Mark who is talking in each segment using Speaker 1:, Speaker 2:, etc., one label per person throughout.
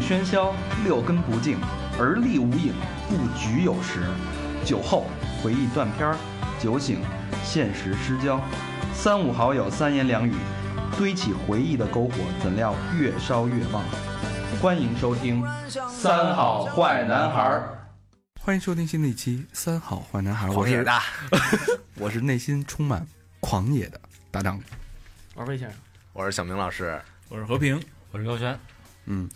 Speaker 1: 喧嚣，六根不净，而立无影，不局有时。酒后回忆断片儿，酒醒现实失焦。三五好友三言两语，堆起回忆的篝火，怎料越烧越旺。欢迎收听《三好坏男孩儿
Speaker 2: 欢迎收听新的一期《三好坏男孩》，我
Speaker 3: 我是
Speaker 2: 是
Speaker 3: 大，
Speaker 2: 我是内心充满狂野的搭档。
Speaker 4: 玩魏先生，
Speaker 3: 我是小明老师。
Speaker 5: 我是和平，
Speaker 6: 我是高璇，
Speaker 2: 嗯，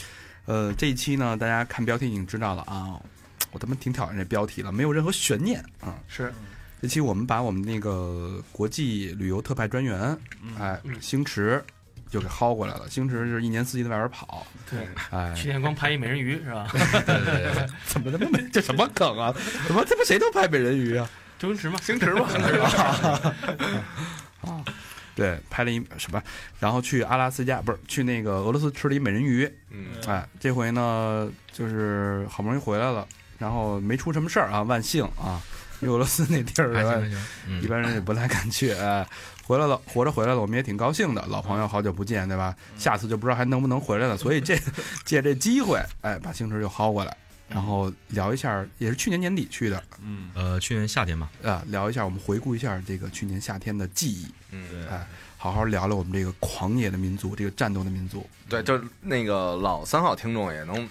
Speaker 2: 呃，这一期呢，大家看标题已经知道了啊，我他妈挺讨厌这标题了，没有任何悬念啊。
Speaker 4: 是
Speaker 2: 这期我们把我们那个国际旅游特派专员，
Speaker 4: 嗯
Speaker 2: 哎，星驰就给薅过来了。星驰就是一年四季在外边跑，
Speaker 4: 对，
Speaker 2: 哎，
Speaker 4: 去天光拍一美人鱼是吧？
Speaker 2: 怎么他妈没这什么梗啊？怎么他妈谁都拍美人鱼啊？
Speaker 4: 周星驰嘛，
Speaker 3: 星驰吧，
Speaker 2: 对，拍了一什么，然后去阿拉斯加不是去那个俄罗斯吃了一美人鱼，
Speaker 3: 嗯，
Speaker 2: 哎，这回呢，就是好不容易回来了，然后没出什么事儿啊，万幸啊。因为俄罗斯那地儿
Speaker 6: 还行
Speaker 2: 吧
Speaker 6: 还行，
Speaker 2: 一
Speaker 6: 嗯，
Speaker 2: 般人也不太敢去。哎，回来了，活着回来了，我们也挺高兴的。老朋友好久不见，对吧？
Speaker 6: 嗯
Speaker 2: 下次就不知道还能不能回来了。所以 这借这机会，哎，把星驰就薅过来，然
Speaker 6: 嗯
Speaker 2: 后聊一下，也是去年年底去的
Speaker 5: 嗯，
Speaker 6: 呃，去年夏天吧，
Speaker 2: 啊，聊一下我们回顾一下这个去年夏天的记忆，
Speaker 3: 嗯，
Speaker 2: 哎，好好聊聊我们这个狂野的民族，这个战斗的民族。
Speaker 3: 对，就是那个老三号听众也能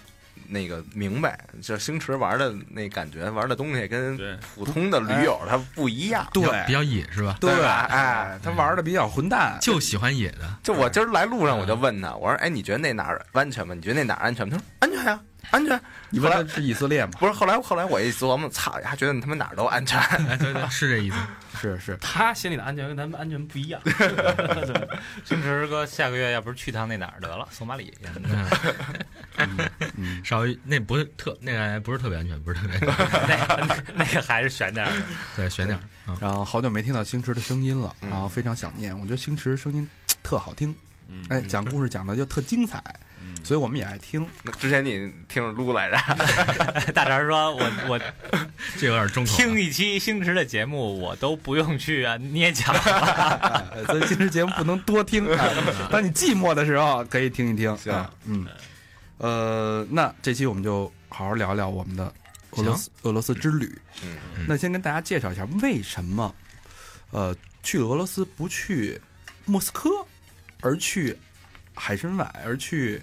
Speaker 3: 那个明白，就星驰玩的那感觉，玩的东西跟
Speaker 5: 对
Speaker 3: 普通的驴友他不一样，
Speaker 2: 对
Speaker 6: 比较比较野是吧？
Speaker 2: 对，嗯
Speaker 3: 吧？哎，
Speaker 2: 他玩的比较混蛋，
Speaker 6: 就喜欢野的，
Speaker 3: 就我今儿来路上
Speaker 6: 嗯
Speaker 3: 我就问他，我说，哎，你觉得那哪儿安全吗？你觉得那哪儿安全吗？他说安全呀，安全。
Speaker 2: 你
Speaker 3: 后
Speaker 2: 问
Speaker 3: 来
Speaker 2: 他是以色列吗？
Speaker 3: 不是，后来后来我一琢磨，操，还觉得你他妈哪儿都安全。
Speaker 6: 哎，对
Speaker 2: 啊
Speaker 6: 对，是这意思。
Speaker 2: 是是，
Speaker 6: 嗯
Speaker 4: 他心里的安全跟咱们安全不一样。
Speaker 7: 星驰哥，下个月要不是去趟那哪儿得了，索马里。
Speaker 6: 嗯
Speaker 2: 嗯，
Speaker 6: 稍微那不是特那个不是特别安全，不是特别安
Speaker 2: 啊
Speaker 6: 全，
Speaker 7: 那个还是悬点儿的。
Speaker 6: 对，选点儿啊。
Speaker 2: 然后好久没听到星驰的声音了，然后非常想念。我觉得星驰声音特好听，哎，讲故事讲的就特精彩，所以我们也爱听。
Speaker 3: 之前你听着撸来着，
Speaker 7: 大肠说：“我我
Speaker 6: 这有点重口啊。
Speaker 7: 听一期星驰的节目，我都不用去啊捏脚。
Speaker 2: 哎所以星驰节目不能多听， 哎当你寂寞的时候可以听一听。
Speaker 3: 行
Speaker 2: 哎嗯，呃，那这期我们就好好聊聊我们的俄罗斯俄罗斯之旅。
Speaker 3: 嗯
Speaker 2: 那先跟大家介绍一下为什么，呃，去俄罗斯不去莫斯科，而去海参崴，而去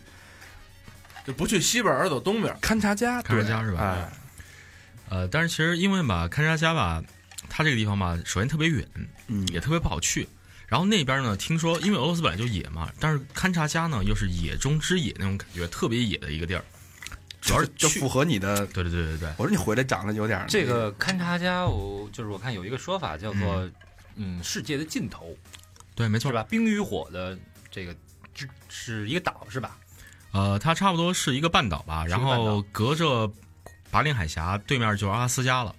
Speaker 5: 就不去西边而走东边，
Speaker 2: 勘察家，
Speaker 6: 勘察
Speaker 2: 对
Speaker 6: 家是吧嗯
Speaker 2: 哎，
Speaker 6: 呃，但是其实因为吧，勘察家吧，它这个地方吧，首先特别远，
Speaker 2: 嗯，
Speaker 6: 也特别不好去。然后那边呢，听说因为俄罗斯本来就野嘛，但是勘察家呢又是野中之野那种感觉，特别野的一个地儿。主要是
Speaker 2: 就
Speaker 6: 去
Speaker 2: 符合你的。
Speaker 6: 对对对对对，
Speaker 2: 我说你回来长得有点儿
Speaker 7: 这个勘察家，我就是我看有一个说法叫做，嗯，世界的尽头
Speaker 6: 对，没错
Speaker 7: 是。吧？冰与火的这个这是一个岛是吧？
Speaker 6: 呃，它差不多是一个半岛吧，
Speaker 7: 是一
Speaker 6: 然
Speaker 7: 个半岛
Speaker 6: 后隔着白令海峡，对面就是阿拉斯加了，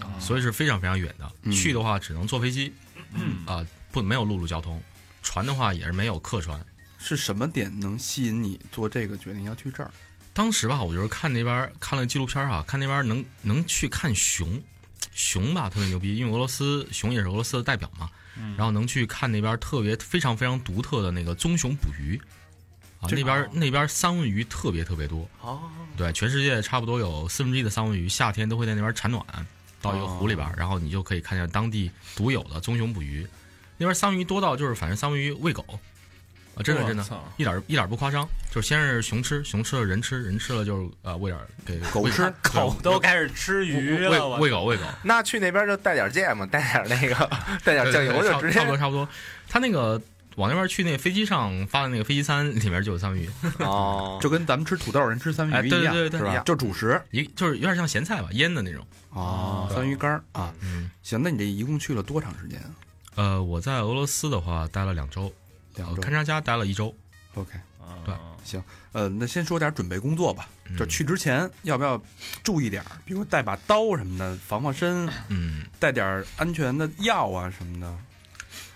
Speaker 7: 啊
Speaker 6: 所以是非常非常远的。
Speaker 2: 嗯
Speaker 6: 去的话只能坐飞机，
Speaker 5: 嗯
Speaker 6: 啊、不没有陆路交通，船的话也是没有客船。
Speaker 2: 是什么点能吸引你做这个决定要去这儿？
Speaker 6: 当时吧，我就是看那边看了纪录片啊，看那边能能去看熊，熊吧特别牛逼，因为俄罗斯熊也是俄罗斯的代表嘛，然后能去看那边特别非常非常独特的那个棕熊捕鱼，啊，那边那边三文鱼特别特别多，
Speaker 3: 哦，
Speaker 6: 对，全世界差不多有四分之一的三文鱼夏天都会在那边产卵，到一个湖里边，然后你就可以看见当地独有的棕熊捕鱼。那边三文鱼多到就是，反正三文鱼喂狗，啊，真的真的
Speaker 5: 我，操
Speaker 6: 一点一点不夸张，就是先是熊吃，熊吃了人吃，人吃了就是呃喂点儿给
Speaker 2: 狗
Speaker 6: 喂
Speaker 2: 吃
Speaker 6: 对
Speaker 7: 狗都开始吃鱼
Speaker 6: 喂
Speaker 7: 了，我
Speaker 6: 喂狗喂狗，
Speaker 3: 那去那边就带点芥末，带点那个，带点哎酱油
Speaker 6: 对对
Speaker 3: 就直接
Speaker 6: 差不多差不多。他那个往那边去，那个飞机上发的那个飞机餐里面就有三文鱼，
Speaker 3: 哦
Speaker 2: 就跟咱们吃土豆人吃三文鱼
Speaker 6: 啊哎对
Speaker 2: 一样，
Speaker 6: 对对对
Speaker 2: 是
Speaker 3: 一
Speaker 2: 吧？
Speaker 3: 样
Speaker 2: 就主食
Speaker 6: 一就是有点像咸菜吧，腌的那种。哦
Speaker 2: 啊，三文鱼干儿啊。
Speaker 6: 嗯，
Speaker 2: 行，那你这一共去了多长时间啊？
Speaker 6: 呃，我在俄罗斯的话待了两周，
Speaker 2: 两周
Speaker 6: 呃勘。察家待了一周。
Speaker 2: OK，
Speaker 6: 对
Speaker 5: 啊
Speaker 2: 呃，那先说点准备工作吧。
Speaker 6: 嗯
Speaker 2: 就去之前要不要注意点儿？比如带把刀什么的，防防 身，
Speaker 6: 嗯，
Speaker 2: 带点儿安全的药啊什么 的。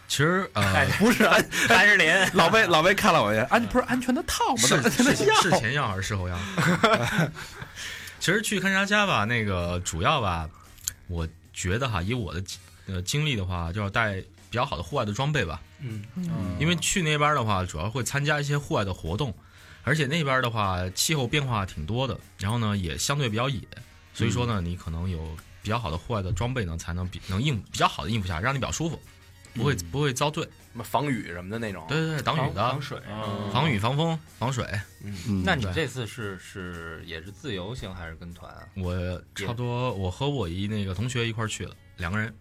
Speaker 6: 其实呃
Speaker 7: 哎，
Speaker 2: 不是安，
Speaker 7: 潘石林，
Speaker 2: 老魏老魏看了我一眼，安不是安全的套吗？
Speaker 6: 嗯 是
Speaker 2: 安全的
Speaker 6: 是是
Speaker 2: 药。
Speaker 6: 前药还是事后药？ 其实去勘察家吧，那个主要吧，我觉得哈，以我的呃经历的话，就要带比较好的户外的装备吧，
Speaker 4: 嗯，
Speaker 5: 嗯
Speaker 6: 因为去那边的话，主要会参加一些户外的活动。而且那边的话气候变化挺多的，然后呢也相对比较野，所以说
Speaker 4: 嗯
Speaker 6: 呢你可能有比较好的户外的装备呢，才能比能应比较好的应付下，让你比较舒服，不会不会遭罪。
Speaker 3: 什么防雨什么的那种。
Speaker 6: 对对对，挡雨的
Speaker 4: 嗯防，水，
Speaker 3: 嗯，
Speaker 6: 防雨、防风、防水。
Speaker 2: 嗯
Speaker 7: 那你
Speaker 6: 对
Speaker 7: 这次是是也是自由行还是跟团啊？
Speaker 6: 我差不多，我和我一那个同学一块儿去了，两个人，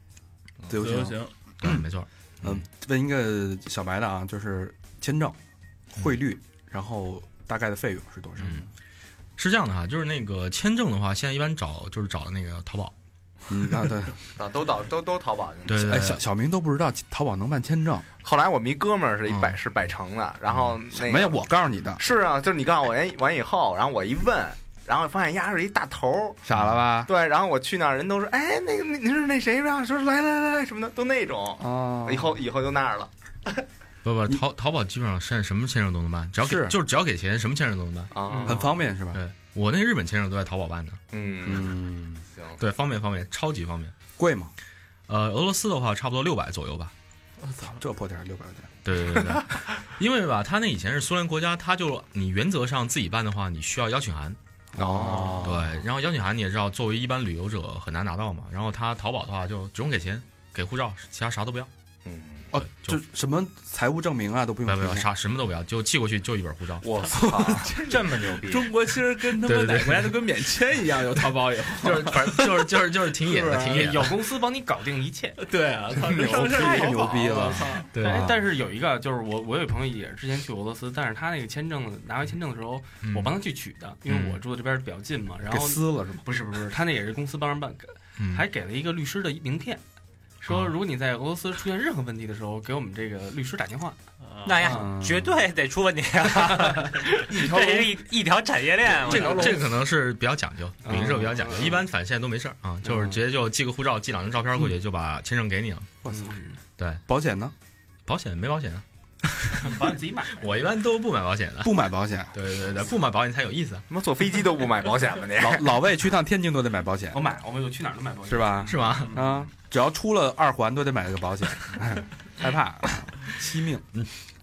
Speaker 2: 自由
Speaker 5: 自由
Speaker 2: 行。
Speaker 5: 行，
Speaker 6: 对，没错，
Speaker 2: 嗯，问一个小白的啊，就是签证、汇率，然后大概的费用是多少？
Speaker 6: 嗯，是这样的哈，就是那个签证的话，现在一般找就是找那个淘宝，
Speaker 2: 嗯，那对，
Speaker 3: 啊，都到都都淘宝去了。
Speaker 6: 对对
Speaker 2: 哎，
Speaker 6: 对
Speaker 2: 小小明都不知道淘宝能办签证，
Speaker 3: 后来我们一哥们儿是一
Speaker 6: 嗯
Speaker 3: 百是百城的，然后那个
Speaker 2: 没有，我告诉你的，
Speaker 3: 是啊，就是你告诉我完完以后，然后我一问，然后发现丫是一大头儿，
Speaker 2: 傻了吧？
Speaker 3: 对，然后我去那儿人都说，哎，那个您您是那谁吧？说来来来来什么的，都那种，
Speaker 2: 哦，
Speaker 3: 以后以后就那儿了
Speaker 6: 不不，淘淘宝基本上现在什么签证都能办，只要给
Speaker 2: 是
Speaker 6: 就是只要给钱，什么签证都能办。
Speaker 3: 啊，
Speaker 2: 很方便是吧？
Speaker 6: 对我那日本签证都在淘宝办的，
Speaker 3: 嗯，
Speaker 2: 嗯，
Speaker 3: 行，
Speaker 6: 对，方便方便，超级方便。
Speaker 2: 贵吗？
Speaker 6: 呃，俄罗斯的话差不多六百左右吧。
Speaker 2: 这破点六百块钱，
Speaker 6: 对对对 对，因为吧，他那以前是苏联国家，他就你原则上自己办的话，你需要邀请函。
Speaker 2: 哦
Speaker 6: 对，然后邀请函你也知道，作为一般旅游者很难拿到嘛。然后他淘宝的话就只用给钱，给护照，其他啥都不要，
Speaker 3: 嗯，
Speaker 2: 哦，就什么财务证明啊都不用
Speaker 6: 不要不要
Speaker 2: 提供
Speaker 6: 啥什么都不要，就寄过去就一本护照。
Speaker 3: 我操，
Speaker 7: 这么牛逼？
Speaker 5: 中国其实跟他
Speaker 6: 对
Speaker 5: 们
Speaker 6: 对对
Speaker 5: 哪国家都跟免签一样，有淘宝以后。
Speaker 6: 就是反正就是就是就是挺野
Speaker 5: 是
Speaker 6: 的，
Speaker 5: 不是
Speaker 6: 挺野
Speaker 4: 也
Speaker 6: 的。
Speaker 4: 有公司帮你搞定一切。
Speaker 5: 对啊，操这上身
Speaker 2: 太牛逼了！
Speaker 6: 对
Speaker 4: 哎
Speaker 2: 啊，
Speaker 4: 但是有一个就是我，我有朋友也是之前去俄罗斯，但是他那个签证拿回签证的时候，
Speaker 6: 嗯
Speaker 4: 我帮他去取的，因为我住的这边比较近嘛。然
Speaker 2: 给
Speaker 4: 后
Speaker 2: 撕了是吗？
Speaker 4: 不是不是，他那也是公司帮人办，
Speaker 6: 嗯
Speaker 4: 还给了一个律师的名片，说如果你在俄罗斯出现任何问题的时候，给我们这个律师打电话。
Speaker 2: 嗯
Speaker 7: 那
Speaker 6: 啊
Speaker 7: 呀，绝对得出问题啊！ 这是一一条产业链，啊我
Speaker 6: 这
Speaker 7: 操
Speaker 6: 个这个可能是比较讲究，
Speaker 4: 嗯
Speaker 6: 旅行社比较讲究，
Speaker 4: 嗯
Speaker 6: 一般返现都没事儿啊，就是直接就寄个护照，寄两张照片过
Speaker 5: 嗯
Speaker 6: 去就把签证给你了。
Speaker 2: 我操，
Speaker 4: 嗯
Speaker 2: 保险 呢？
Speaker 6: 保险没保险啊？
Speaker 4: 把你自己 买。
Speaker 6: 我一般都不买保险的。
Speaker 2: 不买保险，
Speaker 6: 对对对，不买保险才有意思啊，
Speaker 3: 他妈坐飞机都不买保险吧你？
Speaker 2: 老老魏去趟天津都得买保险
Speaker 4: 我买，我我去哪儿都买保险。
Speaker 2: 是吧？
Speaker 6: 是吗？
Speaker 2: 啊，只要出了二环都得买个保险， 害怕惜命。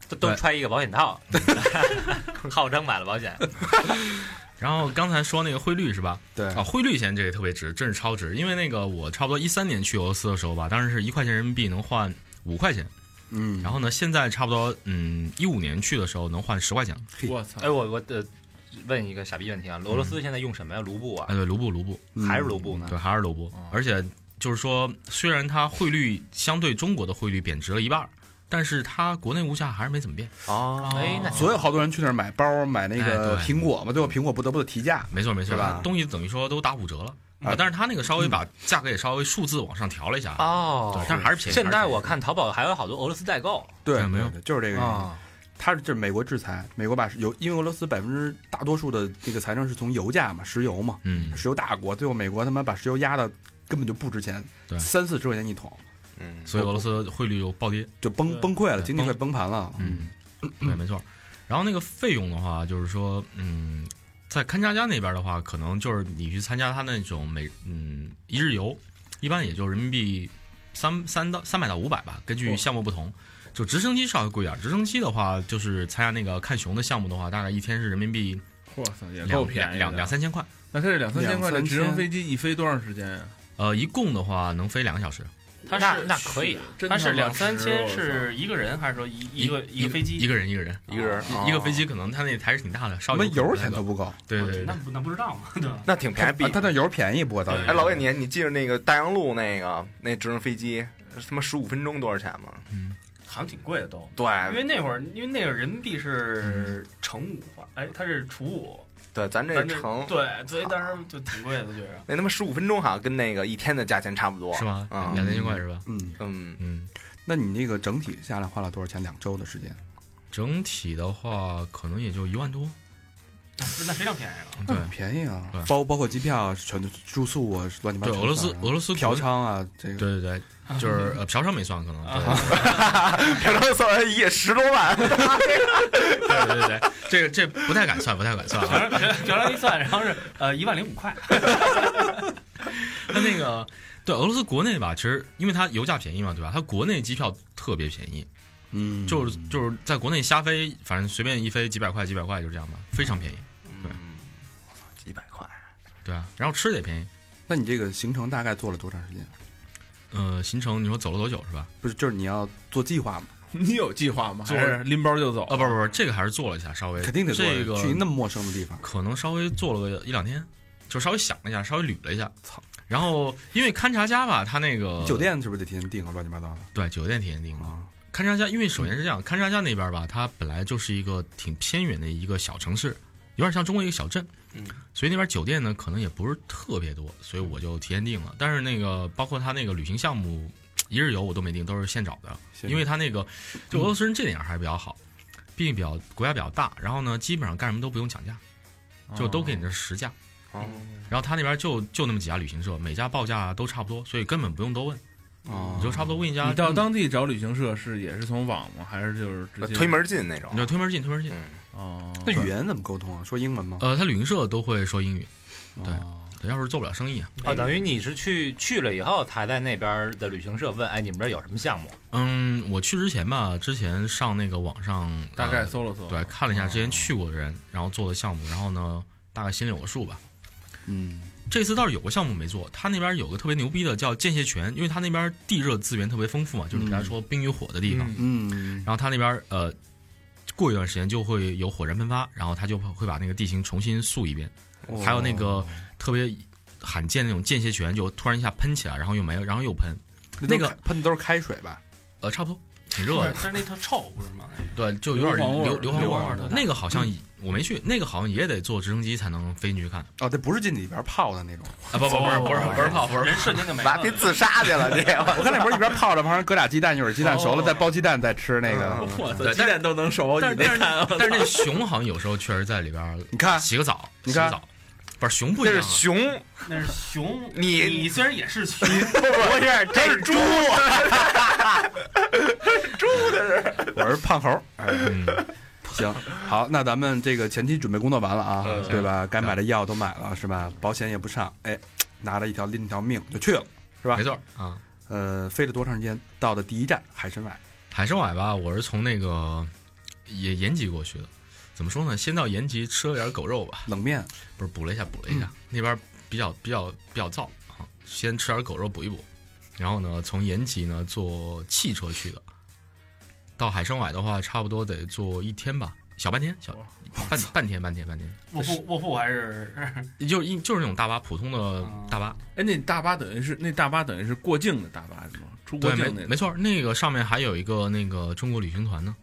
Speaker 7: 都都
Speaker 6: 对
Speaker 7: 揣一个保险套， 号称买了保险。
Speaker 6: 然后刚才说那个汇率是吧？
Speaker 2: 对，
Speaker 6: 啊，汇率现在这个特别值，真是超值。因为那个我差不多一三年去俄罗斯的时候吧，当时是一块钱人民币能换五块钱，
Speaker 2: 嗯，
Speaker 6: 然后呢，现在差不多嗯一五年去的时候能换十块钱
Speaker 2: 嗯
Speaker 6: 了。
Speaker 5: 我操！
Speaker 7: 哎，我我呃，问一个傻逼问题啊，俄罗斯现在用什么呀？卢布啊
Speaker 6: 哎，，对，卢布卢布，
Speaker 7: 还是
Speaker 2: 嗯
Speaker 7: 卢布呢？
Speaker 6: 对，还是卢布
Speaker 7: 哦。
Speaker 6: 而且就是说，虽然它汇率相对中国的汇率贬值了一半儿，但是它国内物价还是没怎么变。
Speaker 2: 哦
Speaker 3: 啊，
Speaker 7: 哎，那
Speaker 2: 所有好多人去那儿买包、买那个
Speaker 6: 哎对
Speaker 2: 苹果嘛，最后苹果不得不得提价。
Speaker 6: 没错没错
Speaker 2: 是吧
Speaker 6: 东西等于说都打五折了
Speaker 2: 哎嗯啊
Speaker 6: 啊，但是它那个稍微把价格也稍微数字往上调了一下，
Speaker 7: 哦
Speaker 6: 对，，但是还是便宜。
Speaker 7: 现
Speaker 6: 还
Speaker 7: 在
Speaker 6: 是便宜
Speaker 7: 我看淘宝还有好多俄罗斯代购
Speaker 2: 对，
Speaker 6: 对没有
Speaker 2: 对，就是这个原因。
Speaker 7: 啊，
Speaker 2: 它是这美国制裁，美国把油，因为俄罗斯百分之大多数的这个财政是从油价嘛，石油嘛，
Speaker 6: 嗯，
Speaker 2: 石油大国，最后美国他妈把石油压的根本就不值钱，
Speaker 6: 对
Speaker 2: 三四十块钱一桶，
Speaker 3: 嗯，
Speaker 6: 所以俄罗斯汇率就暴跌。
Speaker 2: 就崩
Speaker 5: 对
Speaker 2: 崩溃了，
Speaker 6: 对
Speaker 2: 经济快崩盘了。
Speaker 6: 嗯，对，没错。然后那个费用的话，就是说，嗯，在勘察家那边的话，可能就是你去参加他那种每嗯一日游，一般也就人民币三三到三百到五百吧，根据项目不同。就直升机稍微贵点儿，直升机的话，就是参加那个看熊的项目的话，大概一天是人民币
Speaker 5: 我操，也够
Speaker 6: 两
Speaker 5: 便宜
Speaker 6: 两
Speaker 5: 的
Speaker 6: 两两。三千块。
Speaker 5: 那他这两三千块，
Speaker 2: 两三
Speaker 5: 这
Speaker 2: 千
Speaker 5: 直升飞机一飞多长时间呀？
Speaker 6: 呃，一共的话能飞两个小时，
Speaker 4: 他
Speaker 7: 那
Speaker 4: 是
Speaker 7: 那可以啊，
Speaker 5: 真
Speaker 4: 他
Speaker 5: 他
Speaker 4: 是
Speaker 5: 妈
Speaker 4: 两三千
Speaker 5: 值
Speaker 4: 是一个人，还是说一一个一个飞机
Speaker 6: 一？个人一个人
Speaker 3: 一个
Speaker 5: 哦
Speaker 3: 人
Speaker 6: 哦
Speaker 3: 哦
Speaker 6: 一个飞，机，可能它那还是挺大的，稍
Speaker 2: 他
Speaker 6: 微
Speaker 2: 妈
Speaker 6: 有可能
Speaker 2: 油
Speaker 6: 不太
Speaker 2: 钱都
Speaker 6: 够
Speaker 2: 不够，
Speaker 6: 对对对
Speaker 4: 那
Speaker 6: 对，
Speaker 4: 不那不知道嘛， 对吧
Speaker 3: 哦？那挺便宜，
Speaker 2: 啊
Speaker 3: 比
Speaker 2: 他那油便宜不？倒是
Speaker 3: 哎，老魏，你你记着那个大洋路那个那直升飞机，他妈十五分钟多少钱吗？
Speaker 4: 好像挺贵的都。因为
Speaker 3: 对
Speaker 4: 那会儿，因为那个人民币是乘五化，哎，它是除五，
Speaker 3: 对，咱这
Speaker 4: 咱这
Speaker 3: 成
Speaker 4: 对，所以当时就挺贵的，觉
Speaker 5: 啊
Speaker 4: 着。
Speaker 3: 那他妈十五分钟好像跟那个一天的价钱差不多，
Speaker 6: 是吗？
Speaker 3: 啊
Speaker 6: 两三千块是吧？
Speaker 2: 嗯，
Speaker 3: 嗯，
Speaker 6: 嗯，
Speaker 2: 那你那个整体下来花了多少钱？两周的时间？
Speaker 6: 整体的话，可能也就一万多。
Speaker 4: 那非常便 宜了。
Speaker 6: 对
Speaker 2: 很便宜啊
Speaker 6: 对，
Speaker 2: 包包括机票啊、全都住宿啊，乱七八糟。
Speaker 6: 对，俄罗斯俄罗斯
Speaker 2: 嫖
Speaker 6: 国
Speaker 2: 娼啊，这个
Speaker 6: 对对对，就是呃嫖娼没算可能。
Speaker 2: 啊
Speaker 6: 对
Speaker 3: 可能算完一夜十多 万，
Speaker 6: 对对对对，这个这不太敢算，不太敢算 啊。
Speaker 4: 平常平常一算，然后是呃一万零五块，
Speaker 6: 它那个对俄罗斯国内吧，其实因为它油价便宜嘛，对吧？它国内机票特别便宜，
Speaker 2: 嗯，
Speaker 6: 就是就是在国内瞎飞，反正随便一飞几百块几百块就这样吧，非常便宜。对
Speaker 3: 嗯，几百块，
Speaker 6: 对啊，然后吃的也便宜。
Speaker 2: 那你这个行程大概做了多长时间？
Speaker 6: 呃，行程你说走了多久是吧？
Speaker 2: 不是，就是你要做计划嘛，
Speaker 5: 你有计划吗？
Speaker 6: 做
Speaker 5: 还是拎包就走？
Speaker 6: 啊，不不不，这个还是做了一下，稍微
Speaker 2: 肯定得做呀。
Speaker 6: 这个
Speaker 2: 去那么陌生的地方，
Speaker 6: 可能稍微做了个一两天，就稍微想了一下，稍微捋了一下。操！然后因为勘察家吧，他那个
Speaker 2: 酒店是不是得提前订啊？乱七八糟的
Speaker 6: 对酒店体验地方。
Speaker 2: 啊。
Speaker 6: 勘察家，因为首先是这样，勘察家那边吧，它本来就是一个挺偏远的一个小城市，有点像中国一个小镇，
Speaker 4: 嗯，
Speaker 6: 所以那边酒店呢可能也不是特别多，所以我就提前订了。但是那个包括他那个旅行项目，一日游我都没定，都是现找的，
Speaker 2: 现
Speaker 6: 因为他那个就俄罗斯人这点还是比较好，毕竟比较国家比较大，然后呢基本上干什么都不用讲价，
Speaker 5: 哦
Speaker 6: 就都给你这实价。
Speaker 3: 哦
Speaker 6: 然后他那边就就那么几家旅行社，每家报价都差不多，所以根本不用多问，
Speaker 2: 啊
Speaker 6: 嗯你，就差不多问一家。
Speaker 5: 哦你到当地找旅行社是也是从网吗？还是就是直接
Speaker 3: 推门进那种
Speaker 6: 你，就推门进，推门进。
Speaker 5: 哦，
Speaker 2: 那语言怎么沟通啊？说英文吗？
Speaker 6: 呃，他旅行社都会说英语，对
Speaker 2: 哦
Speaker 6: 对要是做不了生意啊。
Speaker 7: 哦，等于你是去去了以后，他在那边的旅行社问，哎，你们这儿有什么项目？
Speaker 6: 嗯，我去之前吧，之前上那个网上
Speaker 5: 大概
Speaker 6: 呃
Speaker 5: 搜了搜，
Speaker 6: 对看了一下之前去过的人，然后做的项目，然后呢大概心里有个数吧。
Speaker 2: 嗯，
Speaker 6: 这次倒是有个项目没做，他那边有个特别牛逼的叫间歇泉，因为他那边地热资源特别丰富嘛，就是
Speaker 2: 嗯
Speaker 6: 大家说冰与火的地方。
Speaker 2: 嗯，
Speaker 6: 然后他那边呃，过一段时间就会有火山喷发，然后他就会把那个地形重新塑一遍。
Speaker 2: 哦
Speaker 6: 嗯还有那个特别罕见的那种间歇泉，就突然一下喷起来，然后又没了，然后又喷，
Speaker 2: 那都
Speaker 6: 那个
Speaker 2: 是开喷的都是开水吧？
Speaker 6: 呃，差不多，挺热的。
Speaker 4: 但是那特臭，不是 吗？
Speaker 6: 对，就有点
Speaker 5: 硫磺味儿
Speaker 6: 硫硫
Speaker 4: 硫
Speaker 6: 磺
Speaker 4: 磺
Speaker 6: 味
Speaker 4: 味儿
Speaker 6: 儿
Speaker 4: 特。大
Speaker 6: 那个好像我没去，那个好像也得坐直升机才能飞进去看
Speaker 2: 哦，这不是进里边泡的那种。
Speaker 6: 啊！不不不是不是不是泡 不是
Speaker 4: 人瞬间就没
Speaker 3: 拉
Speaker 4: 了
Speaker 3: 皮。自杀去 了，这
Speaker 6: 啊
Speaker 2: 我看那不是一边泡着，旁边搁俩鸡蛋，一会儿鸡蛋熟了再包鸡蛋再吃那个。
Speaker 5: 我操，
Speaker 6: 对
Speaker 5: 鸡蛋都能熟，
Speaker 6: 哦嗯但
Speaker 5: 你这
Speaker 6: 是但是但是那熊好像有时候确实在里边儿
Speaker 2: 你 看，
Speaker 6: 洗个澡，
Speaker 2: 你
Speaker 6: 洗
Speaker 2: 看
Speaker 6: 个澡，不是熊不一
Speaker 3: 那
Speaker 6: 样
Speaker 3: 是
Speaker 6: 啊，
Speaker 3: 熊，
Speaker 4: 那是熊，
Speaker 3: 你
Speaker 4: 你虽然也是熊，
Speaker 3: 不是这是猪，
Speaker 6: 啊
Speaker 2: 我是胖猴。哎
Speaker 6: 嗯，
Speaker 2: 行，好，那咱们这个前期准备工作完了啊，
Speaker 6: 嗯
Speaker 2: 对吧？该买的药都买了是吧？保险也不上，哎，拿着一条拎一条命就去了。吧
Speaker 6: 没错啊。
Speaker 2: 呃，飞了多长时间？到的第一站海参崴。
Speaker 6: 海参崴吧，我是从那个也延吉过去的，怎么说呢？先到延吉吃了点狗肉吧，
Speaker 2: 冷面，
Speaker 6: 不是补了一下，补了一
Speaker 5: 嗯
Speaker 6: 下，那边比较比较比较燥啊，先吃点狗肉补一补，然后呢，从延吉呢坐汽车去的，到海参崴的话，差不多得坐一天吧，小半天，小半半天，半天，半天，
Speaker 4: 卧铺卧铺还是
Speaker 6: 就一就是那种大巴，普通的大巴，
Speaker 5: 哎，那大巴等于是那大巴等于是过境的大巴是吗？出国
Speaker 6: 对，
Speaker 5: 境
Speaker 6: 没
Speaker 5: 那种
Speaker 6: 没错，那个上面还有一个那个中国旅行团呢，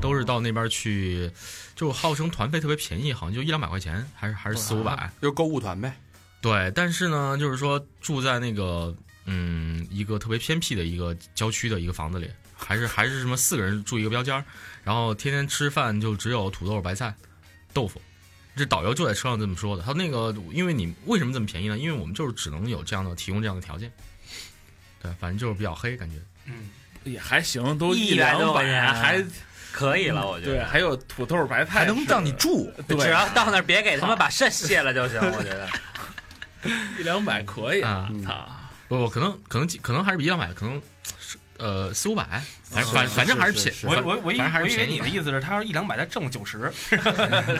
Speaker 6: 都是到那边去，就号称团费特别便宜，好像就一两百块钱，还是还是四五百。
Speaker 2: 就是购物团呗。
Speaker 6: 对，但是呢，就是说住在那个嗯一个特别偏僻的一个郊区的一个房子里，还是还是什么四个人住一个标间儿，然后天天吃饭就只有土豆、白菜、豆腐。这导游就在车上这么说的，他说那个因为你为什么这么便宜呢？因为我们就是只能有这样的提供这样的条件。对，反正就是比较黑感觉。
Speaker 4: 嗯，
Speaker 5: 也还行，都
Speaker 7: 一百
Speaker 5: 两
Speaker 7: 多块钱
Speaker 5: 百，还
Speaker 7: 可以
Speaker 6: 嗯
Speaker 7: 了，我觉
Speaker 5: 对，
Speaker 7: 得。
Speaker 5: 还有土豆白菜，
Speaker 2: 还能让你 住，
Speaker 5: 对，
Speaker 7: 只要到那儿别给他们把肾卸了就行，我觉得。
Speaker 5: 一两百可以
Speaker 6: 啊
Speaker 2: 嗯
Speaker 5: 操，
Speaker 6: 不不，可能可能可能还是一两百，可能是呃四五百，反
Speaker 2: 是
Speaker 6: 反
Speaker 2: 是
Speaker 6: 反正还是
Speaker 2: 是
Speaker 6: 便
Speaker 2: 是
Speaker 4: 我
Speaker 6: 反
Speaker 4: 我我以
Speaker 6: 反正还
Speaker 4: 我
Speaker 6: 是
Speaker 4: 以为
Speaker 6: 便宜
Speaker 4: 你的意思是，他要一两百，他挣九 十，然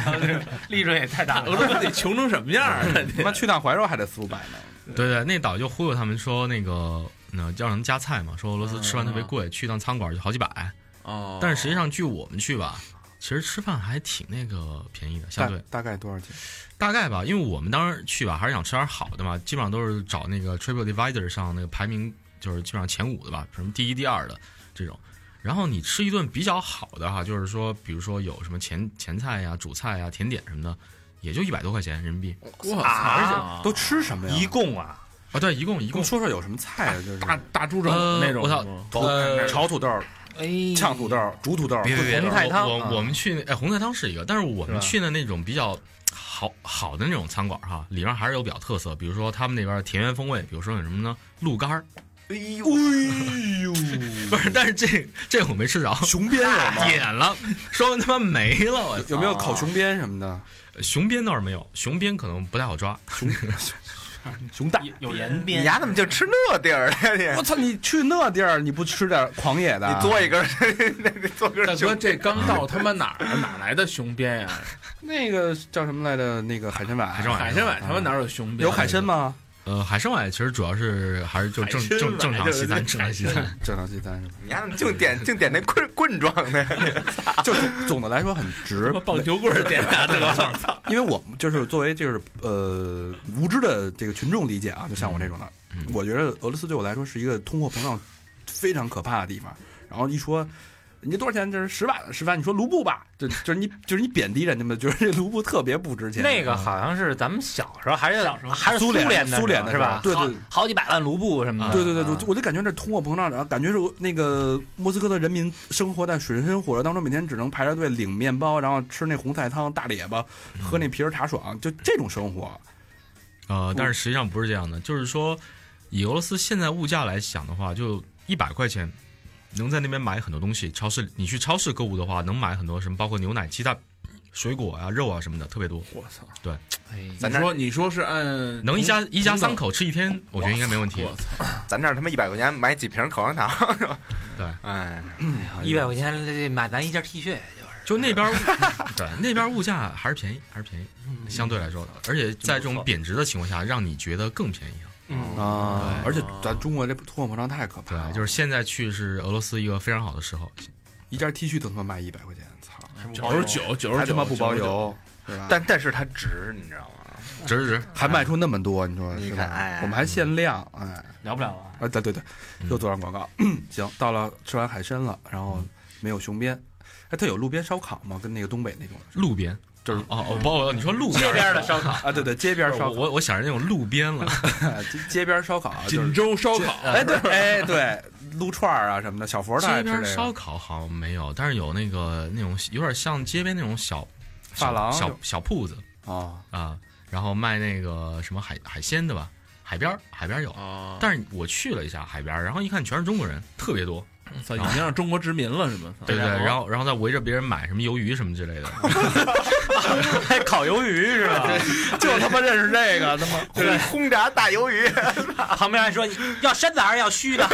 Speaker 4: 后这个利润也太大
Speaker 5: 我
Speaker 4: 了。嗯
Speaker 5: 说你得穷成什么样儿啊？
Speaker 2: 他妈去趟怀柔还得四五百呢。
Speaker 6: 对对，那导游忽悠他们说那个那叫人加菜嘛，说俄罗斯吃饭特别贵，去趟餐馆就好几百。
Speaker 5: 哦
Speaker 6: 但是实际上据我们去吧，其实吃饭还挺那个便宜的，相
Speaker 2: 大
Speaker 6: 对
Speaker 2: 大概多少钱？
Speaker 6: 大概吧，因为我们当时去吧还是想吃点好的嘛，基本上都是找那个 Triple Divider 上那个排名就是基本上前五的吧，什么第一、第二的这种。然后你吃一顿比较好的哈，就是说，比如说有什么前前菜呀、主菜呀、甜点什么的，也就一百多块钱人民币
Speaker 5: 我
Speaker 7: 啊
Speaker 5: 操，
Speaker 2: 都吃什么呀？
Speaker 7: 一共啊，
Speaker 6: 啊。对，一共一
Speaker 2: 一
Speaker 6: 共
Speaker 2: 共说说有什么菜啊？就是
Speaker 5: 大大猪肘
Speaker 6: 呃
Speaker 5: 那种，
Speaker 6: 我操呃
Speaker 2: 炒土豆、
Speaker 3: 哎
Speaker 2: 呛土豆、煮土豆、
Speaker 7: 别别别
Speaker 2: 红
Speaker 6: 红
Speaker 2: 菜汤。
Speaker 6: 呃我
Speaker 2: 啊
Speaker 6: 我们去那哎红菜汤是一个，但是我
Speaker 2: 是吧
Speaker 6: 们去的那种比较好好的那种餐馆哈，里面还是有比较特色，比如说他们那边田园风味，比如说有什么呢？鹿肝儿，
Speaker 2: 哎呦哎呦，
Speaker 6: 不是，但是这这我没吃着，
Speaker 2: 熊鞭有 吗？
Speaker 6: 点了，说他妈没了，我
Speaker 2: 有没有烤熊鞭什么的？
Speaker 6: 熊鞭倒是没有，熊鞭可能不太好抓，
Speaker 2: 熊大。
Speaker 4: 有有延
Speaker 3: 你
Speaker 4: 边，
Speaker 3: 牙怎么就吃那地儿了呀？
Speaker 2: 我操！你去那地儿你不吃点狂野的
Speaker 3: 你
Speaker 2: 啊？
Speaker 3: 你嘬一根儿， 你嘬根
Speaker 5: 大哥，
Speaker 3: 儿熊，
Speaker 5: 这刚到他妈哪儿啊哪来的熊 鞭呀？
Speaker 2: 那个叫什么来着？那个海参崴，海
Speaker 6: 参崴
Speaker 5: 海参崴他妈哪有啊熊鞭？
Speaker 2: 有海参吗？
Speaker 6: 呃，海参崴其实主要是还是就正
Speaker 3: 海参
Speaker 6: 正正
Speaker 3: 崴
Speaker 6: 常
Speaker 3: 就是
Speaker 6: 西餐，正常西餐。
Speaker 2: 正常西餐是
Speaker 3: 你牙怎么净点净点那棍棍状的？
Speaker 2: 吧？就总的来说很值
Speaker 5: 他妈，棒球棍儿点 的，啊
Speaker 2: 因为我就是作为就是呃无知的这个群众理解啊，就像我这种的，我觉得俄罗斯对我来说是一个通货膨胀非常可怕的地方。然后一说人家多少钱，就是十万十万，你说卢布吧，就就是你就是你贬低人家嘛，就是这卢布特别不值钱。
Speaker 7: 那个好像是咱们小时候还是
Speaker 4: 小时候
Speaker 7: 还是
Speaker 2: 苏联
Speaker 7: 联的
Speaker 2: 苏联的
Speaker 7: 是
Speaker 2: 时
Speaker 7: 吧
Speaker 2: 候？对对
Speaker 7: 好，好几百万卢布什
Speaker 4: 嗯
Speaker 7: 么的。
Speaker 2: 对对对，对
Speaker 7: 啊，
Speaker 2: 我就感觉这通货膨胀，然后感觉是那个莫斯科的人民生活在水深火热当中，每天只能排着队领面包，然后吃那红菜汤、大列巴，喝那皮儿茶爽，就这种生活。
Speaker 6: 呃，
Speaker 2: 嗯
Speaker 6: 但是实际上不是这样的，就是说以俄罗斯现在物价来讲的话，就一百块钱能在那边买很多东西。超市你去超市购物的话，能买很多什么，包括牛奶、鸡蛋、水果啊、肉啊什么的，特别多。
Speaker 5: 我操！
Speaker 7: 哎
Speaker 5: 你说你说是按
Speaker 6: 能一家
Speaker 2: 嗯
Speaker 6: 一家三
Speaker 5: 口，
Speaker 6: 口吃一天，我觉得应该没问题。
Speaker 5: 我操！
Speaker 3: 咱这儿他妈一百块钱买几瓶口香糖，是吧
Speaker 6: 对，
Speaker 3: 哎，
Speaker 7: 一百块钱得买咱一件 T 恤，
Speaker 6: 就那边儿，对那边儿物价还是便宜，还是便宜，
Speaker 2: 嗯
Speaker 6: 相对来说的，而且在这种贬值的情况下，让你觉得更便宜了。
Speaker 4: 嗯，
Speaker 2: 啊，而且咱中国这通货膨胀太可怕了，
Speaker 6: 对，就是是现在去是俄罗斯一个非常好的时候。
Speaker 2: 一件 T 恤都他妈卖一百块钱，操，
Speaker 4: 嗯
Speaker 5: 九十九，九
Speaker 2: 还
Speaker 5: 十
Speaker 2: 他
Speaker 5: 九，
Speaker 2: 妈不包邮，对吧？
Speaker 3: 但但是它值，你知道吗？
Speaker 6: 值不值？
Speaker 2: 还卖出那么多，你说
Speaker 3: 你
Speaker 2: 是
Speaker 3: 看
Speaker 2: 吧
Speaker 3: 哎？
Speaker 2: 我们还限量，哎，
Speaker 4: 聊不了了。
Speaker 2: 啊，对对对，
Speaker 6: 嗯
Speaker 2: 又做上广告。 行，到了吃完海参了，然后没有熊鞭，哎，它有路边烧烤吗？跟那个东北那种
Speaker 6: 路边就是哦哦，包括你说路街边的烧烤，
Speaker 2: 啊，对对，街边烧
Speaker 6: 哦我
Speaker 2: 烤，
Speaker 6: 我我想着那种路 边了，
Speaker 2: 街街边烧烤啊，就
Speaker 5: 锦
Speaker 2: 是
Speaker 5: 州烧烤，
Speaker 2: 哎对哎对，撸串儿啊什么的，小佛儿他
Speaker 6: 街
Speaker 2: 爱吃
Speaker 6: 边
Speaker 2: 这
Speaker 6: 烧
Speaker 2: 个，
Speaker 6: 烤好像没有，但是有那个那种有点像街边那种小
Speaker 2: 发
Speaker 6: 小
Speaker 2: 廊
Speaker 6: 小
Speaker 2: 就
Speaker 6: 小铺子
Speaker 2: 啊，
Speaker 6: 啊，然后卖那个什么海海鲜的吧，海边儿海边儿有，
Speaker 5: 啊！
Speaker 6: 但是我去了一下海边儿，然后一看全是中国人，特别多，
Speaker 5: 操，已经让中国殖民了是吗？
Speaker 6: 对对，
Speaker 4: 然后
Speaker 6: 然后然后再围着别人买什么鱿鱼什么 之类的，
Speaker 7: 还烤鱿鱼是吧？
Speaker 2: 就他妈认识这个，他妈
Speaker 3: 轰轰炸大鱿鱼，
Speaker 7: 旁边还说要身子还是要虚的，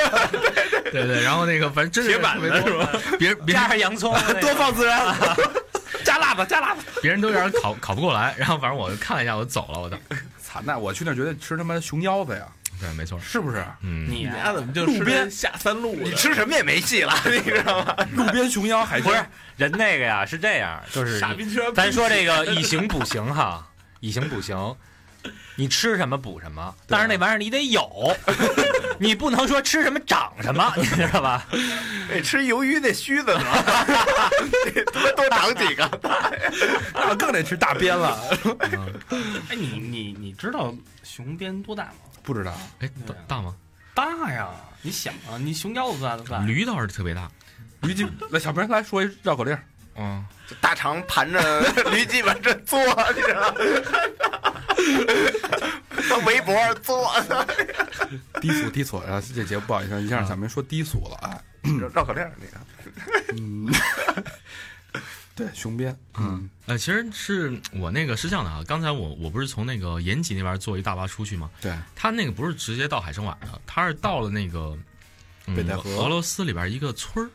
Speaker 6: 对对，然后那个反正真是铁板的是吧？别人别人
Speaker 7: 加上洋葱，
Speaker 2: 多放孜然，加辣子加辣子，
Speaker 6: 别人都有点烤烤不过来，然后反正我看了一下，我走了，我的，
Speaker 2: 操，那我去那儿绝对吃他妈熊腰子呀，
Speaker 6: 对，没错，
Speaker 2: 是不是？
Speaker 6: 嗯，
Speaker 4: 你
Speaker 5: 家怎么就
Speaker 2: 路边
Speaker 5: 下三路
Speaker 3: 你吃什么也没戏了，你知道吗？
Speaker 2: 路边熊腰海
Speaker 7: 不是
Speaker 2: 鲜，
Speaker 7: 人那个呀，是这样，就是
Speaker 5: 傻逼车？
Speaker 7: 咱说这个以形补形哈，以形补形，你吃什么补什么，但是那玩意儿你得有，你不能说吃什么长什么，你知道吧？
Speaker 3: 哎吃鱿鱼那须 子呢，多多长几个。
Speaker 2: 那更得吃大鞭了，
Speaker 4: 哎，你你你知道熊鞭多大吗？
Speaker 2: 不知道
Speaker 6: 哎，大大吗？
Speaker 4: 大呀！你想啊，你熊腰子大都大。
Speaker 6: 驴倒是特别大，
Speaker 2: 驴筋，来小明来说一绕口令儿。
Speaker 6: 嗯，
Speaker 3: 大肠盘着 驴鸡巴这嘬，你知道吗？ 他围脖嘬，
Speaker 2: 低俗低俗，然后这节目不好意思，一
Speaker 6: 嗯
Speaker 2: 下小明说低俗了啊。
Speaker 3: 绕口令儿那个。
Speaker 2: 对，熊鞭，嗯，
Speaker 6: 呃，其实是我那个是这样的啊，刚才我我不是从那个延吉那边坐一大巴出去嘛，
Speaker 2: 对，
Speaker 6: 他那个不是直接到海参崴的，他是到了那个、嗯
Speaker 2: 北戴河
Speaker 6: 俄罗斯里边一个村儿，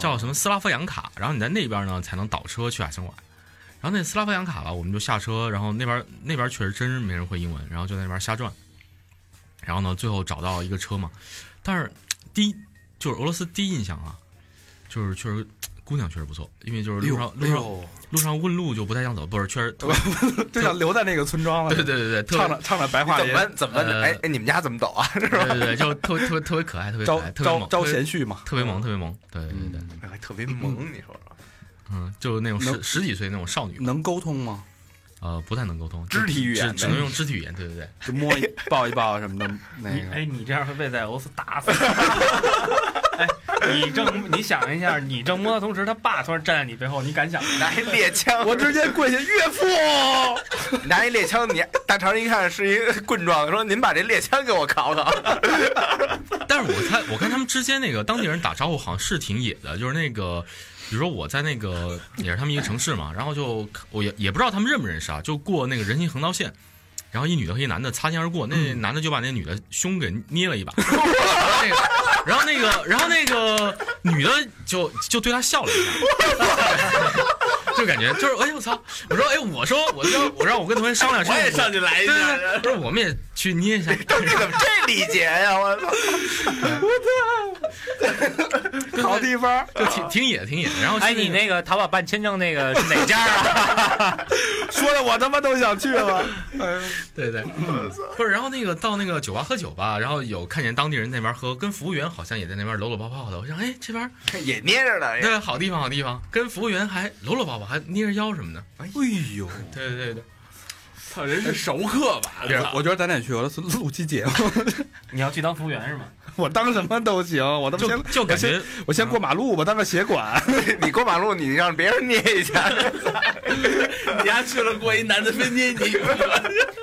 Speaker 6: 叫什么斯拉夫扬卡，然后你在那边呢才能倒车去海参崴。然后那斯拉夫扬卡吧，我们就下车，然后那边那边确实真是没人会英文，然后就在那边瞎转。然后呢，最后找到一个车嘛，但是第一就是俄罗斯第一印象啊，就是确实姑娘确实不错，因为就是路上路上
Speaker 2: 哎呦，
Speaker 6: 路上问路就不太想走，不是确实特别
Speaker 2: 就想留在那个村庄了。
Speaker 6: 对对对对，特别
Speaker 2: 唱着唱着白话
Speaker 3: 怎么
Speaker 2: 吟，
Speaker 3: 办怎么办？
Speaker 6: 呃
Speaker 3: 哎哎，你们家怎么走啊？
Speaker 6: 对对 对，就特别特别特别可爱，特别可
Speaker 2: 招
Speaker 6: 爱，特别
Speaker 2: 招
Speaker 6: 萌，
Speaker 2: 招
Speaker 6: 特别
Speaker 2: 贤婿嘛？
Speaker 6: 特别萌，特别萌，对对对，
Speaker 2: 嗯
Speaker 3: 哎特别萌，你说说，
Speaker 6: 嗯，就那种十
Speaker 2: 能
Speaker 6: 十几岁那种少女，
Speaker 2: 能沟通吗？
Speaker 6: 呃，不太能沟通，
Speaker 3: 肢体语言
Speaker 6: 只只能用肢体语言，对对对，
Speaker 2: 就摸一抱一抱什么的，那
Speaker 4: 你
Speaker 2: 个
Speaker 4: 哎，你这样会被在俄罗斯打死。 哎，你正你想一下，你正摸的同时，他爸突然站在你背后，你敢想吗？
Speaker 3: 拿一猎枪，
Speaker 2: 我直接跪下，岳父，
Speaker 3: 拿一猎枪，你大肠一看是一棍状，说您把这猎枪给我烤 烤。
Speaker 6: 但是我看我看他们之间那个当地人打招呼好像是挺野的，就是那个。比如说我在那个也是他们一个城市嘛，然后就我也也不知道他们认不认识啊，就过那个人行横道线，然后一女的和一男的擦肩而过，那
Speaker 7: 嗯
Speaker 6: 男的就把那女的胸给捏了一把，然后那个，然后那个女的就就对他笑了一下，就感觉就是哎我操，我说哎我说我说我让我跟同学商量商量，
Speaker 7: 去来
Speaker 6: 对对对，不是我们也去捏一下，
Speaker 3: 这怎么这礼节呀？我操！
Speaker 6: 好地方，就挺挺野挺野的。然后
Speaker 7: 哎，
Speaker 6: 去
Speaker 7: 你那个淘宝办签证那个是哪家 啊？
Speaker 2: 说的我他妈都想去了。
Speaker 6: 对对，不是，然后那个到那个酒吧喝酒吧，然后有看见当地人那边喝，跟服务员好像也在那边搂搂抱抱的。我想，哎，这边
Speaker 3: 也捏着
Speaker 2: 哎
Speaker 3: 呢，
Speaker 6: 对好地方好地方，跟服务员还搂搂抱抱，还捏着腰什么的。
Speaker 2: 嗯
Speaker 6: 哎呦，对对对
Speaker 5: 操，人是熟客吧？
Speaker 6: 对，
Speaker 2: 我觉得咱得去俄罗斯录期节目，
Speaker 4: 你要去当服务员是吗？
Speaker 2: 我当什么都行，我他妈
Speaker 6: 就
Speaker 2: 先
Speaker 6: 就感觉
Speaker 2: 我先过马路吧，当个协管。
Speaker 3: 你过马路你让别人捏一下，
Speaker 5: 你家去了过一男的非捏你，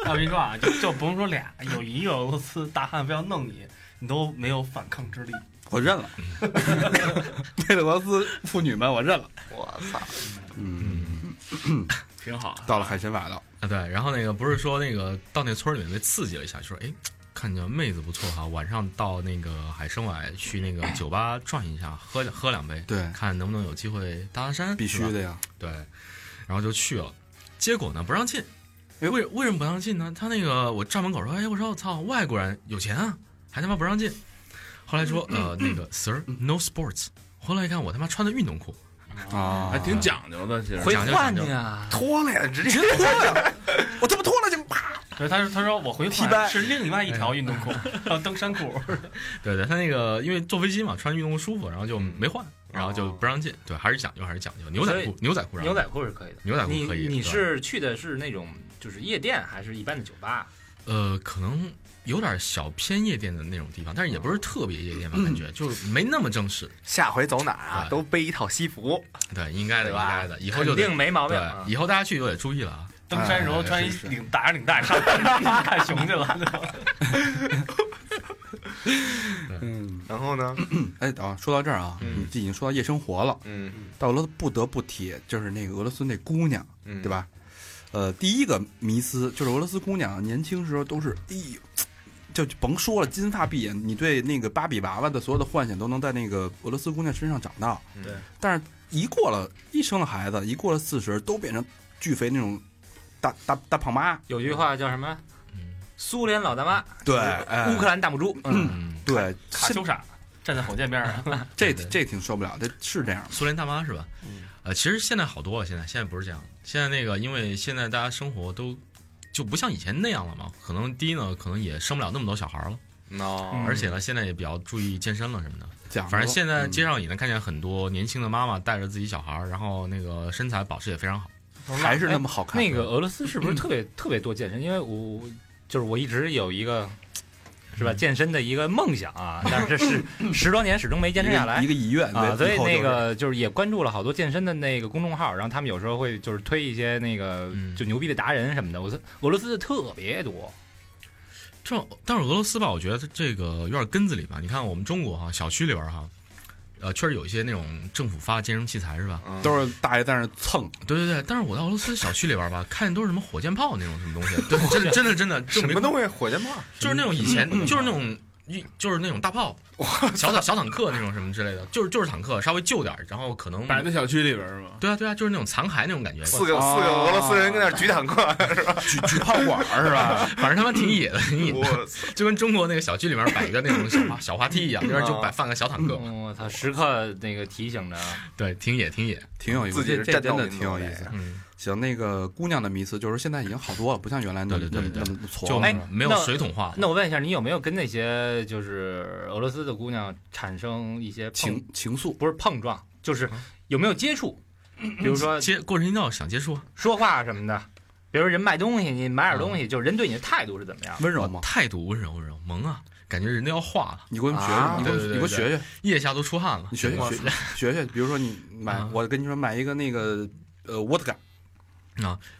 Speaker 4: 我跟你说啊，就就不用说俩，有一个俄罗斯大汉非要弄你，你都没有反抗之力。
Speaker 2: 我认 了，为了俄罗斯妇女们，我认了。
Speaker 3: 我操！
Speaker 5: 挺好啊。
Speaker 2: 到了海参崴了，
Speaker 6: 啊对，然后那个不是说那个到那村里面被刺激了一下，就说哎。看见妹子不错哈，晚上到那个海参崴去那个酒吧转一下，喝喝两杯，
Speaker 2: 对
Speaker 6: 看能不能有机会搭搭讪，
Speaker 2: 必须
Speaker 6: 是吧
Speaker 2: 的呀。
Speaker 6: 对，然后就去了，结果呢不让进，
Speaker 8: 哎
Speaker 6: 为为什么不让进呢？他那个我站门口说，哎，我说我操，外国人有钱啊，还他妈不让进。后来说，呃，那个 Sir no sports。后来一看，我他妈穿的运动裤，
Speaker 2: 啊
Speaker 5: 还挺讲究的，其实
Speaker 6: 回换去
Speaker 7: 啊！
Speaker 3: 脱了呀，直接
Speaker 2: 我他妈脱了就啪！
Speaker 4: 所以他说他说我回
Speaker 2: 掰
Speaker 4: 换是另外一条运动 裤，还有登山裤。
Speaker 6: 对对，他那个因为坐飞机嘛，穿运动裤舒服，然后就没换，然后就不让进。对，还是讲究，还是讲究，牛
Speaker 8: 嗯
Speaker 6: 仔
Speaker 8: 所以
Speaker 6: 裤，牛仔裤让进，
Speaker 8: 牛仔裤是可以的。
Speaker 6: 牛仔裤
Speaker 8: 你
Speaker 6: 可以。
Speaker 8: 你
Speaker 6: 对
Speaker 8: 是去的是那种就是夜店，还是一般的酒吧？
Speaker 6: 呃，可能有点小偏夜店的那种地方，但是也不是特别夜店吧，感觉就是没那么正式。
Speaker 3: 下回走哪儿啊
Speaker 6: 对
Speaker 3: 都背一套西服，
Speaker 6: 对，应该的，
Speaker 8: 对
Speaker 6: 应
Speaker 8: 吧
Speaker 6: 该的，以后就
Speaker 8: 肯
Speaker 6: 得
Speaker 8: 定没毛病啊。
Speaker 4: 嗯
Speaker 6: 对，以后大家去就得注意了啊。
Speaker 4: 登山时候穿一
Speaker 2: 是是
Speaker 4: 领打 着领带上山 看熊去了。
Speaker 2: 嗯，
Speaker 3: 然后呢？
Speaker 2: 哎，等会儿说到这儿啊，
Speaker 6: 嗯
Speaker 2: 你已经说到夜生活了，
Speaker 3: 嗯
Speaker 2: 到俄罗斯不得不提，就是那个俄罗斯那姑娘，
Speaker 3: 嗯，
Speaker 2: 对？吧？呃，第一个迷思就是俄罗斯姑娘年轻时候都是，哎呦，就甭说了，金发碧眼，你对那个芭比娃娃的所有的幻想都能在那个俄罗斯姑娘身上找到。
Speaker 3: 对，
Speaker 2: 但是一过了，一生了孩子，一过了四十，都变成巨肥那种大大大胖妈。
Speaker 8: 有句话叫什么？苏联老大妈，
Speaker 2: 对，哎
Speaker 8: 乌克兰大母猪。嗯，
Speaker 6: 嗯，
Speaker 2: 对，
Speaker 4: 卡
Speaker 2: 现
Speaker 4: 秋莎站在火箭 边上，
Speaker 2: 这
Speaker 6: 对
Speaker 2: 这挺受不了的，是这样。
Speaker 6: 苏联大妈是吧？呃，其实现在好多了，现在现在不是这样，现在那个因为现在大家生活都就不像以前那样了嘛，可能第一呢，可能也生不了那么多小孩了，
Speaker 4: 嗯
Speaker 3: no，
Speaker 6: 而且呢，现在也比较注意健身了什么的。
Speaker 2: 讲究，
Speaker 6: 反正现在街
Speaker 2: 嗯
Speaker 6: 上也能看见很多年轻的妈妈带着自己小孩儿，然后那个身材保持也非常好。
Speaker 2: 还是那么好看。
Speaker 8: 那个俄罗斯是不是特别特别多健身？因为我就是我一直有一个是吧健身的一个梦想啊，但是是十多年始终没坚持下来
Speaker 2: 一个遗愿
Speaker 8: 啊，所以那。
Speaker 2: 对
Speaker 8: 个就是也关注了好多健身的那个公众号，然后他们有时候会就是推一些那个
Speaker 6: 嗯
Speaker 8: 就牛逼的达人什么的。我说俄罗斯的特别多，
Speaker 6: 这但是俄罗斯吧，我觉得这个有点根子里吧。你看我们中国哈，小区里边儿哈，呃，确实有一些那种政府发的健身器材是吧？
Speaker 3: 嗯
Speaker 2: 以后都是大爷在那儿蹭，
Speaker 6: 对对对，但是我到俄罗斯小区里边儿吧，看见都是什么火箭炮那种什么东西，对，真的真的真的，就
Speaker 3: 什
Speaker 6: 没
Speaker 3: 么东西？火箭炮？
Speaker 6: 就是那种以前就是那种一就是那种大炮，小坦小坦克那种什么之类的，就是就是坦克稍微旧点儿，然后可能
Speaker 5: 摆在小区里边是吗？
Speaker 6: 对啊对啊，就是那种残骸那种感觉，
Speaker 3: 四个四个俄罗斯人跟那儿举坦克，
Speaker 2: 举举炮管儿是吧？
Speaker 6: 反正他妈挺野的，挺野的，
Speaker 3: 我操！
Speaker 6: 就跟中国那个小区里面摆一个那种小滑小滑梯一样，里边就摆放个小坦克嘛，
Speaker 8: 嗯我操，时刻那个提醒着。啊
Speaker 6: 对，挺野挺野，
Speaker 2: 挺有意思，
Speaker 3: 自己
Speaker 2: 这
Speaker 3: 是
Speaker 2: 这
Speaker 3: 战斗
Speaker 2: 真的
Speaker 3: 民
Speaker 2: 挺
Speaker 3: 族
Speaker 2: 有
Speaker 3: 的
Speaker 2: 意思。
Speaker 6: 嗯，
Speaker 2: 行，那个姑娘的迷思就是现在已经好多了，不像原来那么
Speaker 6: 对对对
Speaker 2: 那么
Speaker 6: 对
Speaker 2: 那么挫
Speaker 6: 就
Speaker 2: 了。
Speaker 8: 哎
Speaker 6: 没有
Speaker 8: 那
Speaker 6: 水桶化，
Speaker 8: 那我问一下，你有没有跟那些就是俄罗斯的姑娘产生一些碰
Speaker 2: 情情愫
Speaker 8: 不是碰撞，就是有没有接触？比如说
Speaker 6: 接过人行道想接触啊，
Speaker 8: 说话什么的，比如人卖东西，你买点东西，就是人对你的态度是怎么样？
Speaker 2: 温柔吗？
Speaker 6: 态度温柔温柔萌啊，感觉人都要化了，
Speaker 2: 你给我们学
Speaker 3: 啊
Speaker 2: 学，你给我
Speaker 6: 对对
Speaker 2: 们
Speaker 6: 对
Speaker 2: 你给我
Speaker 6: 对
Speaker 2: 学学，
Speaker 6: 腋下都出汗了
Speaker 2: 你，学
Speaker 3: 我
Speaker 2: 学学学学。比如说你买，
Speaker 6: 啊
Speaker 2: 我跟你说买一个那个呃沃特嘎，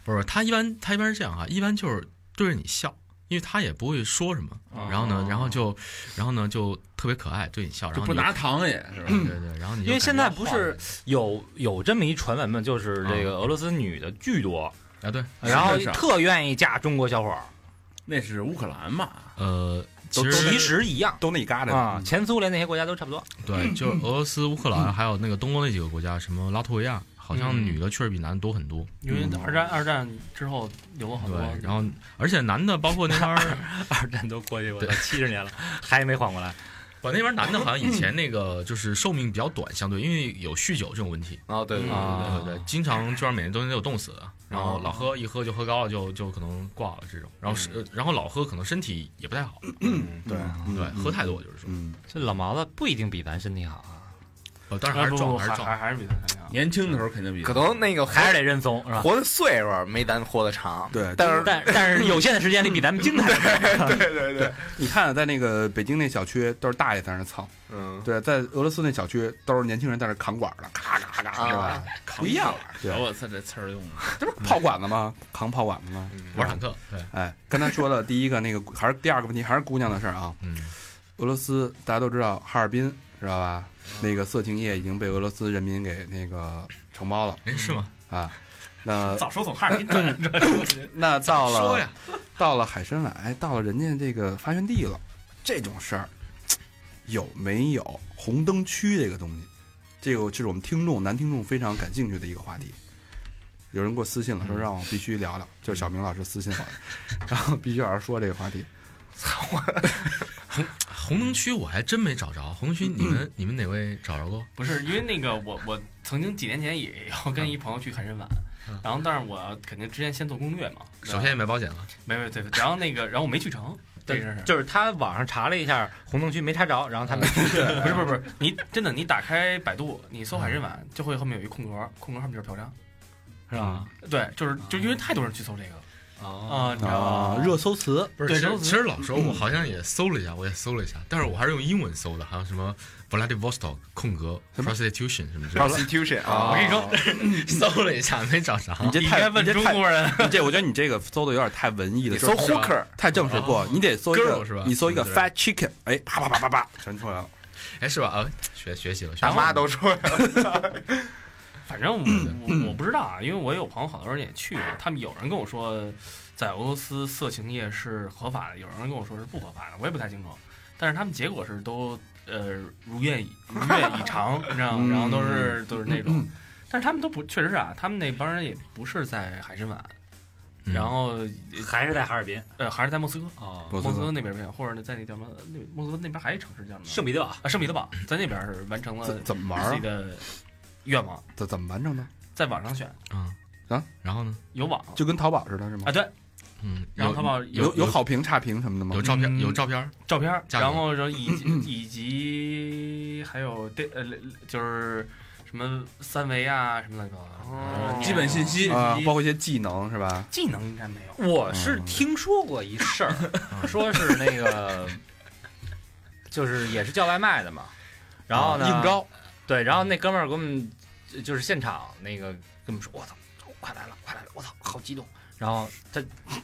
Speaker 6: 不是他一般他一般是这样啊，一般就是对着你笑。因为他也不会说什么，
Speaker 5: 哦
Speaker 6: 然后呢，然后就，然后呢就特别可爱，对你笑，然
Speaker 5: 就
Speaker 6: 后
Speaker 5: 不
Speaker 6: 你
Speaker 5: 拿糖也是吧？
Speaker 6: 对对对，然后你就
Speaker 8: 因为现
Speaker 6: 感
Speaker 8: 在
Speaker 6: 觉
Speaker 8: 不
Speaker 6: 化了
Speaker 8: 是有有这么一传闻嘛，就是这个俄罗斯女的巨多，
Speaker 6: 啊，对，
Speaker 8: 然后
Speaker 5: 是是
Speaker 8: 特愿意嫁中国小伙儿。
Speaker 5: 那是乌克兰嘛？
Speaker 6: 呃，
Speaker 2: 都
Speaker 6: 其实
Speaker 2: 都
Speaker 7: 其实一样
Speaker 2: 都那一旮瘩
Speaker 7: 啊，前苏联那些国家都差不多。
Speaker 6: 对，就是俄罗斯、乌克兰还有那个东欧那几个国家，什么拉脱维亚，好像
Speaker 4: 嗯
Speaker 6: 女的确实比男的多很多。
Speaker 4: 因为二战二战之后有了好
Speaker 6: 对
Speaker 4: 多，，
Speaker 6: 然后而且男的包括那边儿，
Speaker 7: 二战都过去我到七十年了，还没缓过来。
Speaker 6: 我那边儿男的好像以前那个就是寿命比较短，相对因为有酗酒这种问题。
Speaker 7: 哦，对
Speaker 4: 对
Speaker 7: 啊，
Speaker 6: 对对对，经常就是每人都得有冻死的，然后
Speaker 7: 哦
Speaker 6: 老喝一喝就喝高了，就就可能挂了这种，然后是、呃然后老喝可能身体也不太好，
Speaker 7: 对，
Speaker 6: 对，喝太多就是说，
Speaker 2: 嗯，
Speaker 7: 这老毛子不一定比咱身体好啊，
Speaker 6: 呃，但是
Speaker 4: 啊
Speaker 6: 还是
Speaker 4: 不
Speaker 6: 壮
Speaker 4: 不
Speaker 6: 还是
Speaker 4: 还
Speaker 6: 壮，
Speaker 4: 还是比他强。
Speaker 5: 年轻的时候肯定
Speaker 6: 嗯
Speaker 5: 比
Speaker 3: 可能那个
Speaker 7: 还是得认怂是吧？
Speaker 3: 活的岁数没咱活的 长，
Speaker 2: 对
Speaker 3: 但是
Speaker 7: 但但是有限的时间里比咱们精彩。
Speaker 2: 你看，在那个北京那小区都是大爷在那操，
Speaker 3: 嗯，
Speaker 2: 对，在俄罗斯那小区都是年轻人在那扛管儿的，咔咔
Speaker 3: 啊
Speaker 2: 咔，是吧？不一样，对，
Speaker 5: 我操，这词儿用的
Speaker 2: 这不是炮管子吗？扛炮管子吗？
Speaker 6: 玩坦克，对，
Speaker 2: 哎，刚才说了第一个那个，还是第二个问题，还是姑娘的事儿啊。
Speaker 6: 嗯，
Speaker 2: 俄罗斯大家都知道，哈尔滨知道吧？那个色情业已经被俄罗斯人民给那个承包了
Speaker 6: 哎是吗？
Speaker 2: 啊。那
Speaker 4: 早说从哈尔滨转转，
Speaker 2: 那到
Speaker 6: 说
Speaker 2: 了
Speaker 6: 呀，
Speaker 2: 到了海参崴，哎到了人家这个发源地了，这种事儿有没有红灯区这个东西？这个就是我们听众男听众非常感兴趣的一个话题。有人给我私信了，说让我必须聊聊，就是小明老师私信我的， 然后必须老师说这个话题。
Speaker 6: 红灯区我还真没找着，红灯区你们、你们哪位找着过？
Speaker 4: 不是因为那个我我曾经几年前也要跟一朋友去海参崴
Speaker 6: 嗯，
Speaker 4: 然后但是我肯定之前先做攻略嘛，
Speaker 6: 首先也买保险了，
Speaker 4: 没没对，然后那个然后我没去成，这
Speaker 7: 对
Speaker 4: 事是。
Speaker 7: 就是他网上查了一下红灯区没查着，然后他们
Speaker 4: 不是不是不是，你真的你打开百度，你搜海参崴，就会后面有一空格，空格后面就是嫖娼，
Speaker 7: 是吧？
Speaker 4: 对，就是就因为太多人去搜这个了
Speaker 7: 哦，
Speaker 4: 啊，你知道吗？
Speaker 2: 啊，热搜词，
Speaker 6: 不
Speaker 4: 对
Speaker 6: 其
Speaker 4: 都
Speaker 6: 实
Speaker 4: 是
Speaker 6: 其实老实说，我好像也搜了一下，我也搜了一下，但是我还是用英文搜的，还有什么 Vladivostok 空格 prostitution 什么之类的，
Speaker 3: prostitution
Speaker 4: 我
Speaker 3: 啊，
Speaker 4: 跟你说，
Speaker 6: 搜了一下没找着，
Speaker 2: 你这
Speaker 4: 你应
Speaker 2: 太
Speaker 4: 该问
Speaker 2: 你这
Speaker 4: 中
Speaker 2: 太
Speaker 4: 国人，
Speaker 2: 你这我觉得你这个搜的有点太文艺了，
Speaker 3: 你
Speaker 2: 就
Speaker 3: 搜
Speaker 2: 是
Speaker 3: hooker
Speaker 2: 太正式不
Speaker 6: 哦？
Speaker 2: 你得搜一
Speaker 6: girl 是
Speaker 2: 个
Speaker 6: 吧，
Speaker 2: 你搜一个
Speaker 6: 嗯对
Speaker 2: fat chicken，哎，啪啪啪啪啪，全出来了。
Speaker 6: 哎是吧？啊，学学习了，学习
Speaker 3: 大
Speaker 6: 了
Speaker 3: 妈都说
Speaker 4: 反正我 我我不知道啊，因为我有朋友好多人也去了，他们有人跟我说，在俄罗斯色情业是合法的，有人跟我说是不合法的，我也不太清楚。但是他们结果是都呃如愿以如愿以偿，你知道吗？ 然后都
Speaker 2: 嗯
Speaker 4: 是都是那种，但是他们都不确实是啊，他们那帮人也不是在海参崴，
Speaker 6: 嗯
Speaker 4: 然后
Speaker 7: 还是在哈尔滨
Speaker 4: 呃还是在莫斯科，
Speaker 7: 哦，
Speaker 2: 莫
Speaker 4: 莫
Speaker 2: 斯
Speaker 4: 斯
Speaker 2: 科
Speaker 4: 科那边没有，或者在那叫什么那莫斯科那边还有一城市叫什么
Speaker 7: 圣彼得堡
Speaker 4: 啊圣彼得堡，在那边哎是完成了
Speaker 2: 怎怎么玩
Speaker 4: 自己
Speaker 2: 啊？
Speaker 4: 的愿望，
Speaker 2: 怎怎么完成的？
Speaker 4: 在网上选
Speaker 6: 啊
Speaker 2: 啊，
Speaker 6: 然后呢？
Speaker 4: 有网。
Speaker 2: 就跟淘宝似的，是吗
Speaker 4: 啊，？对，
Speaker 6: 嗯，
Speaker 4: 然后淘宝
Speaker 2: 有
Speaker 6: 有
Speaker 2: 好评、差评什么的吗
Speaker 6: 有？照片，
Speaker 4: 嗯
Speaker 6: 有照片，
Speaker 4: 照片儿，
Speaker 6: 价格
Speaker 4: 然后然后以 及以及还有电呃就是什么三维啊什么乱七八糟的，
Speaker 5: 基本信息
Speaker 2: 啊，包括一些技能是吧？
Speaker 4: 技能应该没有。
Speaker 7: 我是听说过一事 儿，说是那个，就是也是叫外卖的嘛，然后呢，
Speaker 2: 应招，
Speaker 7: 对，然后那哥们儿给我们就就是现场那个跟我们说，我操，快来了，快来了，我操，好激动。然后他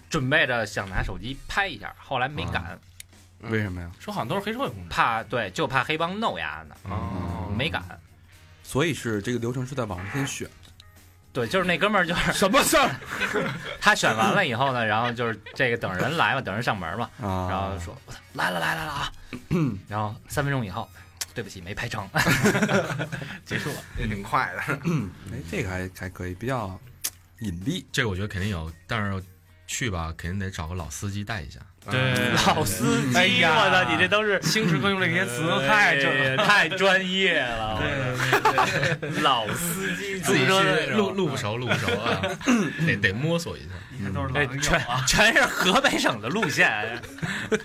Speaker 7: 准备着想拿手机拍一下，后来没敢，
Speaker 2: 为什么呀？
Speaker 4: 说好像都是黑社会工作，
Speaker 7: 怕对，就怕黑帮弄丫呢，
Speaker 4: 哦
Speaker 7: 没敢。
Speaker 2: 所以是这个流程是在网上先选，
Speaker 7: 对，就是那哥们儿，就是什么事儿？ 他选完了以后呢，然后就是这个等着人来嘛，等人上门嘛，
Speaker 2: 啊
Speaker 7: 然后就说我操来了来了来了 啊，然后三分钟以后，对不起没拍成，
Speaker 4: 结束了。
Speaker 3: 也挺快的，
Speaker 2: 哎，这个还还可以，比较隐蔽。
Speaker 6: 这个我觉得肯定有，但是去吧，肯定得找个老司机带一下。
Speaker 3: 嗯
Speaker 4: 对
Speaker 7: 嗯老司机，啊
Speaker 4: 哎呀
Speaker 7: 我操，你这都是
Speaker 4: 星驰哥用这些词太正了。
Speaker 7: 哎太专业了，老司机
Speaker 6: 自己
Speaker 7: 说的
Speaker 6: 去路路不熟，路不熟啊，得得摸索一下。
Speaker 4: 你看都是老
Speaker 7: 哎，
Speaker 4: 朋友
Speaker 7: 全
Speaker 4: 啊，
Speaker 7: 全是河北省的路线，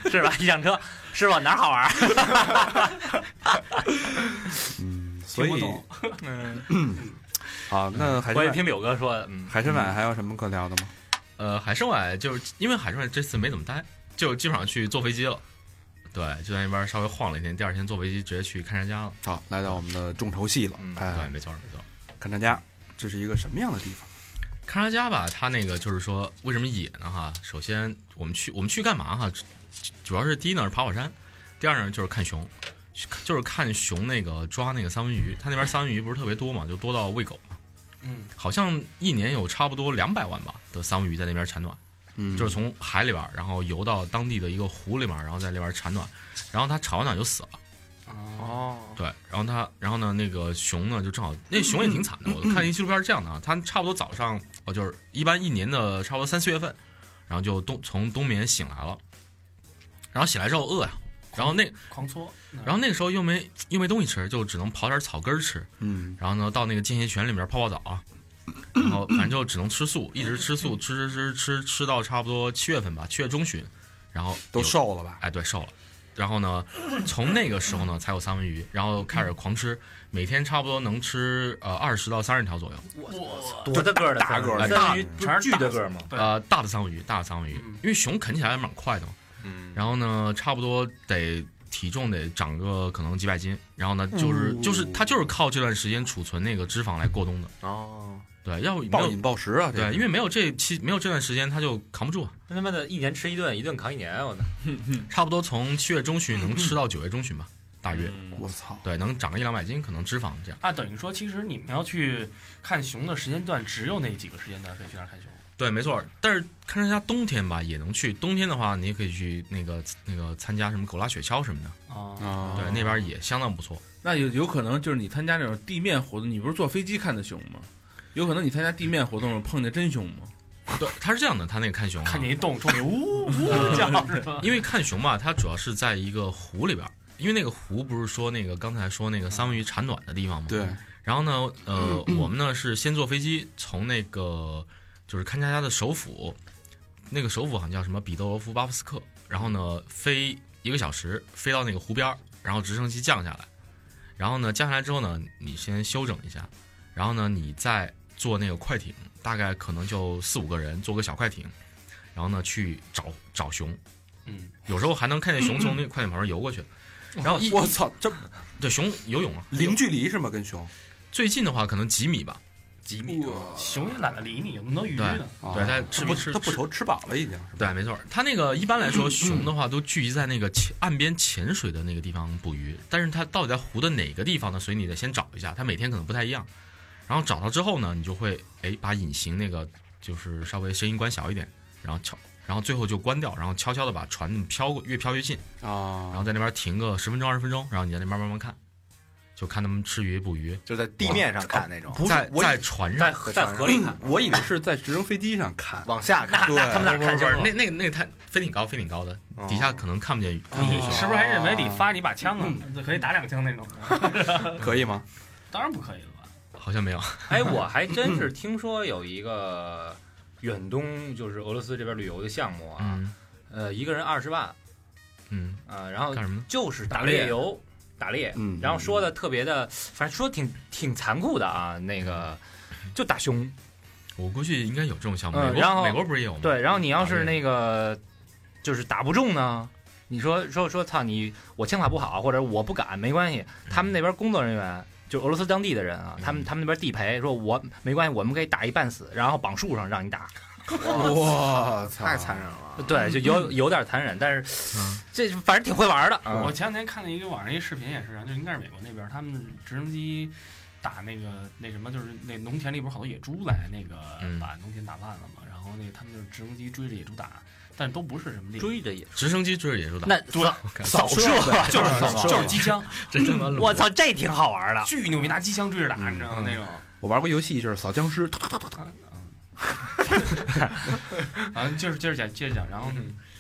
Speaker 7: 是吧？一上车，师傅哪儿好玩儿？
Speaker 2: 嗯，所
Speaker 4: 听
Speaker 2: 以
Speaker 4: 不
Speaker 2: 好，那海
Speaker 7: 我
Speaker 2: 参
Speaker 7: 也
Speaker 2: 崴
Speaker 7: 听柳哥说的，嗯，
Speaker 2: 海参崴还有什么可聊的吗？
Speaker 6: 呃，海参崴就是因为海参崴这次没怎么待，就基本上去坐飞机了。对，就在那边稍微晃了一天，第二天坐飞机直接去勘察家了。
Speaker 2: 好，来到我们的重头戏了，
Speaker 6: 对，
Speaker 2: 哎，
Speaker 6: 没错没错。
Speaker 2: 看大家这是一个什么样的地方？
Speaker 6: 勘察家吧，它那个就是说，为什么野呢？哈，首先我们去我们去干嘛哈？主主要是第一呢是爬火山，第二呢就是看熊，去就是看熊那个抓那个三文鱼。它那边三文鱼不是特别多嘛，就多到喂狗嘛。
Speaker 4: 嗯，
Speaker 6: 好像一年有差不多两百万吧的三文鱼在那边产卵。
Speaker 2: 嗯
Speaker 6: 就是从海里边儿，然后游到当地的一个湖里面儿，然后在里边儿产卵，然后它产完卵就死了。
Speaker 4: 哦，
Speaker 6: 对，然后它，然后呢，那个熊呢，就正好那熊也挺惨的。我看一纪录片是这样的啊，它差不多早上，哦，就是一般一年的差不多三四月份，然后就冬从冬眠醒来了，然后醒来之后饿呀、然后那
Speaker 4: 狂搓，
Speaker 6: 然后那个时候又没又没东西吃，就只能刨点草根儿吃，
Speaker 2: 嗯
Speaker 6: 然后呢，到那个间歇泉里面泡泡澡啊，然后反正就只能吃素，一直吃素，吃吃吃吃吃到差不多七月份吧，七月中旬，然后
Speaker 2: 都
Speaker 6: 有
Speaker 2: 瘦了吧？
Speaker 6: 哎，对，瘦了。然后呢，从那个时候呢，才有三文鱼，然后开始狂吃，每天差不多能吃呃二十到三十条左右。
Speaker 8: 多大个儿的
Speaker 2: 大个儿的
Speaker 8: 三文鱼不
Speaker 4: 全
Speaker 8: 是
Speaker 4: 是
Speaker 8: 巨
Speaker 4: 大
Speaker 8: 大个儿吗？
Speaker 4: 对
Speaker 6: 呃，大的三文鱼，大的三文鱼
Speaker 4: 嗯，
Speaker 6: 因为熊啃起来还蛮快的嘛。
Speaker 3: 嗯，
Speaker 6: 然后呢，差不多得体重得长个可能几百斤。然后呢，就是
Speaker 2: 嗯
Speaker 6: 就是它就是靠这段时间储存那个脂肪来过冬的。
Speaker 3: 哦，
Speaker 6: 对，要不没
Speaker 2: 暴
Speaker 6: 有
Speaker 2: 饮暴食啊，这
Speaker 6: 对，因
Speaker 2: 为
Speaker 6: 为没有这期没有这段时间，它就扛不住啊。
Speaker 8: 那他妈的一年吃一顿，一顿扛一年，我操！
Speaker 6: 差不多从七月中旬能吃到九月中旬吧，大约。
Speaker 2: 我操，
Speaker 6: 对，能长个一两百斤，可能脂肪这样。
Speaker 4: 啊，等于说其实你们要去看熊的时间段，只有那几个时间段可以去那儿看熊。
Speaker 6: 对，没错儿。但是看人家冬天吧，也能去。冬天的话，你也可以去那个那个参加什么狗拉雪橇什么的，
Speaker 7: 哦
Speaker 4: 啊，
Speaker 2: 啊
Speaker 6: 对，那边儿也相当不错。
Speaker 5: 那有有可能就是你参加那种地面活动，你不是坐飞机看的熊吗？有可能你参加地面活动时候碰见真熊吗？
Speaker 6: 对，它是这样的，它那个看熊、啊，
Speaker 4: 看见一动，冲你呜 呜叫是吧？
Speaker 6: 因为看熊吧，它主要是在一个湖里边儿，因为那个湖不是说那个刚才说那个三文鱼产卵的地方吗？。
Speaker 2: 对，
Speaker 6: 然后呢，呃，我们呢是先坐飞机从那个就是堪察加的首府，那个首府好像叫什么彼得罗夫巴夫斯克，然后呢飞一个小时飞到那个湖边儿，然后直升机降下来，然后呢降下来之后呢，你先休整一下，然后呢你再坐那个快艇，大概可能就四五个人坐个小快艇，然后呢去找找熊，
Speaker 4: 嗯，
Speaker 6: 有时候还能看见熊从那个快艇旁边游过 去，然后一
Speaker 2: 我操，这
Speaker 6: 对熊游泳啊，
Speaker 2: 零距离是吗？跟熊
Speaker 6: 最近的话可能几米吧。
Speaker 2: 几米？哇
Speaker 4: 熊也懒得理你，有那么多鱼呢。
Speaker 2: 啊
Speaker 6: 对，它
Speaker 2: 它
Speaker 6: 吃
Speaker 2: 不
Speaker 6: 吃
Speaker 2: 它不愁吃饱了已经是吧？
Speaker 6: 对，没错儿，它那个一般来说，熊的话都聚集在那个潜岸边潜水的那个地方捕鱼，但是它到底在湖的哪个地方呢？所以你得先找一下，它每天可能不太一样。然后找到之后呢，你就会哎把隐形那个就是稍微声音关小一点，然后悄，然后最后就关掉，然后悄悄的把船飘过，越飘越近，然
Speaker 2: 啊
Speaker 6: 后，在那边停个十分钟二十分钟，然后你在那边慢慢看，就看他们吃鱼捕鱼，
Speaker 3: 就在地面上看那种，
Speaker 2: 不是
Speaker 6: 在
Speaker 2: 我
Speaker 6: 哦在船上
Speaker 8: 在在河里看，
Speaker 2: 嗯我以为是在直升飞机上 看，
Speaker 3: 往下看，
Speaker 2: 对，
Speaker 8: 他们俩看
Speaker 6: 不
Speaker 8: 清
Speaker 6: 是
Speaker 8: 楚
Speaker 6: 那那个那个太飞挺高飞挺高的，
Speaker 3: 哦
Speaker 6: 底下可能看不见鱼看不见
Speaker 4: 你
Speaker 6: 熊。
Speaker 4: 是不是还认为得发你把枪啊？可以打两枪那种？
Speaker 2: 可以吗？
Speaker 4: 当然不可以了吧？
Speaker 6: 好像没有。
Speaker 8: 哎，我还真是听说有一个远东，就是俄罗斯这边旅游的项目啊，
Speaker 6: 嗯
Speaker 8: 呃，一个人二十万，
Speaker 6: 嗯，
Speaker 8: 啊，然后
Speaker 6: 干什么呢？
Speaker 8: 就是打
Speaker 4: 打猎
Speaker 8: 猎游，打猎，
Speaker 2: 嗯
Speaker 8: 然后说的特别的，反正说挺挺残酷的啊，那个就打熊，
Speaker 6: 我估计应该有这种项目，
Speaker 8: 嗯
Speaker 6: 美国
Speaker 8: 然后
Speaker 6: 美国不是也有吗？
Speaker 8: 对，然后你要是
Speaker 6: 打猎
Speaker 8: 那个就是打不中呢，你说说说操你我枪法不好，或者我不敢，没关系，他们那边工作人员。就俄罗斯当地的人啊，他们他们那边地陪说我，没关系，我们可以打一半死，然后绑树上让你打，嗯
Speaker 2: 我操，
Speaker 3: 太
Speaker 6: 啊
Speaker 3: 残忍了。
Speaker 8: 对，就有有点残忍，但是
Speaker 6: 嗯
Speaker 8: 这反正挺会玩的。
Speaker 4: 我前两天看了一个网上一视频，也是，啊就应该是美国那边，他们直升机打那个那什么，就是那农田里不是好多野猪来那个
Speaker 6: 嗯
Speaker 4: 把农田打烂了嘛，然后那他们就是直升机追着野猪打，但都不是什么猎
Speaker 8: 追着野
Speaker 6: 直升机追着野猪打，
Speaker 8: 那扫射
Speaker 4: 就是就是啊机枪，
Speaker 6: 真他妈鲁
Speaker 8: 嗯我操，这挺好玩的。
Speaker 4: 巨牛逼，拿机枪追着打，
Speaker 5: 嗯
Speaker 4: 你知道吗？那种
Speaker 2: 我玩过游戏就是扫僵尸，突突突突
Speaker 4: 啊，就是接着讲，接着讲，然后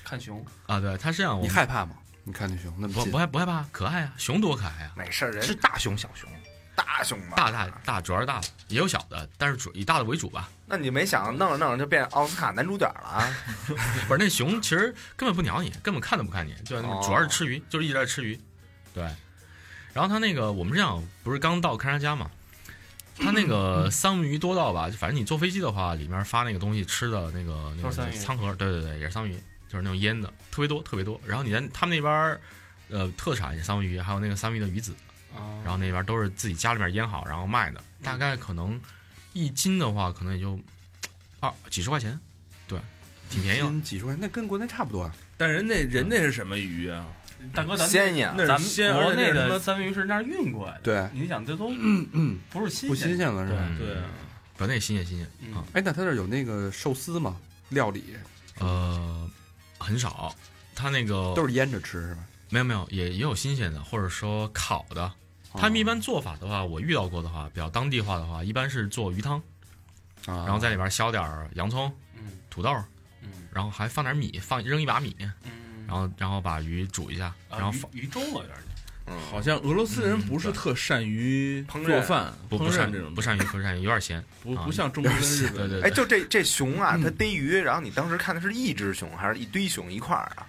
Speaker 4: 看熊，
Speaker 6: 啊！对，它是这样，我
Speaker 2: 你害怕吗？你看那熊那么
Speaker 6: 不
Speaker 2: 近
Speaker 6: 不，害不害怕？可爱啊，熊多可爱啊！
Speaker 3: 没事儿，人
Speaker 8: 是大熊小熊，
Speaker 3: 大熊嘛。
Speaker 6: 大大大，主要是大的，也有小的，但是主以大的为主吧。
Speaker 3: 那你没想弄着弄着就变奥斯卡男主角了啊？
Speaker 6: 不是那熊其实根本不鸟你，根本看都不看你，就在那
Speaker 3: 哦
Speaker 6: 主要是吃鱼，就是一直在吃鱼。对，然后它那个我们这样不是刚到堪察加嘛，它那个
Speaker 8: 嗯
Speaker 6: 三文鱼多到吧，反正你坐飞机的话，里面发那个东西吃的那个那
Speaker 4: 都是三
Speaker 6: 个
Speaker 4: 文鱼
Speaker 6: 餐盒，对对对，也是三文鱼，就是那种腌的，特别多特别多。然后你在他们那边儿，呃，特产也是三文鱼，还有那个三文鱼的鱼籽，
Speaker 4: 啊，
Speaker 8: 哦
Speaker 6: 然后那边都是自己家里面腌好然后卖的，大概可能一斤的话，可能也就二几十块钱，对，挺便宜的。
Speaker 2: 近几十块，那跟国内差不多啊。
Speaker 5: 但人那人那是什么鱼啊？
Speaker 4: 嗯大哥，咱们
Speaker 3: 鲜艳，
Speaker 5: 那
Speaker 4: 咱
Speaker 5: 是鲜，
Speaker 4: 们国
Speaker 5: 而且
Speaker 4: 内
Speaker 5: 那是
Speaker 4: 的
Speaker 5: 什
Speaker 4: 三文鱼是那儿运过来的，
Speaker 2: 对，
Speaker 4: 你想这都
Speaker 5: 嗯
Speaker 4: 不是
Speaker 2: 不
Speaker 4: 新鲜
Speaker 2: 新
Speaker 4: 的，
Speaker 2: 鲜了是吧？
Speaker 5: 么对啊，
Speaker 6: 反正也新鲜新鲜
Speaker 4: 嗯
Speaker 6: 啊，
Speaker 2: 哎，那他那儿有那个寿司吗？料理
Speaker 6: 呃，很少，它那个
Speaker 2: 都是腌着吃是吧？
Speaker 6: 没有没有，也也有新鲜的，或者说烤的。他
Speaker 2: 哦
Speaker 6: 们一般做法的话，我遇到过的话，比较当地化的话，一般是做鱼汤，
Speaker 2: 啊，
Speaker 6: 然后在里边削点儿洋葱、
Speaker 4: 嗯
Speaker 6: 土豆，
Speaker 4: 嗯
Speaker 6: 然后还放点米，放扔一把米，
Speaker 4: 嗯，
Speaker 6: 然后然后把鱼煮一下，
Speaker 4: 啊
Speaker 6: 然后
Speaker 4: 鱼
Speaker 6: 放
Speaker 4: 鱼粥了有点儿，嗯
Speaker 3: 嗯，
Speaker 5: 好像俄罗斯人不是特善于
Speaker 3: 烹饪
Speaker 5: 做饭、
Speaker 6: 不
Speaker 5: 烹
Speaker 6: 不
Speaker 5: 饪
Speaker 6: 善
Speaker 5: 这种，
Speaker 6: 不善于不善于有点咸，
Speaker 5: 不
Speaker 6: 啊
Speaker 5: 不像中国跟日
Speaker 6: 对
Speaker 5: 本。
Speaker 6: 对
Speaker 3: 哎，
Speaker 6: 对，
Speaker 3: 就这这熊啊，
Speaker 6: 嗯
Speaker 3: 它逮鱼，然后你当时看的是一只熊还是一堆熊一块儿啊？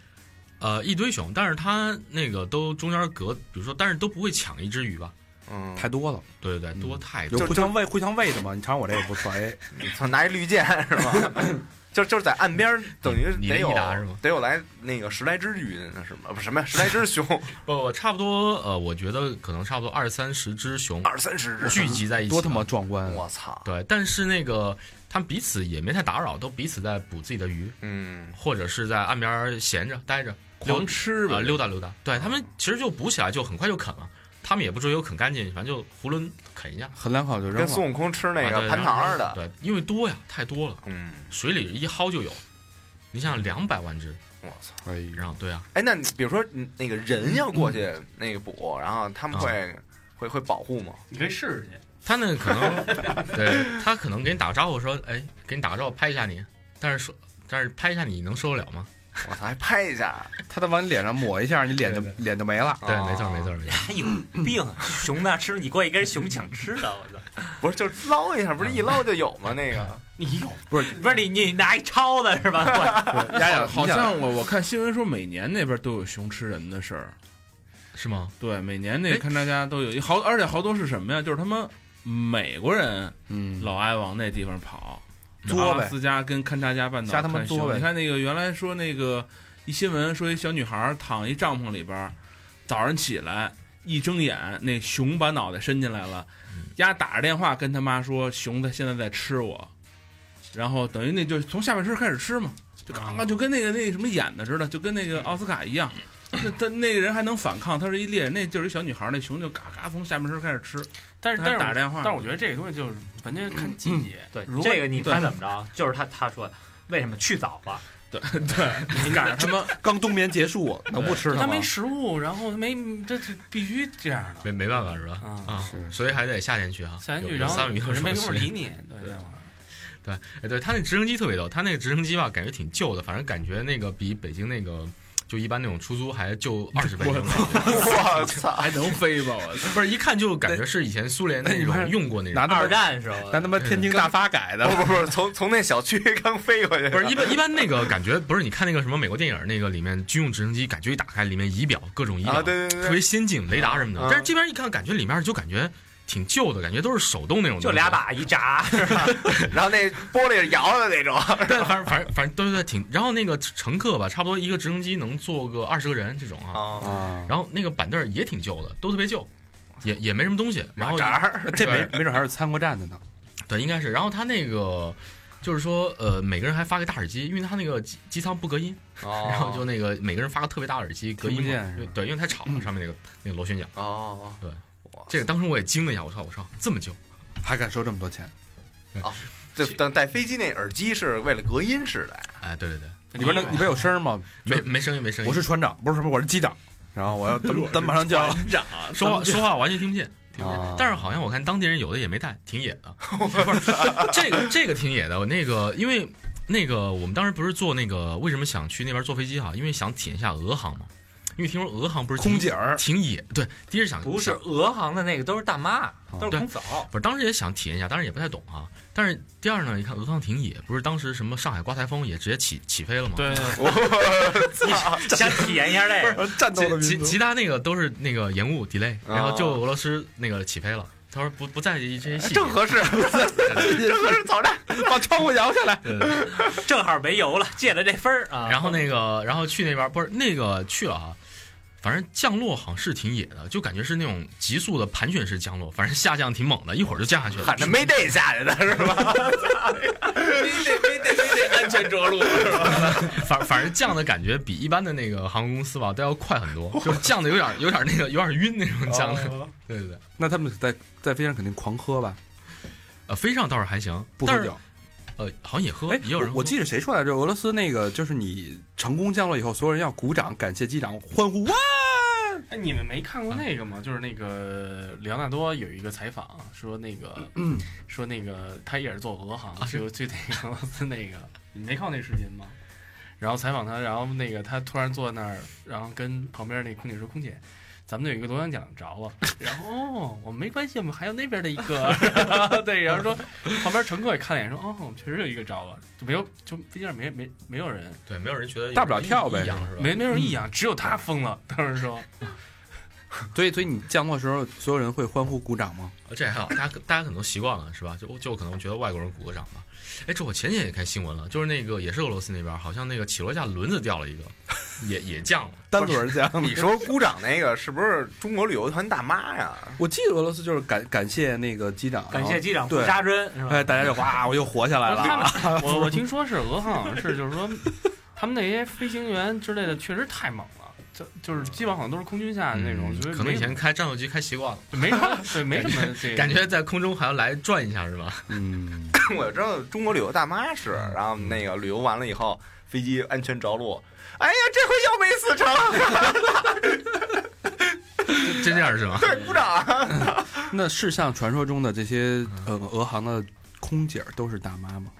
Speaker 6: 呃，一堆熊，但是它那个都中间隔，比如说，但是都不会抢一只鱼吧？
Speaker 3: 嗯，
Speaker 2: 太多了，
Speaker 6: 对对对，多太
Speaker 2: 有
Speaker 6: 多。
Speaker 2: 互相喂互相喂的吗？你尝我这个 不错，哎，
Speaker 3: 你操，拿一绿箭是 吧？就就是在岸边儿，等于
Speaker 6: 你
Speaker 3: 得有
Speaker 6: 你的一打是吗
Speaker 3: 得有来那个十来只鱼呢，是吗？不是什么呀，十来只熊，
Speaker 6: 不不，差不多呃，我觉得可能差不多二三十只熊
Speaker 3: 二三十只，
Speaker 6: 聚集在一起，
Speaker 2: 多他妈！壮观啊！
Speaker 3: 我操！
Speaker 6: 对，但是那个他们彼此也没太打扰，都彼此在捕自己的鱼，
Speaker 3: 嗯，
Speaker 6: 或者是在岸边闲着待着，
Speaker 5: 狂吃
Speaker 6: 啊、
Speaker 5: 吧，
Speaker 6: 溜达溜达。对他们其实就捕起来就很快就啃了，他们也不追求啃干净，反正就囫囵啃一下。
Speaker 2: 很两口就扔
Speaker 3: 跟
Speaker 2: 了，
Speaker 3: 孙悟空吃那
Speaker 6: 啊
Speaker 3: 个
Speaker 6: 对
Speaker 3: 蟠
Speaker 6: 然后
Speaker 3: 桃似的。
Speaker 6: 对，因为多呀，太多了，
Speaker 3: 嗯，
Speaker 6: 水里一薅就有。你想两百万只，
Speaker 3: 我操！
Speaker 2: 哎呀，
Speaker 6: 然后对啊，
Speaker 3: 哎，那你比如说你那个人要
Speaker 6: 嗯
Speaker 3: 过去那个捕，然后
Speaker 6: 啊
Speaker 3: 他们会会会保护吗？
Speaker 4: 你可以试试去。
Speaker 6: 他那可 能，对他可能给你打个招呼说，哎，给你打个招呼拍一下你，但是说但是拍一下你能受得了吗？
Speaker 3: 我操，还拍一下，
Speaker 2: 他再往你脸上抹一下，你脸就脸就没了。
Speaker 6: 对，没错
Speaker 3: 哦
Speaker 6: 没错没错。
Speaker 7: 还有病，熊大吃你过去跟熊抢吃的，我操！
Speaker 3: 不是就捞一下，不是一捞就有吗？那 个
Speaker 4: 你有
Speaker 7: 不是你你拿一抄的是吧？
Speaker 2: 家长
Speaker 5: 好像我我看新闻说，每年那边都有熊吃人的事儿。
Speaker 6: 是吗？
Speaker 5: 对，每年那
Speaker 6: 哎
Speaker 5: 个看大家都有好，而且好多是什么呀？就是他妈美国人
Speaker 2: 嗯，
Speaker 5: 老爱往那地方跑，
Speaker 2: 作
Speaker 5: 阿拉
Speaker 2: 呗，
Speaker 5: 斯加跟勘察加半岛
Speaker 2: 瞎他妈
Speaker 5: 看
Speaker 2: 作
Speaker 5: 熊
Speaker 2: 呗
Speaker 5: 你看那个原来说那个一新闻说一小女孩躺一帐篷里边儿，早上起来一睁眼，那熊把脑袋伸进来了，
Speaker 2: 嗯
Speaker 5: 丫打着电话跟他妈说熊在现在在吃我，然后等于那就从下半身开始吃嘛，就
Speaker 2: 嗯
Speaker 5: 嘎嘎就跟那个那什么演的似的，就跟那个奥斯卡一样。那他那个人还能反抗，他是一猎人，那就是一小女孩，那熊就嘎嘎从下半身开始吃，
Speaker 4: 但是但
Speaker 5: 还打着
Speaker 4: 是我
Speaker 5: 电话呢。
Speaker 4: 但是我觉得这个东西就是完全看季节。
Speaker 7: 对
Speaker 4: 如，果
Speaker 7: 这个你猜怎么着？就是他他说为什么去早了？
Speaker 5: 你赶上他妈
Speaker 2: 刚冬眠结束，能不吃它
Speaker 4: 他
Speaker 2: 吗
Speaker 4: 没？食物，然后没这这必须这样的
Speaker 6: 没没办法是吧？
Speaker 4: 啊。
Speaker 6: 啊
Speaker 2: 哦是，
Speaker 6: 所以还得夏天去啊。
Speaker 4: 下进去，
Speaker 6: 有
Speaker 4: 然后
Speaker 6: 有三文鱼和
Speaker 4: 人没
Speaker 6: 寿
Speaker 4: 工夫
Speaker 6: 司
Speaker 4: 理你，对这玩意儿
Speaker 6: 哎，对他那直升机特别逗，他那个直升机吧，感觉挺旧的，反正感觉那个比北京那个就一般那种出租还旧二十倍那种感觉，
Speaker 3: 我操！
Speaker 5: 还能飞吧？我操！
Speaker 6: 不是一看就感觉是以前苏联那种用过那种。
Speaker 5: 啊
Speaker 2: 拿他
Speaker 7: 二
Speaker 2: 妈
Speaker 7: 战时候
Speaker 2: 拿他妈天津大发改的
Speaker 3: 不，不不，从从那小区刚飞过去，
Speaker 6: 不是一般一般那个感觉，不是你看那个什么美国电影那个里面军用直升机，感觉一打开里面仪表各种仪表，
Speaker 3: 啊，对对对
Speaker 6: 特别
Speaker 3: 对，
Speaker 6: 先进，雷达什么的。
Speaker 3: 啊
Speaker 6: 但是这边一看，感觉里面就感觉挺旧的，感觉都是手动那种东西，
Speaker 7: 就俩把一 炸，
Speaker 3: 然后那玻璃是摇的 那种，啊
Speaker 6: 对，反正反正反正对对对，挺。然后那个乘客吧，差不多一个直升机能坐个二十个人这种啊。
Speaker 3: 啊，
Speaker 6: 然后那个板凳儿也挺旧的，都特别旧，也也没什么东西。然后
Speaker 3: 马扎儿，
Speaker 2: 这没没准还是参过战的呢。
Speaker 6: 对，应该是。然后他那个就是说，呃，每个人还发个大耳机，因为他那个机机舱不隔音，
Speaker 3: 哦
Speaker 6: 然后就那个每个人发个特别大耳机隔音
Speaker 2: 听不见
Speaker 6: 嘛
Speaker 2: 是吧嗯
Speaker 6: 对对，因为太吵了，上面那个那个螺旋桨。
Speaker 3: 哦，
Speaker 6: 这个当时我也惊了一下，我操我操，这么旧。
Speaker 2: 还敢收这么多钱？
Speaker 3: 这但带飞机那耳机是为了隔音时代，
Speaker 6: 哎，对对对，
Speaker 2: 里边能里边有声吗？
Speaker 6: 没没声音没声音，
Speaker 2: 我是船长，不是什么，我是机长。然后我要 咱咱马上就要
Speaker 6: 啊说话说话完全听不见。听不
Speaker 2: 啊
Speaker 6: 见，但是好像我看当地人有的也没带，挺野的。不是这个这个挺野的，我那个因为那个我们当时不是坐那个为什么想去那边坐飞机哈、因为想体验一下俄航嘛，因为听说俄航不是挺
Speaker 2: 空姐儿，
Speaker 6: 挺野，对，第一是想
Speaker 7: 不是
Speaker 6: 想
Speaker 7: 俄航的那个都是大妈，
Speaker 4: 哦
Speaker 7: 都是空嫂，
Speaker 6: 不是当时也想体验一下，当然也不太懂啊。但是第二呢，一看俄航挺野，不是当时什么上海刮台风也直接起起飞了吗？
Speaker 4: 对，
Speaker 7: 哦 想体验一下这个。
Speaker 2: 战 斗的
Speaker 6: 其
Speaker 2: 民
Speaker 6: 其
Speaker 2: 族。
Speaker 6: 其他那个都是那个延误 delay，
Speaker 3: 啊
Speaker 6: 然后就俄罗斯那个起飞了。他说不不在意这些细节，
Speaker 3: 正合适，正合适，早战，把窗户摇下来，
Speaker 6: 对对对
Speaker 7: 正好没油了，借了这分儿啊。
Speaker 6: 然后那个，然后去那边不是那个去了啊，反正降落好像是挺野的，就感觉是那种急速的盘旋式降落，反正下降挺猛的，一会儿就降下去了。
Speaker 3: 喊着 Mayday 下 去的是吧？
Speaker 7: 安全着陆，
Speaker 6: 反反正降的感觉比一般的那个航空公司吧都要快很多，就是降的有点有点那个有点晕那种降
Speaker 2: 哦
Speaker 6: 的。
Speaker 4: 哦
Speaker 6: 对对对，
Speaker 2: 那他们在在飞机上肯定狂喝吧？
Speaker 6: 呃，飞上倒是还行，
Speaker 2: 不喝
Speaker 6: 但是
Speaker 2: 酒，
Speaker 6: 呃，好像也喝，
Speaker 2: 哎
Speaker 6: 也有人
Speaker 2: 我我记得谁说来着？俄罗斯那个就是你成功降落以后，所有人要鼓掌感谢机长，欢呼哇！
Speaker 4: 哎，你们没看过那个吗？就是那个莱昂纳多有一个采访，说那个，
Speaker 2: 嗯
Speaker 4: 说那个他啊也是做俄航，
Speaker 6: 是
Speaker 4: 就就那 个俄罗斯那个，你没看过那视频吗？然后采访他，然后那个他突然坐在那儿，然后跟旁边那空姐说：“空姐，咱们那有一个螺旋桨着 了。”然后哦，我们没关系，我们还有那边的一个。然后对，然后说旁边乘客也看了一眼，说：“哦，我们确实有一个着了，就没有，就飞机上没没没有人，
Speaker 6: 对，没有人觉得有
Speaker 2: 大不了跳呗
Speaker 6: 异样是吧？嗯
Speaker 4: 没没有人异样，只有他疯了。” 当时说。
Speaker 2: 所以所以你降落的时候，所有人会欢呼鼓掌吗？
Speaker 6: 呃这还好，大家可大家可能都习惯了，是吧？就就可能觉得外国人鼓个掌吧。哎，这我前几天也看新闻了，就是那个也是俄罗斯那边，好像那个起落架轮子掉了一个，也也降了。
Speaker 2: 单独人降。
Speaker 3: 你说鼓掌那个是不是中国旅游团大妈呀？
Speaker 2: 我记得俄罗斯就是感感谢那个机长，
Speaker 7: 感谢机长
Speaker 2: 对
Speaker 7: 付沙针是吧？
Speaker 2: 哎，大家就哇，我又活
Speaker 6: 哎
Speaker 2: 下来
Speaker 4: 不是他
Speaker 2: 了。啊
Speaker 4: 们，我我听说是俄航，好像是就是说，他们那些飞行员之类的确实太猛了，就就是基本上好像都是空军下的啊那种，
Speaker 6: 嗯
Speaker 4: 所以
Speaker 6: 可能
Speaker 4: 没
Speaker 6: 以前开战斗机开习惯了，
Speaker 4: 没什么，对，没什么这
Speaker 6: 感觉在空中还要来转一下，是吧？
Speaker 2: 嗯，
Speaker 3: 我知道中国旅游大妈是，然后那个旅游完了以后，飞机安全着陆，哎呀，这回又没死成，
Speaker 6: 真这样是吗？
Speaker 3: 对，鼓掌。
Speaker 2: 那是像传说中的这些呃俄航的空姐儿都是大妈吗？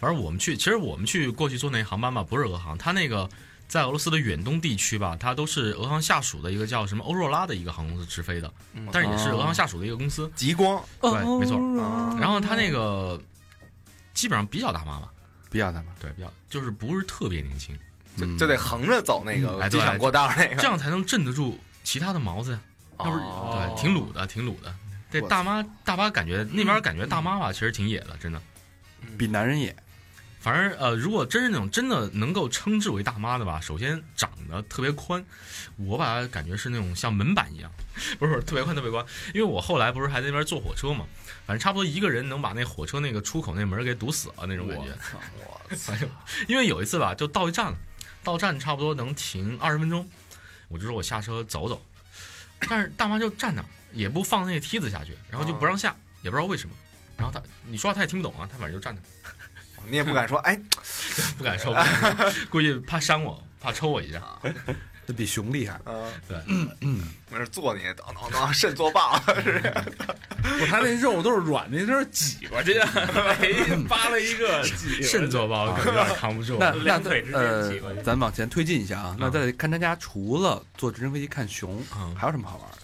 Speaker 6: 反正我们去，其实我们去过去坐那航班吧，不是俄航，它那个在俄罗斯的远东地区吧，它都是俄航下属的一个叫什么欧若拉的一个航空公司直飞的，嗯但是也
Speaker 2: 哦
Speaker 6: 是俄航下属的一个公司，
Speaker 3: 极 光，
Speaker 6: 对，没错。
Speaker 3: 啊
Speaker 6: 然后它那个基本上比较大妈吧，
Speaker 2: 比较大妈，
Speaker 6: 对，比较就是不是特别年轻，
Speaker 3: 就
Speaker 2: 嗯
Speaker 3: 就得横着走那
Speaker 6: 嗯
Speaker 3: 个
Speaker 6: 哎
Speaker 3: 机
Speaker 6: 对
Speaker 3: 场过道那个
Speaker 6: 这，样才能镇得住其他的毛子呀。要不是
Speaker 3: 哦
Speaker 6: 对，挺鲁的，挺鲁的。这
Speaker 3: 我
Speaker 6: 大妈大妈感觉那边感觉大妈吧，其实挺野的，真的。
Speaker 2: 比男人野。
Speaker 6: 反正呃，如果真是那种真的能够称之为大妈的吧，首先长得特别宽，我把它感觉是那种像门板一样， 不是特别宽特别宽。因为我后来不是还在那边坐火车嘛，反正差不多一个人能把那火车那个出口那门给堵死了那种感觉。哎呦因为有一次吧，就到一站了，到站差不多能停二十分钟，我就说我下车走走，但是大妈就站那儿，也不放那个梯子下去，然后就不让下，也不知道为什么。然后她，你说话她也听不懂啊，她反正就站那儿。
Speaker 3: 你也不敢说，哎，
Speaker 6: 不敢说，不敢说估计怕伤我，怕抽我一下。
Speaker 2: 这比熊厉害，
Speaker 3: 嗯，
Speaker 6: 对，
Speaker 3: 没事坐你，等等等，肾做爆，
Speaker 5: 不是，他那肉都是软的，那都是挤过去的，哎，扒了一个挤过去。
Speaker 6: 肾做包可能有点扛不住。
Speaker 2: 那那
Speaker 7: 两腿之间
Speaker 2: 呃
Speaker 7: 起过去，
Speaker 2: 咱往前推进一下啊。那在勘察家除了坐直升飞机看熊，
Speaker 6: 嗯
Speaker 2: 还有什么好玩的？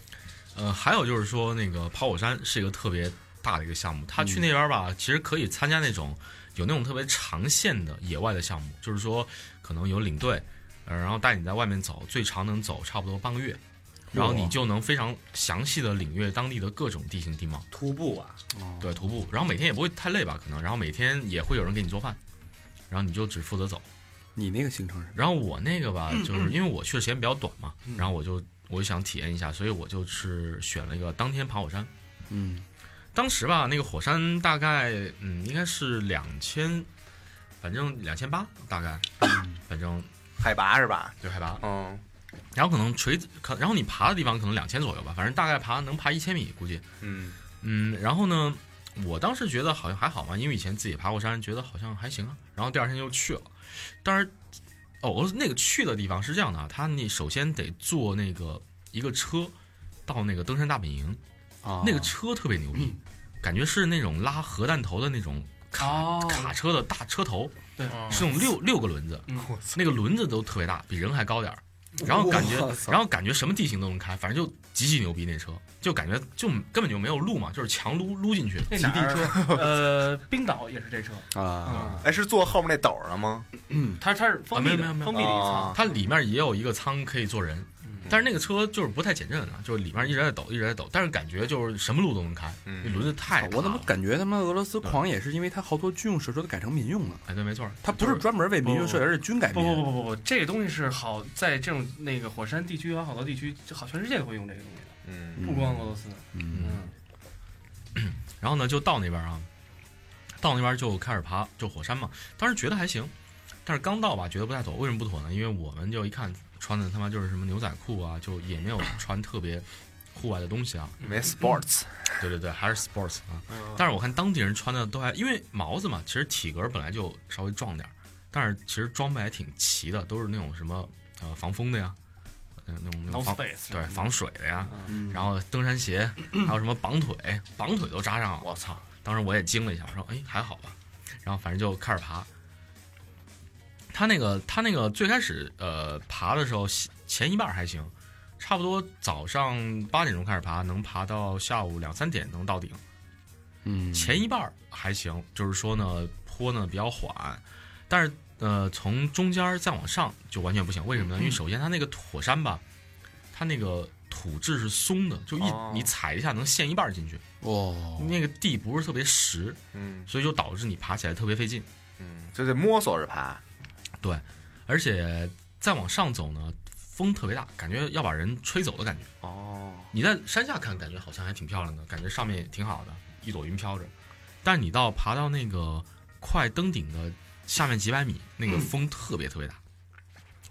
Speaker 6: 呃，还有就是说，那个跑火山是一个特别大的一个项目，他去那边吧，其实可以参加那种有那种特别长线的野外的项目，就是说可能有领队，呃，然后带你在外面走，最长能走差不多半个月。然后你就能非常详细的领略当地的各种地形地貌，
Speaker 7: 徒步啊，
Speaker 6: 对，徒步，然后每天也不会太累吧，可能，然后每天也会有人给你做饭，然后你就只负责走。
Speaker 2: 你那个行程是？
Speaker 6: 然后我那个吧，就是因为我去的时间比较短嘛，然后我就我就想体验一下，所以我就是选了一个当天爬火山。
Speaker 2: 嗯，
Speaker 6: 当时吧，那个火山大概嗯应该是两千，反正两千八大概，反正
Speaker 3: 嗯海拔是吧？
Speaker 6: 就害怕。
Speaker 3: 嗯，
Speaker 6: 然后可能垂直，可然后你爬的地方可能两千左右吧，反正大概爬能爬一千米估计。
Speaker 3: 嗯，
Speaker 6: 嗯，然后呢，我当时觉得好像还好嘛，因为以前自己爬过山，觉得好像还行啊。然后第二天就去了，当然，哦，那个去的地方是这样的啊，他你首先得坐那个一个车到那个登山大本营，
Speaker 2: 啊
Speaker 6: 那个车特别牛
Speaker 4: 嗯
Speaker 6: 逼，感觉是那种拉核弹头的那种卡、
Speaker 4: 哦
Speaker 6: 卡车的大车头，
Speaker 4: 对
Speaker 2: 哦
Speaker 6: 是那种六六个轮子，
Speaker 4: 嗯
Speaker 6: 那个轮子都特别大，比人还高点儿。然后感觉
Speaker 2: 哇，塞
Speaker 6: 然后感觉什么地形都能开，反正就极其牛逼那车，就感觉就根本就没有路嘛，就是强撸撸进去。
Speaker 4: 那哪儿？ 呃，冰岛也是这车，
Speaker 2: 啊，
Speaker 4: 啊，
Speaker 3: 哎，是坐后面那斗上吗？
Speaker 4: 它它是封闭
Speaker 6: 啊没有
Speaker 4: 的，
Speaker 6: 没有
Speaker 4: 封闭的一
Speaker 3: 啊
Speaker 4: 舱，
Speaker 6: 它里面也有一个舱可以坐人
Speaker 4: 嗯，
Speaker 6: 但是那个车就是不太减震啊，就是里面一直在抖，一直在抖，但是感觉就是什么路都能开，那
Speaker 3: 嗯，
Speaker 6: 轮子太大
Speaker 2: 我怎么
Speaker 6: 了
Speaker 2: 感觉他妈俄罗斯狂野是因为它好多军用设施都改成民用了？
Speaker 6: 哎，对，没错，
Speaker 2: 它不是专门为民用设计，而是军改
Speaker 4: 不
Speaker 2: 民。
Speaker 4: 不不不不，这个东西是好在这种那个火山地区有好多地区，就好全世界都会用这个东西的，
Speaker 3: 嗯，
Speaker 4: 不光俄罗斯。
Speaker 2: 嗯，
Speaker 4: 嗯，
Speaker 6: 然后呢，就到那边啊，到那边就开始爬，就火山嘛。当时觉得还行，但是刚到吧，觉得不太妥。为什么不妥呢？因为我们就一看穿的他妈就是什么牛仔裤啊，就也没有穿特别户外的东西啊。
Speaker 3: 没 sports，
Speaker 6: 对对对，还是 sports 啊。但是我看当地人穿的都还，因为毛子嘛，其实体格本来就稍微壮点儿，但是其实装备还挺齐的，都是那种什么呃防风的呀，嗯、那种那
Speaker 4: No
Speaker 6: 种防
Speaker 4: space，
Speaker 6: 对防水的呀，
Speaker 1: 嗯
Speaker 6: 然后登山 鞋，还有什么绑腿，绑腿都扎上了，我操！当时我也惊了一下，我说哎还好吧，然后反正就开始爬。他那个他那个最开始呃爬的时候前一半儿还行，差不多早上八点钟开始爬，能爬到下午两三点能到顶。
Speaker 2: 嗯，
Speaker 6: 前一半儿还行，就是说呢，坡呢比较缓，但是呃，从中间儿再往上就完全不行。为什么呢？因为首先它那个火山吧，它那个土质是松的，就一、
Speaker 3: 哦
Speaker 6: 你踩一下能陷一半儿进去，
Speaker 2: 哦，
Speaker 6: 那个地不是特别实，
Speaker 3: 嗯
Speaker 6: 所以就导致你爬起来特别费劲。
Speaker 3: 嗯，就得摸索着爬，
Speaker 6: 而且再往上走呢，风特别大，感觉要把人吹走的感觉。
Speaker 3: 哦，
Speaker 6: 你在山下看，感觉好像还挺漂亮的，感觉上面也挺好的，一朵云飘着。但你到爬到那个快登顶的下面几百米，那
Speaker 3: 嗯
Speaker 6: 个风特别特别大，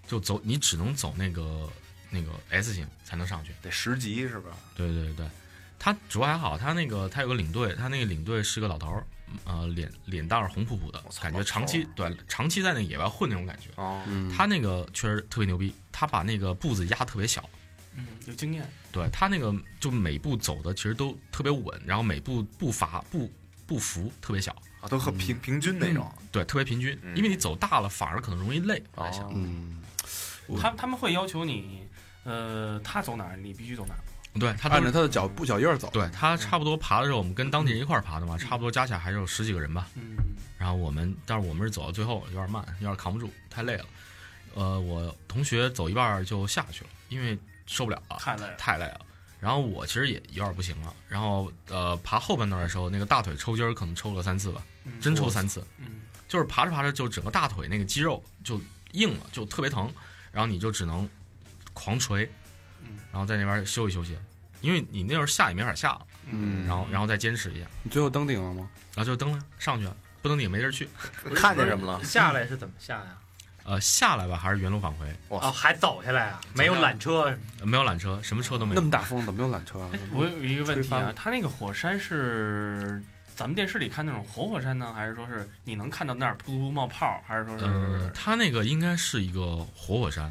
Speaker 6: 就走你只能走那个那个 S 型才能上去。
Speaker 3: 得十级是吧？
Speaker 6: 对对对对，他主要还好，他那个他有个领队，他那个领队是个老头儿，呃，脸脸蛋儿红扑扑的
Speaker 3: 我，操
Speaker 6: 感
Speaker 3: 老
Speaker 6: 觉长
Speaker 3: 头儿
Speaker 6: 期
Speaker 3: 啊
Speaker 6: 对长期在那野外混那种感觉。
Speaker 3: 哦，
Speaker 2: 嗯
Speaker 6: 他那个确实特别牛逼，他把那个步子压得特别小。
Speaker 4: 嗯，有经验，
Speaker 6: 对他那个就每步走的其实都特别稳，然后每步步伐步步幅特别小，
Speaker 3: 啊都很
Speaker 2: 嗯
Speaker 3: 平平均那种，
Speaker 6: 对，特别平均。
Speaker 3: 嗯
Speaker 6: 因为你走大了，反而可能容易累。我在想，
Speaker 3: 哦，
Speaker 2: 嗯，我
Speaker 4: 他他们会要求你，呃，他走哪儿你必须走哪儿，
Speaker 6: 对他
Speaker 2: 按
Speaker 6: 当
Speaker 2: 着
Speaker 6: 时
Speaker 2: 他的脚步脚印儿走，
Speaker 6: 对他差不多爬的时候，我们跟当地人一块儿爬
Speaker 2: 嗯
Speaker 6: 的嘛，差不多加起来还有十几个人吧。
Speaker 4: 嗯，
Speaker 6: 然后我们，但是我们是走到最后有点慢，有点扛不住，太累了。呃，我同学走一半儿就下去了，因为受不了了，
Speaker 4: 太累了，
Speaker 6: 太累了。然后我其实也有点不行了，然后呃，爬后半段的时候，那个大腿抽筋儿可能抽了三次吧，
Speaker 4: 嗯
Speaker 6: 真抽，三次。
Speaker 4: 嗯，
Speaker 6: 就是爬着爬着就整个大腿那个肌肉就硬了，就特别疼，然后你就只能狂捶
Speaker 4: 嗯，
Speaker 6: 然后在那边休息休息，因为你那时候下也没法下了，
Speaker 2: 嗯，
Speaker 6: 然后然后再坚持一下，
Speaker 2: 你最后登顶了吗？
Speaker 6: 然后就登了上去了，不登顶没地儿去，
Speaker 3: 看见什么了？
Speaker 7: 下来是怎么下呀？
Speaker 6: 呃，下来吧还是原路返回，
Speaker 7: 哦，还走下来啊？没有缆车什么的，
Speaker 6: 呃没有缆车，什么车都没
Speaker 2: 那
Speaker 6: 有
Speaker 2: 么，大风怎么有缆车啊？
Speaker 4: 哎，我有一个问题
Speaker 2: 吹翻
Speaker 4: 啊
Speaker 2: 了，
Speaker 4: 他那个火山是咱们电视里看那种活火山呢，还是说是你能看到那儿噗噗冒泡，还是说
Speaker 6: 呃
Speaker 4: 是，
Speaker 6: 它那个应该是一个活火山，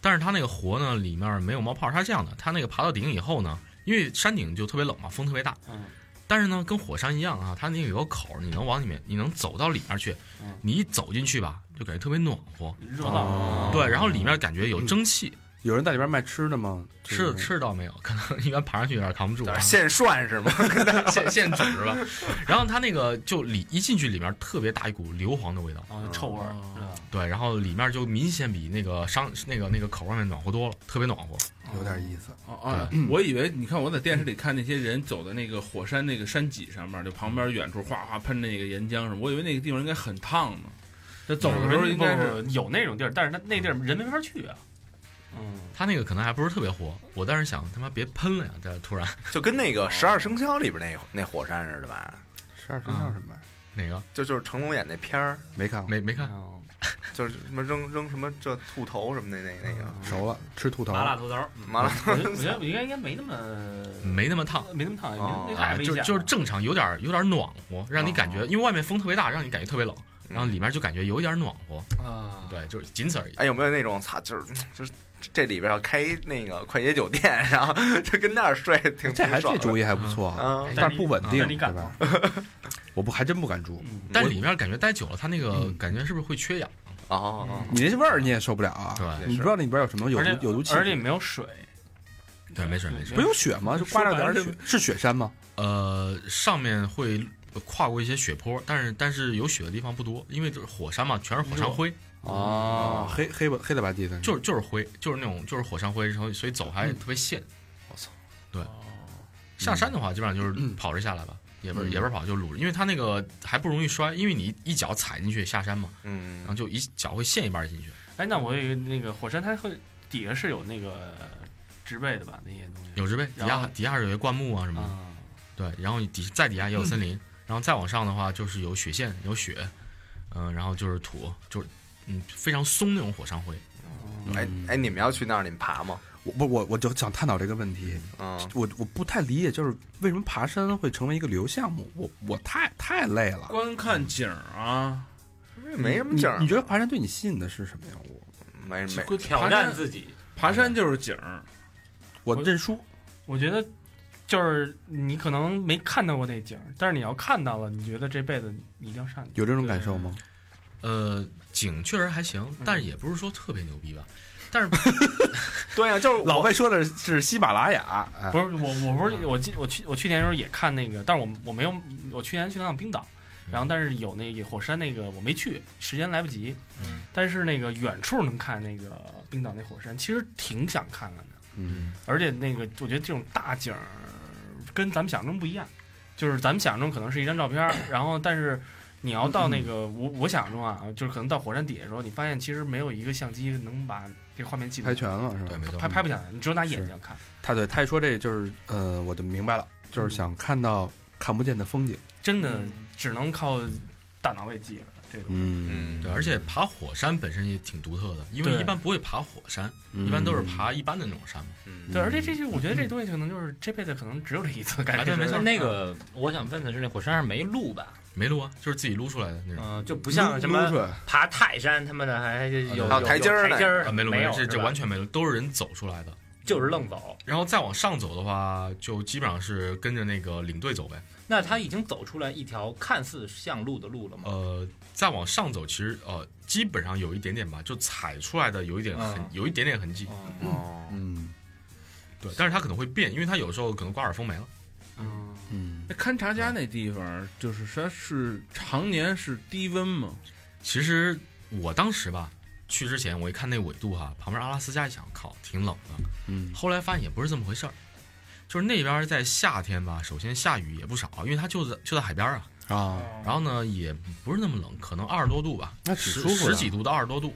Speaker 6: 但是它那个活呢里面没有冒泡，它是这样的，它那个爬到顶以后呢，因为山顶就特别冷嘛，风特别大，
Speaker 4: 嗯
Speaker 6: 但是呢，跟火山一样啊，它那个有个口儿，你能往里面，你能走到里面去
Speaker 4: 嗯。
Speaker 6: 你一走进去吧，就感觉特别暖和，
Speaker 4: 热浪？
Speaker 6: 对，然后里面感觉有蒸汽，
Speaker 2: 有人在里边卖吃的吗？
Speaker 6: 吃的吃的倒没有，可能一般爬上去有点扛不住啊
Speaker 2: 嗯
Speaker 3: 在那，现涮是吗？
Speaker 6: 现现煮是吧？ 然后它那个就里一进去里面特别大一股硫磺的味道，
Speaker 4: 然后啊臭味儿，是吧？
Speaker 6: 对，然后里面就明显比那个商那个那个口儿外面暖和多了，特别暖和。
Speaker 2: 有点意思。
Speaker 5: 哦哦，我以为你看我在电视里看那些人走在那个火山那个山脊上面，就旁边远处哗哗喷那个岩浆什么，我以为那个地方应该很烫呢。这走的时候应该是
Speaker 4: 不不有那种地儿，但是他那地儿人没法去啊。嗯，
Speaker 6: 它那个可能还不是特别活，我当时想他妈别喷了呀，这突然
Speaker 3: 就跟那个十二生肖里边那那火山似的吧？
Speaker 2: 十二生肖什么玩意儿？
Speaker 6: 哪个
Speaker 3: 就就是成龙演那片儿，
Speaker 2: 嗯没看过，
Speaker 6: 没没看
Speaker 3: 就是什么扔扔什么这兔头什么的那那个
Speaker 2: 熟了，吃兔头。
Speaker 7: 麻辣兔头，
Speaker 2: 嗯
Speaker 3: 麻辣
Speaker 4: 嗯我觉得我觉得我应该应该没那么
Speaker 6: 没那么烫。
Speaker 4: 没那么烫，
Speaker 3: 哦
Speaker 4: 那
Speaker 6: 啊，
Speaker 4: 太危
Speaker 6: 就
Speaker 4: 险
Speaker 6: 是
Speaker 4: 了。
Speaker 6: 就是正常，有点儿有点儿暖和，让你感觉，
Speaker 3: 哦
Speaker 6: 因为外面风特别大，让你感觉特别冷，然后里面就感觉有一点儿暖和，
Speaker 4: 嗯
Speaker 7: 啊，
Speaker 6: 对，就是哦仅此而已。
Speaker 3: 哎，有没有那种操，就是就是这里边要开那个快捷酒店，然后 就跟那儿睡，挺
Speaker 2: 这还
Speaker 3: 挺爽
Speaker 2: 这
Speaker 3: 的
Speaker 2: 主意还不错啊，
Speaker 3: 啊，
Speaker 2: 但是不稳定，
Speaker 4: 那你
Speaker 2: 对
Speaker 4: 敢
Speaker 2: 吧？ 我不还真不敢住，
Speaker 4: 嗯，
Speaker 6: 但里面感觉待久了，它那个感觉是不是会缺氧？
Speaker 3: 哦，
Speaker 2: 你那味儿你也受不了啊。
Speaker 6: 对
Speaker 2: 你不知道那里边有什么有
Speaker 4: 而且
Speaker 2: 毒有毒气，
Speaker 4: 而且也没有水，
Speaker 6: 对，没事没事
Speaker 2: 不。有雪吗？就刮着点儿
Speaker 4: 说白
Speaker 2: 雪，是雪山吗？
Speaker 6: 呃，上面会跨过一些雪坡，但是但是有雪的地方不多，因为就是火山嘛，全是火山灰，
Speaker 2: 哦，黑黑吧黑了吧唧的，
Speaker 6: 就是就是灰，就是那种就是火山灰，然后所以走还特别陷。
Speaker 3: 我操！
Speaker 6: 对，下山的话基本上就是
Speaker 2: 嗯
Speaker 6: 跑着下来吧。也不是
Speaker 2: 嗯
Speaker 6: 也不是跑，就撸着，因为它那个还不容易摔，因为你一脚踩进去下山嘛，然后
Speaker 3: 嗯，
Speaker 6: 就一脚会陷一半进去。
Speaker 4: 哎，那我有一个那个火山，它会底下是有那个植被的吧？那些东西
Speaker 6: 有植被，底
Speaker 4: 然后
Speaker 6: 下底下是有些灌
Speaker 2: 嗯
Speaker 6: 木啊什么的，
Speaker 4: 啊，
Speaker 6: 对，然后你底再底下也有森林，然后再往上的话就是有雪线，有雪，嗯、然后就是土，就是嗯非常松那种火山灰，
Speaker 3: 哎哎，你们要去那儿，你们爬吗？
Speaker 2: 我不我我就想探讨这个问题，
Speaker 3: 嗯，
Speaker 2: 我我不太理解，就是为什么爬山会成为一个旅游项目？我我太太累了。
Speaker 7: 呃
Speaker 5: 观看景儿啊，
Speaker 3: 没什么
Speaker 2: 你
Speaker 3: 劲儿啊
Speaker 2: 你，觉得爬山对你吸引的是什么呀？我
Speaker 3: 没没
Speaker 5: 观
Speaker 7: 挑战自己，
Speaker 5: 爬山就是景儿，
Speaker 2: 我认输，
Speaker 4: 我觉得就是你可能没看到过那景儿，但是你要看到了，你觉得这辈子你一定要上去。
Speaker 2: 有这种感受吗？
Speaker 6: 呃，景确实还行，但是也不是说特别牛逼吧。但是
Speaker 3: 对呀，就是
Speaker 2: 老魏说的是喜马拉雅，哎
Speaker 4: 不是我，我不是我记我去我去年的时候也看那个，但是我我没有，我去年去了趟冰岛，
Speaker 2: 嗯
Speaker 4: 然后但是有那个火山那个我没去，时间来不及，
Speaker 2: 嗯
Speaker 4: 但是那个远处能看那个冰岛那火山，其实挺想看看的，
Speaker 2: 嗯，
Speaker 4: 而且那个我觉得这种大景儿跟咱们想象中不一样，就是咱们想象中可能是一张照片儿，然后但是。你要到那个我我想象中啊，就是可能到火山底下的时候，你发现其实没有一个相机能把这画面记录
Speaker 2: 拍全了是吧
Speaker 6: 对，？没错，
Speaker 4: 拍拍不下来，你只有拿眼
Speaker 2: 是
Speaker 4: 睛看。
Speaker 2: 他对他一说这就是，呃，我就明白了，就是想看到看不见的风景。
Speaker 4: 真的只能靠大脑来记了。这种
Speaker 2: 嗯，
Speaker 3: 嗯，
Speaker 6: 对，而且爬火山本身也挺独特的，因为
Speaker 4: 对
Speaker 6: 一般不会爬火山，
Speaker 2: 嗯
Speaker 6: 一般都是爬一般的那种山嘛。
Speaker 2: 嗯
Speaker 4: 对，而且这些我觉得这东西可能就是这辈子可能只有这一次，感
Speaker 5: 啊
Speaker 7: 啊
Speaker 4: 觉
Speaker 6: 哎对没错
Speaker 7: 那个我想问的是，那火山上没路吧？
Speaker 6: 没路啊，就是自己撸出来的那种。
Speaker 7: 嗯、就不像什么爬泰山他们的，还有
Speaker 3: 还有哦台阶儿呢
Speaker 7: 有台阶儿
Speaker 6: 啊，没路，
Speaker 7: 没
Speaker 6: 路
Speaker 7: 有，
Speaker 6: 这这
Speaker 7: 是吧
Speaker 6: 完全没路，都是人走出来的。
Speaker 7: 就是愣走。
Speaker 6: 然后再往上走的话，就基本上是跟着那个领队走呗。
Speaker 7: 那他已经走出来一条看似像路的路了吗？
Speaker 6: 呃，再往上走，其实呃，基本上有一点点吧，就踩出来的有一点痕，
Speaker 7: 嗯
Speaker 6: 有一点点痕迹。
Speaker 7: 嗯
Speaker 3: 哦，
Speaker 2: 嗯
Speaker 6: 对，但是它可能会变，因为它有时候可能刮耳风没了。
Speaker 4: 嗯，
Speaker 2: 嗯，
Speaker 5: 那勘察家那地方就是它是常年是低温嘛，
Speaker 6: 其实我当时吧，去之前我一看那纬度哈、旁边阿拉斯加一想，靠，挺冷的。
Speaker 2: 嗯
Speaker 6: 后来发现也不是这么回事儿，就是那边在夏天吧，首先下雨也不少，因为它就在就在海边啊。
Speaker 2: 啊，
Speaker 4: 哦
Speaker 6: 然后呢，也不是那么冷，可能二十多度吧，
Speaker 2: 那挺
Speaker 6: 十
Speaker 2: 舒服的啊
Speaker 6: 十几度到二十多度。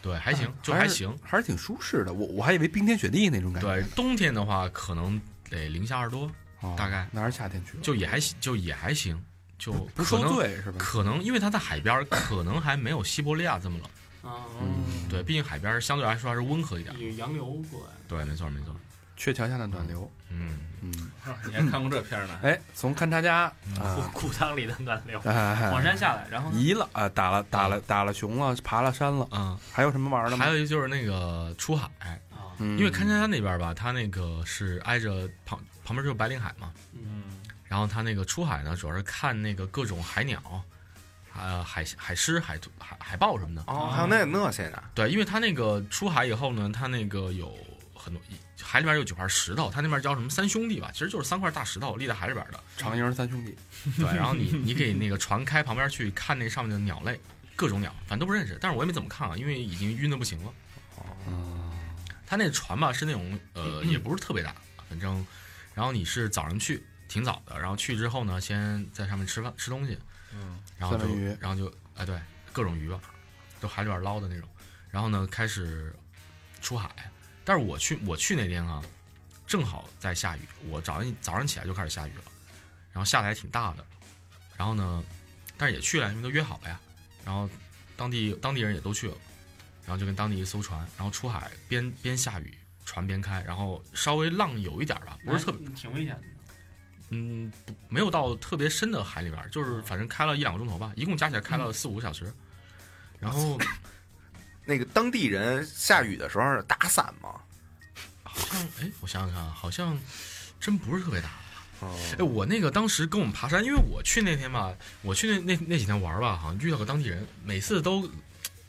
Speaker 6: 对，还行，就还行。
Speaker 2: 还是挺舒适的。我我还以为冰天雪地那种感觉
Speaker 6: 对，
Speaker 2: 呢，
Speaker 6: 冬天的话可能得零下二十多，
Speaker 2: 哦
Speaker 6: 大概
Speaker 2: 那还是夏天去了，
Speaker 6: 就也还行，就也还行，就
Speaker 2: 不
Speaker 6: 可
Speaker 2: 受
Speaker 6: 能
Speaker 2: 罪是吧？
Speaker 6: 可能因为它在海边儿，可能还没有西伯利亚这么冷。
Speaker 2: 嗯
Speaker 4: 哦，
Speaker 6: 对，毕竟海边儿相对来说还是温和一点。
Speaker 4: 有洋流过来，
Speaker 6: 对，没错没错。
Speaker 2: 鹊桥下的暖流，
Speaker 6: 嗯，
Speaker 2: 嗯，
Speaker 5: 啊你还看过这片儿呢？
Speaker 2: 哎，从勘察家
Speaker 7: 裤
Speaker 2: 啊，
Speaker 7: 裤裆里的暖流。
Speaker 2: 哎
Speaker 4: 火山下来，
Speaker 7: 嗯
Speaker 4: 然后呢
Speaker 2: 移了啊，打了打了打了熊了，爬了山了，
Speaker 6: 嗯，
Speaker 2: 还有什么玩儿的吗？
Speaker 6: 还有一个就是那个出海，
Speaker 4: 啊，
Speaker 2: 嗯，
Speaker 6: 因为勘察家那边儿吧，它那个是挨着旁旁边就是白令海嘛，
Speaker 4: 嗯，
Speaker 6: 然后它那个出海呢，主要是看那个各种海鸟，呃，海海狮、海兔、海海豹什么的。
Speaker 3: 哦，还有那那些呢，
Speaker 6: 对，因为它那个出海以后呢，它那个有很多海里面有几块石头，它那边叫什么三兄弟吧，其实就是三块大石头立在海里边的。
Speaker 2: 长缨三 兄弟，
Speaker 6: 对，然后你你给那个船开旁边去看那上面的鸟类，各种鸟，反正都不认识，但是我也没怎么看啊，因为已经晕的不行了。
Speaker 2: 哦
Speaker 6: 他那船吧是那种呃，也不是特别大，反正，然后你是早上去，挺早的，然后去之后呢，先在上面吃饭吃东西，嗯，然后就
Speaker 2: 三文鱼
Speaker 6: 然后就哎对，各种鱼吧，都海里边捞的那种，然后呢开始出海，但是我去我去那天啊，正好在下雨，我早上早上起来就开始下雨了，然后下的还挺大的，然后呢，但是也去了，因为都约好了呀，然后当地当地人也都去了，然后就跟当地一艘船，然后出海边边下雨，船边开，然后稍微浪有一点吧，
Speaker 4: 哎
Speaker 6: 不是特别，
Speaker 4: 别，挺危险的。
Speaker 6: 嗯，不没有到特别深的海里边儿，就是反正开了一两个钟头吧，一共加起来开了四五个小时，然后
Speaker 3: 那个当地人下雨的时候打伞吗？
Speaker 6: 好像哎，我想想看啊，好像真不是特别大。
Speaker 3: 哦，
Speaker 6: 哎，我那个当时跟我们爬山，因为我去那天吧，我去那那那几天玩儿吧，好像遇到个当地人，每次都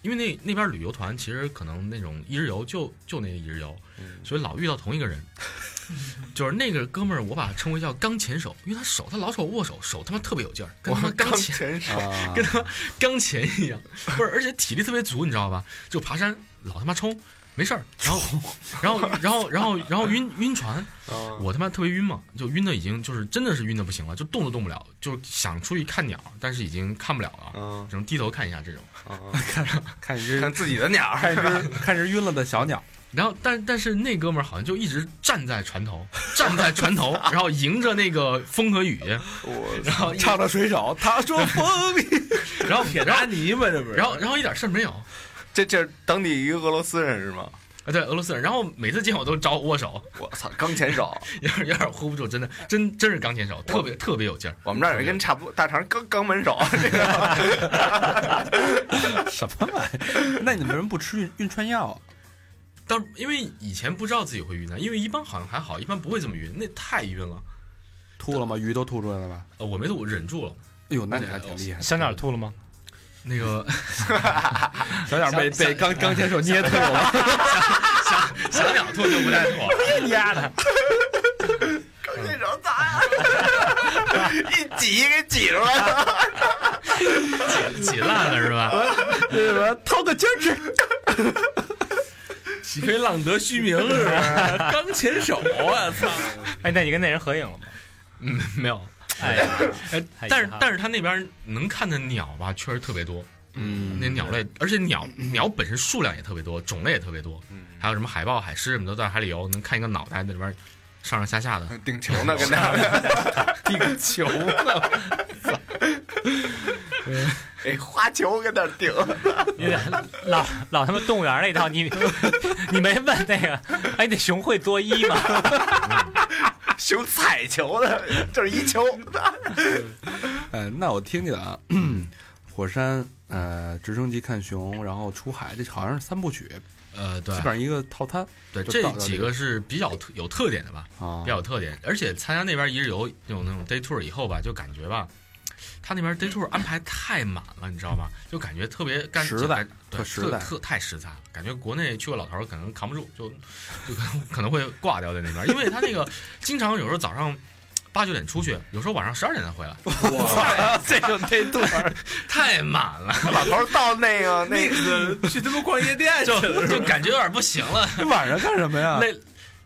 Speaker 6: 因为那那边旅游团其实可能那种一日游就就那一日游，
Speaker 3: 嗯
Speaker 6: 所以老遇到同一个人，就是那个哥们儿，我把他称为叫钢琴手，因为他手他老手握手，手他妈特别有劲儿，跟他妈钢琴
Speaker 3: 琴手，
Speaker 2: 啊
Speaker 6: 跟他妈钢琴一样，不是，而且体力特别足，你知道吧？就爬山老他妈冲，没事儿，然后然后然后然后然后晕晕船，
Speaker 3: 嗯
Speaker 6: 我他妈特别晕嘛，就晕的已经就是真的是晕的不行了，就动都动不了，就是想出去看鸟，但是已经看不了了，
Speaker 3: 嗯
Speaker 6: 只能低头看一下这种。
Speaker 3: 嗯，
Speaker 2: 看一只
Speaker 3: 看自己的鸟，
Speaker 2: 看一 只看一只晕了的小鸟，
Speaker 6: 然后，但但是那哥们儿好像就一直站在船头，站在船头，然后迎着那个风和雨，
Speaker 3: 我
Speaker 6: 然 后一
Speaker 2: 唱着水手，他 说风啊里，
Speaker 6: 然后然后
Speaker 5: 泥巴这不
Speaker 6: 然后然后一点事儿没有，
Speaker 3: 这这是当地一个俄罗斯人是吗？
Speaker 6: 啊，对，俄罗斯人。然后每次见我都招握手，
Speaker 3: 我操，钢琴手，
Speaker 6: 有点有点 hold 不住，真的，真真是钢琴手，特别特别有劲儿。
Speaker 3: 我们这儿有一跟差不多大肠肛肛 门手，这个
Speaker 2: 什么玩意儿？ 那你们为什么不吃晕晕船药啊？
Speaker 6: 当因为以前不知道自己会晕的，因为一般好像还好，一般不会这么晕，那太晕了。
Speaker 2: 吐了吗？鱼都吐出来了吧？
Speaker 6: 呃，我没吐，我忍住了。
Speaker 2: 哎呦，那你还挺厉害的。
Speaker 7: 小鸟吐了吗？
Speaker 6: 那个
Speaker 2: 小点被被钢钢铁手捏吐了。
Speaker 6: 小鸟吐就不太吐了，
Speaker 7: 你丫的！
Speaker 3: 钢琴手咋呀？ 一挤给挤出来了，
Speaker 6: 挤烂了是吧？
Speaker 2: 对吧？掏个筋儿吃。
Speaker 5: 岂非浪得虚名是吧？ 钢琴手，我操！
Speaker 7: 哎，那你跟那人合影了吗？
Speaker 6: 嗯，没有。
Speaker 7: 哎呀，太遗
Speaker 6: 但是
Speaker 7: 憾了
Speaker 6: 但是他那边能看的鸟吧，确实特别多。
Speaker 2: 嗯
Speaker 6: 那鸟类，而且鸟鸟本身数量也特别多，种类也特别多。还有什么海豹、海狮什么的，在海里游，能看一个脑袋在里边上上下下的。
Speaker 3: 顶球呢，跟 那
Speaker 2: 地球，
Speaker 3: 哎花球跟那儿顶，
Speaker 7: 你俩老老他妈动物园那一套，你你没问那个？哎，那熊会作揖吗？
Speaker 3: 熊踩球的，这是一 球，
Speaker 2: 呃，那我听听啊， 火山，呃，直升机看熊，然后出海，这好像是三部曲，
Speaker 6: 呃，
Speaker 2: 基
Speaker 6: 对
Speaker 2: 本上一个套餐
Speaker 6: 对，
Speaker 2: 就
Speaker 6: 这
Speaker 2: 到到
Speaker 6: 几
Speaker 2: 这个
Speaker 6: 个是比较特有特点的吧，
Speaker 2: 啊
Speaker 6: 比。较有特点。而且参加那边一日游有那种 day tour 以后吧，就感觉吧，他那边 day tour 安排太满了，你知道吗？就感觉特别干
Speaker 2: 实在，特
Speaker 6: 对特
Speaker 2: 实在
Speaker 6: 特太实在了。感觉国内去过老头儿可能扛不住，就就可能可能会挂掉在那边，因为他那个经常有时候早上八九点出去，有时候晚上十二点才回来，
Speaker 2: 这就这对，
Speaker 6: 太满了，
Speaker 3: 老头儿到那个那个
Speaker 5: 去他妈逛夜店去
Speaker 6: 就
Speaker 5: 了，
Speaker 6: 就感觉有点不行了，
Speaker 2: 你晚上干什么呀？
Speaker 6: 累，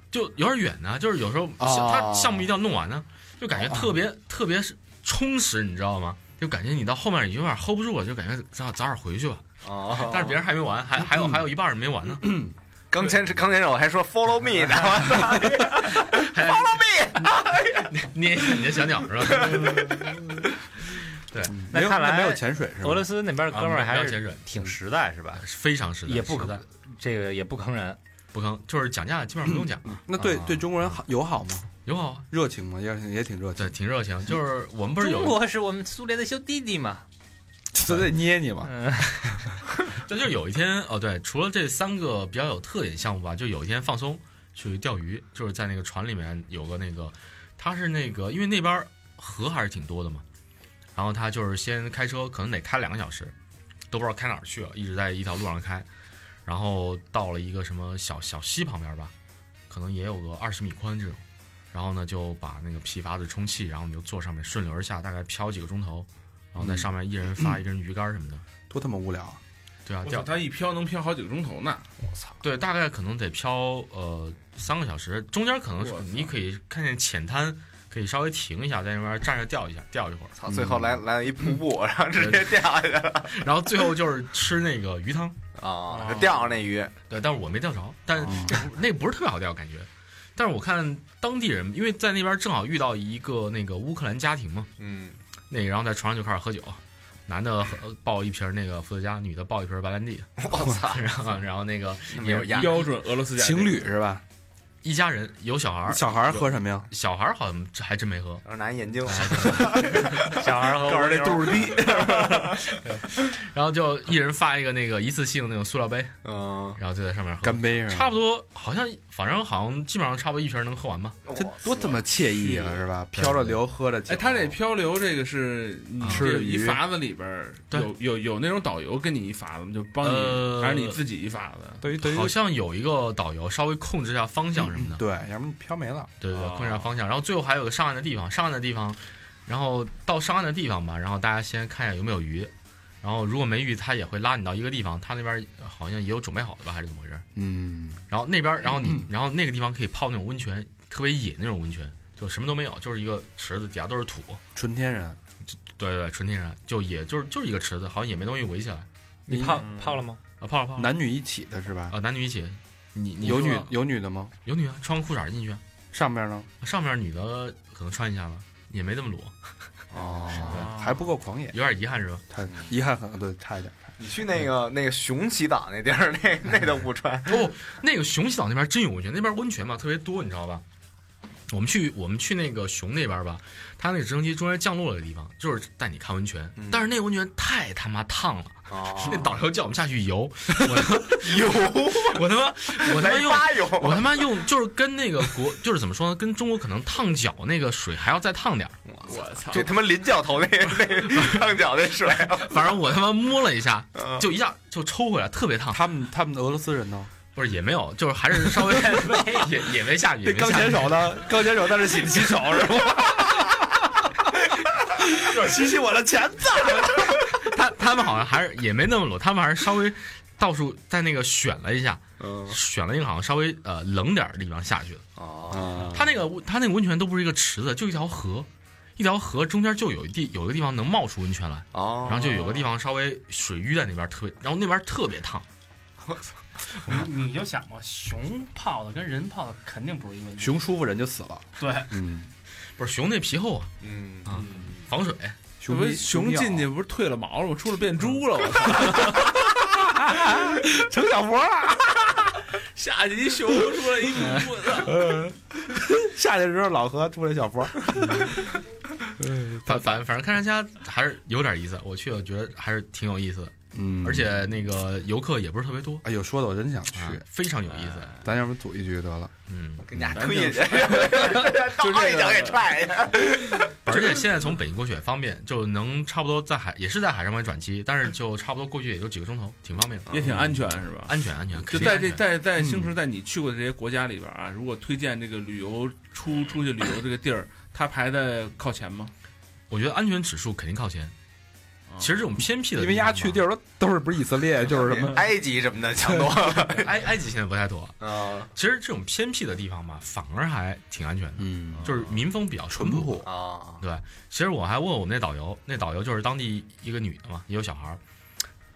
Speaker 6: 就有点远呢、就是有时候
Speaker 2: 哦
Speaker 6: 他项目一定要弄完呢，就感觉特别
Speaker 7: 哦
Speaker 6: 特别是充实，你知道吗？就感觉你到后面你有点 hold 不住了，就感觉早早点回去吧。
Speaker 3: 哦
Speaker 6: 但是别人还没完，还还
Speaker 7: 嗯
Speaker 6: 有还有一半儿没完呢，
Speaker 3: 刚牵刚牵手还说 follow me 呢我操，follow me，
Speaker 6: 捏一下你的小鸟是 吧？
Speaker 7: 那
Speaker 2: 没有
Speaker 7: 看来
Speaker 2: 没有潜水是吧？
Speaker 7: 俄罗斯那边哥们儿还
Speaker 6: 啊没有没有潜
Speaker 7: 是
Speaker 6: 水
Speaker 7: 挺实在是吧？
Speaker 6: 非常实在，
Speaker 7: 也不
Speaker 6: 实在
Speaker 7: 坑，这个也不坑人。
Speaker 6: 不坑，就是讲价基本上不用 讲，
Speaker 2: 那对
Speaker 7: 啊
Speaker 2: 对中国人好友好吗？
Speaker 6: 友好啊，
Speaker 2: 热情吗？也也挺热情
Speaker 6: 对，，挺热情。就是我们不 是
Speaker 7: 中
Speaker 6: 有，
Speaker 7: 国是我们苏联的小弟弟嘛？
Speaker 2: 就得捏你嘛。
Speaker 7: 嗯，
Speaker 6: 这 就是有一天哦，对，除了这三个比较有特点项目吧，就有一天放松去钓鱼，就是在那个船里面有个那个，他是那个因为那边河还是挺多的嘛，然后他就是先开车，可能得开两个小时，都不知道开哪儿去了，一直在一条路上开，然后到了一个什么小小溪旁边吧，可能也有个二十米宽这种，然后呢就把那个皮筏子充气，然后你就坐上面顺流而下，大概漂几个钟头，然后在上面一人发一根鱼竿什么的，
Speaker 2: 多他妈无聊啊！
Speaker 6: 对啊，
Speaker 5: 我
Speaker 6: 钓
Speaker 5: 操，他一飘能飘好几个钟头呢。
Speaker 6: 对，大概可能得漂呃三个小时，中间可能是
Speaker 5: 我操
Speaker 6: 你可以看见浅滩，可以稍微停一下，在那边站着钓一下，钓一会儿，
Speaker 3: 操，最后来来了一瀑布，然后直接掉下去了
Speaker 6: 嗯 然后最后就是吃那个鱼汤。哦
Speaker 3: 啊，就钓上那鱼，哦
Speaker 6: 对，但是我没钓着，但是 那不那不是特别好钓，感觉。但是我看当地人，因为在那边正好遇到一个那个乌克兰家庭嘛，
Speaker 3: 嗯，
Speaker 6: 那然后在床上就开始喝酒，男的喝抱一瓶那个伏特加，女的抱一瓶白兰地，
Speaker 3: 我操，
Speaker 6: 然后然后那个
Speaker 3: 没有压力，
Speaker 5: 标准俄罗斯家庭
Speaker 2: 啊情侣是吧？
Speaker 6: 一家人有小孩儿，
Speaker 2: 小孩儿喝什么呀？
Speaker 6: 小孩儿好像还真没喝，
Speaker 3: 然后拿眼 睛，
Speaker 7: 小孩儿和
Speaker 3: 告诉这
Speaker 7: 我
Speaker 3: 肚子低，
Speaker 6: 然后就一人发一个那个一次性那种塑料杯，
Speaker 3: 嗯，
Speaker 6: 然后就在上面喝，
Speaker 2: 干杯是吧？
Speaker 6: 差不多，好像反正好像基本上差不多一瓶能喝完吧。
Speaker 2: 这多他妈惬意啊，是吧？
Speaker 6: 对
Speaker 2: 飘着流，喝着酒。啊
Speaker 5: 哎，他这漂流这个是你
Speaker 6: 啊
Speaker 5: 这
Speaker 2: 吃的
Speaker 5: 一
Speaker 2: 鱼
Speaker 5: 筏子里边儿
Speaker 6: 对
Speaker 5: 有有有那种导游跟你一筏子吗，就帮你，
Speaker 6: 呃
Speaker 5: 还是你自己一筏子？
Speaker 2: 对于对于
Speaker 6: 好像有一个导游稍微控制一下方向什么的，
Speaker 2: 对，要不然飘没了。
Speaker 6: 对对对
Speaker 5: 哦，
Speaker 6: 控制一下方向。然后最后还有个上岸的地方，上岸的地方，然后到上岸的地方吧，然后大家先看一下有没有鱼，然后如果没鱼，他也会拉你到一个地方，他那边好像也有准备好的吧，还是怎么回事？
Speaker 2: 嗯，
Speaker 6: 然后那边，然后你，然后那个地方可以泡那种温泉，特别野那种温泉，就什么都没有，就是一个池子，底下都是土。
Speaker 2: 纯天然。
Speaker 6: 对对，对，纯天然，就也就是就是一个池子，好像也没东西围起来。
Speaker 7: 你泡泡了吗？
Speaker 6: 啊，泡了泡了。
Speaker 2: 男女一起的是吧？
Speaker 6: 啊，男女一起，你
Speaker 2: 嗯
Speaker 6: 你
Speaker 2: 有
Speaker 6: 说
Speaker 2: 女有女的吗？
Speaker 6: 有女啊，穿个裤衩进去啊，
Speaker 2: 上边呢？
Speaker 6: 上面女的可能穿一下吧，也没这么裸，
Speaker 2: 哦，还不够狂野，
Speaker 6: 有点遗憾是吧？
Speaker 2: 太遗憾啊很对，差一点。
Speaker 3: 你去那个那个熊洗澡那地儿，那那都不穿。
Speaker 6: 哦，那个熊洗澡那边真有温泉，那边温泉吧特别多，你知道吧？我们去我们去那个熊那边吧，它那个直升机中间降落的地方，就是带你看温泉，
Speaker 3: 嗯
Speaker 6: 但是那温泉太他妈烫了。
Speaker 3: 哦
Speaker 6: 那导游叫我们下去游，我游，我他妈我他妈
Speaker 3: 来
Speaker 6: 用
Speaker 3: 吧有，
Speaker 6: 我他妈用就是跟那个国就是怎么说呢，跟中国可能烫脚那个水还要再烫点儿。
Speaker 5: 我操！
Speaker 3: 这他妈林教头那那烫脚那水，
Speaker 6: 反正我他妈摸了一下，就一下就抽回来，特别烫。
Speaker 2: 他们他们的俄罗斯人呢？
Speaker 6: 不是也没有，就是还是稍微也也没下雨，也没
Speaker 2: 钢
Speaker 6: 下
Speaker 2: 铁
Speaker 6: 雨。
Speaker 2: 手呢？ 钢铁手在这洗洗手是吗？洗洗我的钳子。
Speaker 6: 他他们好像还是也没那么裸，他们还是稍微到处在那个选了一下，
Speaker 3: 嗯
Speaker 6: 选了一个好像稍微呃冷点儿的地方下去的。
Speaker 2: 啊，
Speaker 3: 哦，
Speaker 6: 他那个温他那个温泉都不是一个池子，就一条河，一条河中间就有一地有一个地方能冒出温泉来，
Speaker 3: 哦
Speaker 6: 然后就有个地方稍微水淤在那边特别，然后那边特别烫。
Speaker 4: 你你就想吧，熊泡的跟人泡的肯定不是一个问题。
Speaker 2: 熊舒服人就死了。
Speaker 4: 对，
Speaker 2: 嗯，
Speaker 6: 不是熊那皮厚啊，
Speaker 3: 嗯
Speaker 6: 啊防水。
Speaker 5: 我
Speaker 2: 一
Speaker 5: 熊
Speaker 2: 一咬
Speaker 5: 进去不是退了毛了吗？出来变猪 了，我操！
Speaker 2: 成小佛了。
Speaker 5: 下去一熊出来一猪，我操！
Speaker 2: 下去的时候哎老何出来小佛。
Speaker 6: 反反反正看人家还是有点意思，我去我觉得还是挺有意思的，
Speaker 2: 嗯
Speaker 6: 而且那个游客也不是特别多，
Speaker 2: 哎呦，说的我真想去，
Speaker 6: 啊，非常有意思。
Speaker 2: 咱要不组一局得了。
Speaker 6: 嗯，
Speaker 3: 跟家推进去，倒一脚给踹下去。
Speaker 6: 而且现在从北京过去也方便，就能差不多在海也是在海上面转机，但是就差不多过去也就几个钟头，挺方便的，
Speaker 5: 也挺安全是吧？
Speaker 6: 安全安全。
Speaker 5: 就
Speaker 6: 肯定
Speaker 5: 在
Speaker 6: 安
Speaker 5: 这
Speaker 6: 全
Speaker 5: 在在星驰在你去过的这些国家里边啊，如果推荐这个旅游出出去旅游这个地儿，它排在靠前吗？啊
Speaker 6: 我觉得安全指数肯定靠前。其实这种偏僻的地方嘛，
Speaker 2: 因为丫去地儿都都是不是以色列就是什么
Speaker 3: 埃及什么的强多了。
Speaker 6: 埃埃及现在不太多。
Speaker 3: 啊
Speaker 6: 其实这种偏僻的地方嘛，反而还挺安全的，
Speaker 2: 嗯
Speaker 5: 啊
Speaker 6: 就是民风比较淳朴。
Speaker 5: 嗯
Speaker 2: 朴
Speaker 3: 啊，
Speaker 6: 其实我还问我们那导游，那导游就是当地一个女的嘛，也有小孩儿。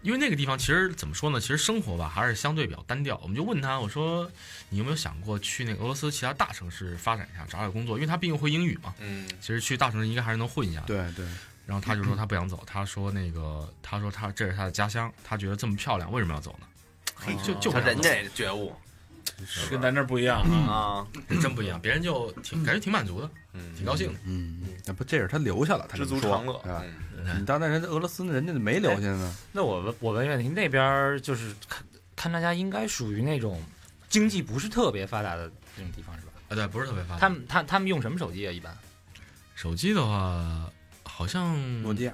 Speaker 6: 因为那个地方其实怎么说呢？其实生活吧还是相对比较单调。我们就问他，我说你有没有想过去那个俄罗斯其他大城市发展一下，找点工作？因为他毕竟会英语嘛，
Speaker 3: 嗯
Speaker 6: 其实去大城市应该还是能混一下。。
Speaker 2: 对对，
Speaker 6: 然后他就说他不想走，他说那个他说他这是他的家乡，他觉得这么漂亮，为什么要走呢？
Speaker 3: 嘿
Speaker 6: 就就
Speaker 3: 他人家也是觉悟
Speaker 5: 跟咱这儿不一样啊！
Speaker 3: 啊，
Speaker 6: 真不一样，别人就挺感觉挺满足的，挺
Speaker 3: 嗯，
Speaker 6: 高兴的。
Speaker 2: 嗯，那不这是他留下了，他
Speaker 3: 知
Speaker 2: 这么
Speaker 3: 足
Speaker 2: 说
Speaker 3: 常乐，
Speaker 2: 对吧？
Speaker 3: 嗯
Speaker 2: 你到那人家俄罗斯，人家就没留下呢。
Speaker 7: 那我问我问问题，那边儿就是看看大家应该属于那种经济不是特别发达的那种地方是吧？
Speaker 6: 啊，对，不是特别发达。
Speaker 7: 他们他他们用什么手机啊？一般
Speaker 6: 手机的话，好像
Speaker 2: 诺基亚、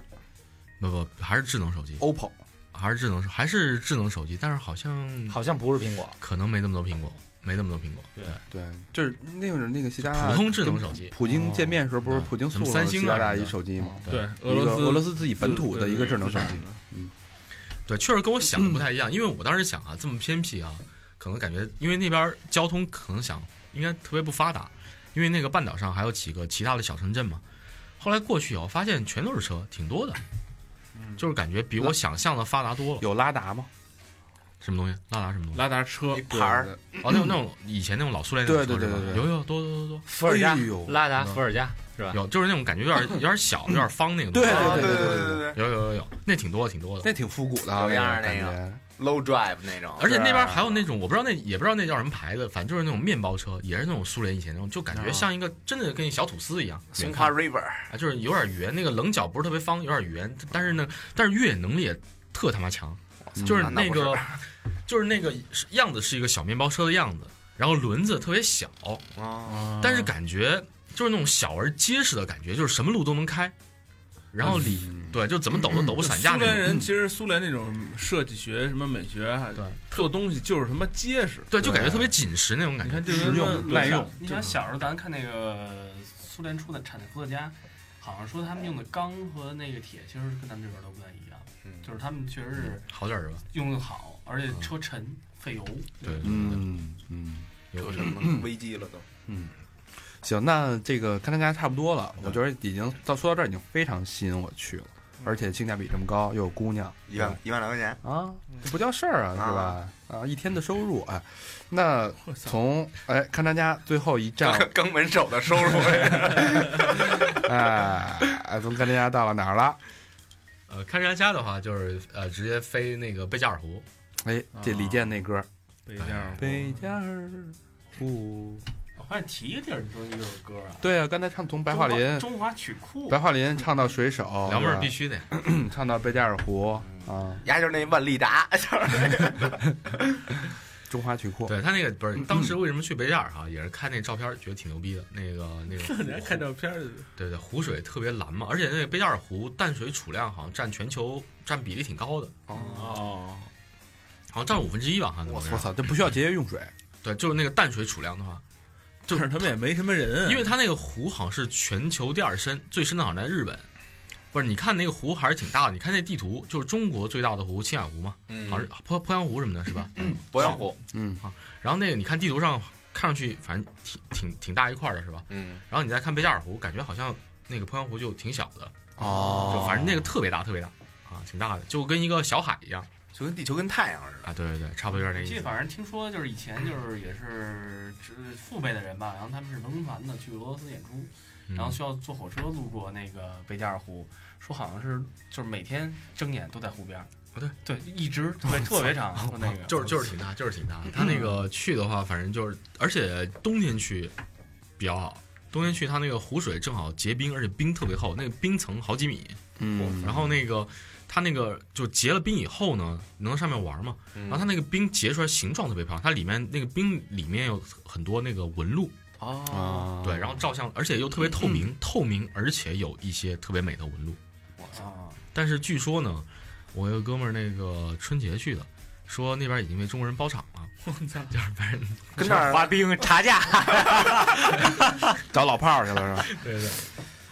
Speaker 6: 不不还是智能手机，
Speaker 2: OPPO，
Speaker 6: 还是智能手还是智能手机，但是好像
Speaker 7: 好像不是苹果，
Speaker 6: 可能没那么多苹果，没那么多苹果。对，
Speaker 2: 对，就是那会儿那个习大大
Speaker 6: 普通智能手机
Speaker 2: 普京见面的时候不是普京
Speaker 6: 什
Speaker 2: 送
Speaker 6: 么
Speaker 2: 了
Speaker 6: 三星
Speaker 2: 习大
Speaker 6: 啊
Speaker 2: 大
Speaker 6: 什么
Speaker 2: 一
Speaker 6: 的
Speaker 2: 手机
Speaker 4: 哦
Speaker 2: 吗？
Speaker 5: 对，
Speaker 2: 一
Speaker 5: 俄
Speaker 2: 个
Speaker 5: 罗斯
Speaker 2: 俄罗斯自己本土的一个智能手机，
Speaker 6: 对，确实跟我想的不太一样，因为我当时想啊，这么偏僻啊，可能感觉因为那边交通可能想应该特别不发达，因为那个半岛上还有几个其他的小城镇嘛。后来过去以后，发现全都是车，挺多的，就是感觉比我想象的发达多了。
Speaker 2: 有拉达吗？
Speaker 6: 什么东西？拉达什么东西？
Speaker 5: 拉达车
Speaker 3: 一盘儿，
Speaker 6: 哦，那种那种以前那种老苏联那种
Speaker 2: 对
Speaker 6: 车
Speaker 2: 对
Speaker 6: 是吧
Speaker 2: 对对对
Speaker 6: 有有多多多多
Speaker 7: 伏尔加
Speaker 2: 哎呦、
Speaker 7: 拉
Speaker 6: 嗯
Speaker 7: 达、伏尔加是吧？
Speaker 6: 有，就是那种感觉有点有点小，有点方那个东
Speaker 2: 对
Speaker 6: 西。
Speaker 3: 啊
Speaker 2: 对
Speaker 3: 对
Speaker 2: 对
Speaker 3: 对
Speaker 2: 对
Speaker 3: 对对
Speaker 6: 有有有有，那挺多挺多的。
Speaker 2: 那挺复古的啊，
Speaker 3: 有样儿
Speaker 2: 感
Speaker 3: 那个
Speaker 2: 觉。
Speaker 3: ，low drive 那种，
Speaker 6: 而且那
Speaker 3: 是吧
Speaker 6: 边还有那种，我不知道那也不知道那叫什么牌子，反正就是那种面包车，也是那种苏联以前那种，就感觉像一个真的跟小吐司一样，
Speaker 3: 松花 river，
Speaker 6: 啊，就是有点圆，那个棱角不是特别方，有点圆，但是呢，但是越野能力也特他妈强，就是
Speaker 3: 嗯
Speaker 6: 那
Speaker 3: 那不
Speaker 6: 个就是那个样子是一个小面包车的样子，然后轮子特别小，
Speaker 3: 啊，
Speaker 6: 但是感觉就是那种小而结实的感觉，就是什么路都能开，然后里、对，就怎么抖都抖不
Speaker 5: 就
Speaker 6: 散架
Speaker 5: 苏
Speaker 6: 那
Speaker 5: 联
Speaker 6: 种。嗯
Speaker 5: 人其实苏联那种设计学、什么美学啊，
Speaker 6: 对
Speaker 5: 做东西就是什么结实。
Speaker 6: 对，就感觉特别紧实那种感
Speaker 5: 你
Speaker 6: 觉
Speaker 5: 看，这个嗯
Speaker 2: 用
Speaker 5: 耐用，
Speaker 4: 你想小时候咱看那个苏联出的产特家，好像说他们用的钢和那个铁，其实跟咱们这边都不太一样，
Speaker 3: 嗯
Speaker 4: 就是他们确实是
Speaker 6: 好点儿是吧？
Speaker 4: 用的好，而
Speaker 6: 嗯
Speaker 4: 且车沉费油。
Speaker 6: 对，对，
Speaker 2: 嗯嗯。
Speaker 6: 对有
Speaker 3: 有什么危机了都？
Speaker 2: 行，那这个跟大家差不多了，我觉得已经到说到这儿已经非常吸引我去了。而且性价比这么高，又有姑娘，
Speaker 3: 一万一万来块钱，
Speaker 2: 啊，这不叫事儿啊，是吧？啊，一天的收入啊，哎那从哎看大家最后一 站，
Speaker 3: 刚刚门手的收入，
Speaker 2: 哎，哎从看大家到了哪儿了？
Speaker 6: 呃，看山虾的话，就是呃，直接飞那个贝加尔湖。
Speaker 2: 哎，这李健那歌，
Speaker 5: 北京儿
Speaker 2: 贝加尔湖，
Speaker 4: 我发现提一个地儿，你说一首歌啊，
Speaker 2: 对啊，刚才唱从白桦林，
Speaker 4: 中华曲 库
Speaker 2: 白，桦林唱到水手，
Speaker 6: 撩妹儿
Speaker 2: 是吧嗯
Speaker 6: 必须得，
Speaker 2: 唱到贝加尔湖啊，
Speaker 3: 丫就是那万利达，
Speaker 2: 中华曲库，
Speaker 6: 对他那个不是当时为什么去北加尔哈，也是看那照片儿觉得挺牛逼的，那个 那个
Speaker 5: 人家看照片儿就
Speaker 4: 嗯
Speaker 6: 对对，湖水特别蓝嘛，而且那个贝加尔湖淡水储量好像占全球占比例挺高的，
Speaker 5: 哦，
Speaker 6: 好像占五分之一吧，好像
Speaker 2: 我
Speaker 6: 怎么着
Speaker 2: 操，这不需要节约用水，
Speaker 6: 对，就是那个淡水储量的话，
Speaker 5: 就是他们也没什么人，
Speaker 6: 因为它那个湖好像是全球第二深，最深的好像在日本。不是，你看那个湖还是挺大的。你看那地图，就是中国最大的湖青海湖嘛，嗯好像是鄱鄱阳湖什么的，是吧？
Speaker 3: 鄱阳湖，
Speaker 2: 嗯，
Speaker 6: 然后那个你看地图上看上去，反正挺挺挺大一块儿的，是吧？
Speaker 3: 嗯，
Speaker 6: 然后你再看贝加尔湖，感觉好像那个鄱阳湖就挺小的，
Speaker 2: 哦
Speaker 6: 就反正那个特别大，特别大啊，挺大的，就跟一个小海一样
Speaker 3: 就跟地球跟太阳似的，
Speaker 6: 啊。对对对，差不多有点那
Speaker 4: 记
Speaker 6: 意
Speaker 4: 得
Speaker 6: 思。
Speaker 4: 反正听说就是以前就是也是呃父辈的人吧，然后他们是文工团的去俄罗斯演出，然
Speaker 6: 嗯
Speaker 4: 后需要坐火车路过那个贝加尔湖，说好像是就是每天睁眼都在湖边儿。
Speaker 6: 不哦对，哦
Speaker 4: 对，一直特别特别长，说那个
Speaker 6: 就是就是挺大，就是挺大。他那个呃去的话，反正就是，而且冬天去比较好。冬天去，它那个湖水正好结冰，而且冰特别厚，那个冰层好几米。
Speaker 2: 嗯，
Speaker 6: 然后那个它那个就结了冰以后呢，能在上面玩嘛。然后它那个冰结出来形状特别漂亮，它里面那个冰里面有很多那个纹路，
Speaker 2: 啊，
Speaker 6: 对，然后照相，而且又特别透明，透明，而且有一些特别美的纹路。
Speaker 4: 啊，
Speaker 6: 但是据说呢，我有个哥们儿那个春节去的，说那边已经被中国人包场了。我操！就是反正
Speaker 3: 跟那儿滑冰查价，
Speaker 2: 找老炮儿去了 是吧？
Speaker 6: 对对，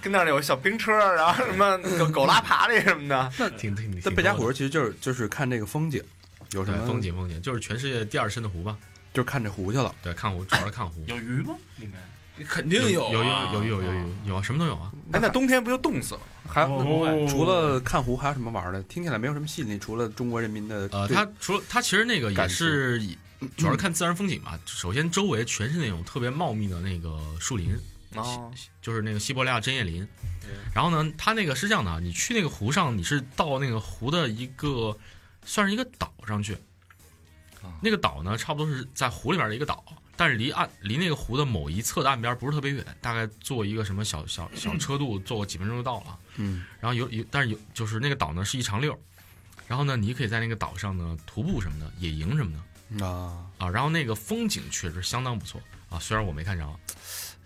Speaker 3: 跟那儿有小冰车，然后什 么狗狗拉爬犁什么的，
Speaker 6: 挺挺。
Speaker 2: 在
Speaker 6: 挺
Speaker 2: 贝加
Speaker 6: 多的
Speaker 2: 湖其实就是就是看这个风景，有什
Speaker 6: 对
Speaker 2: 么
Speaker 6: 风，景风景，就是全世界第二深的湖吧？
Speaker 2: 就是看这湖去了。
Speaker 6: 对，看湖，主要是看湖。
Speaker 4: 嗯有鱼吗？里面
Speaker 5: 肯定
Speaker 6: 有有
Speaker 5: 啊
Speaker 6: 有有有有有有啊，什么都有啊。
Speaker 3: 哎，那冬天不就冻死了吗？
Speaker 2: 还
Speaker 6: 哦
Speaker 4: 我不会
Speaker 2: 除了看湖还有什么玩的？听起来没有什么吸引力，除了中国人民的
Speaker 6: 呃，
Speaker 2: 嗯对
Speaker 6: 它除了它其实那个也
Speaker 2: 感
Speaker 6: 是以主要是看自然风景吧。首先周围全是那种特别茂密的那个树林，
Speaker 3: 哦，
Speaker 6: 就是那个西伯利亚针叶林。然后呢，它那个是这样的啊，你去那个湖上，你是到那个湖的一个算是一个岛上去，那个岛呢，差不多是在湖里边的一个岛，但是离岸离那个湖的某一侧的岸边不是特别远，大概坐一个什么小小小车渡，坐个几分钟就到了。
Speaker 2: 嗯，
Speaker 6: 然后有有，但是有就是那个岛呢是一长溜儿，然后呢，你可以在那个岛上呢徒步什么的，野营什么的
Speaker 2: 啊，
Speaker 6: 啊，然后那个风景确实相当不错啊，虽然我没看着。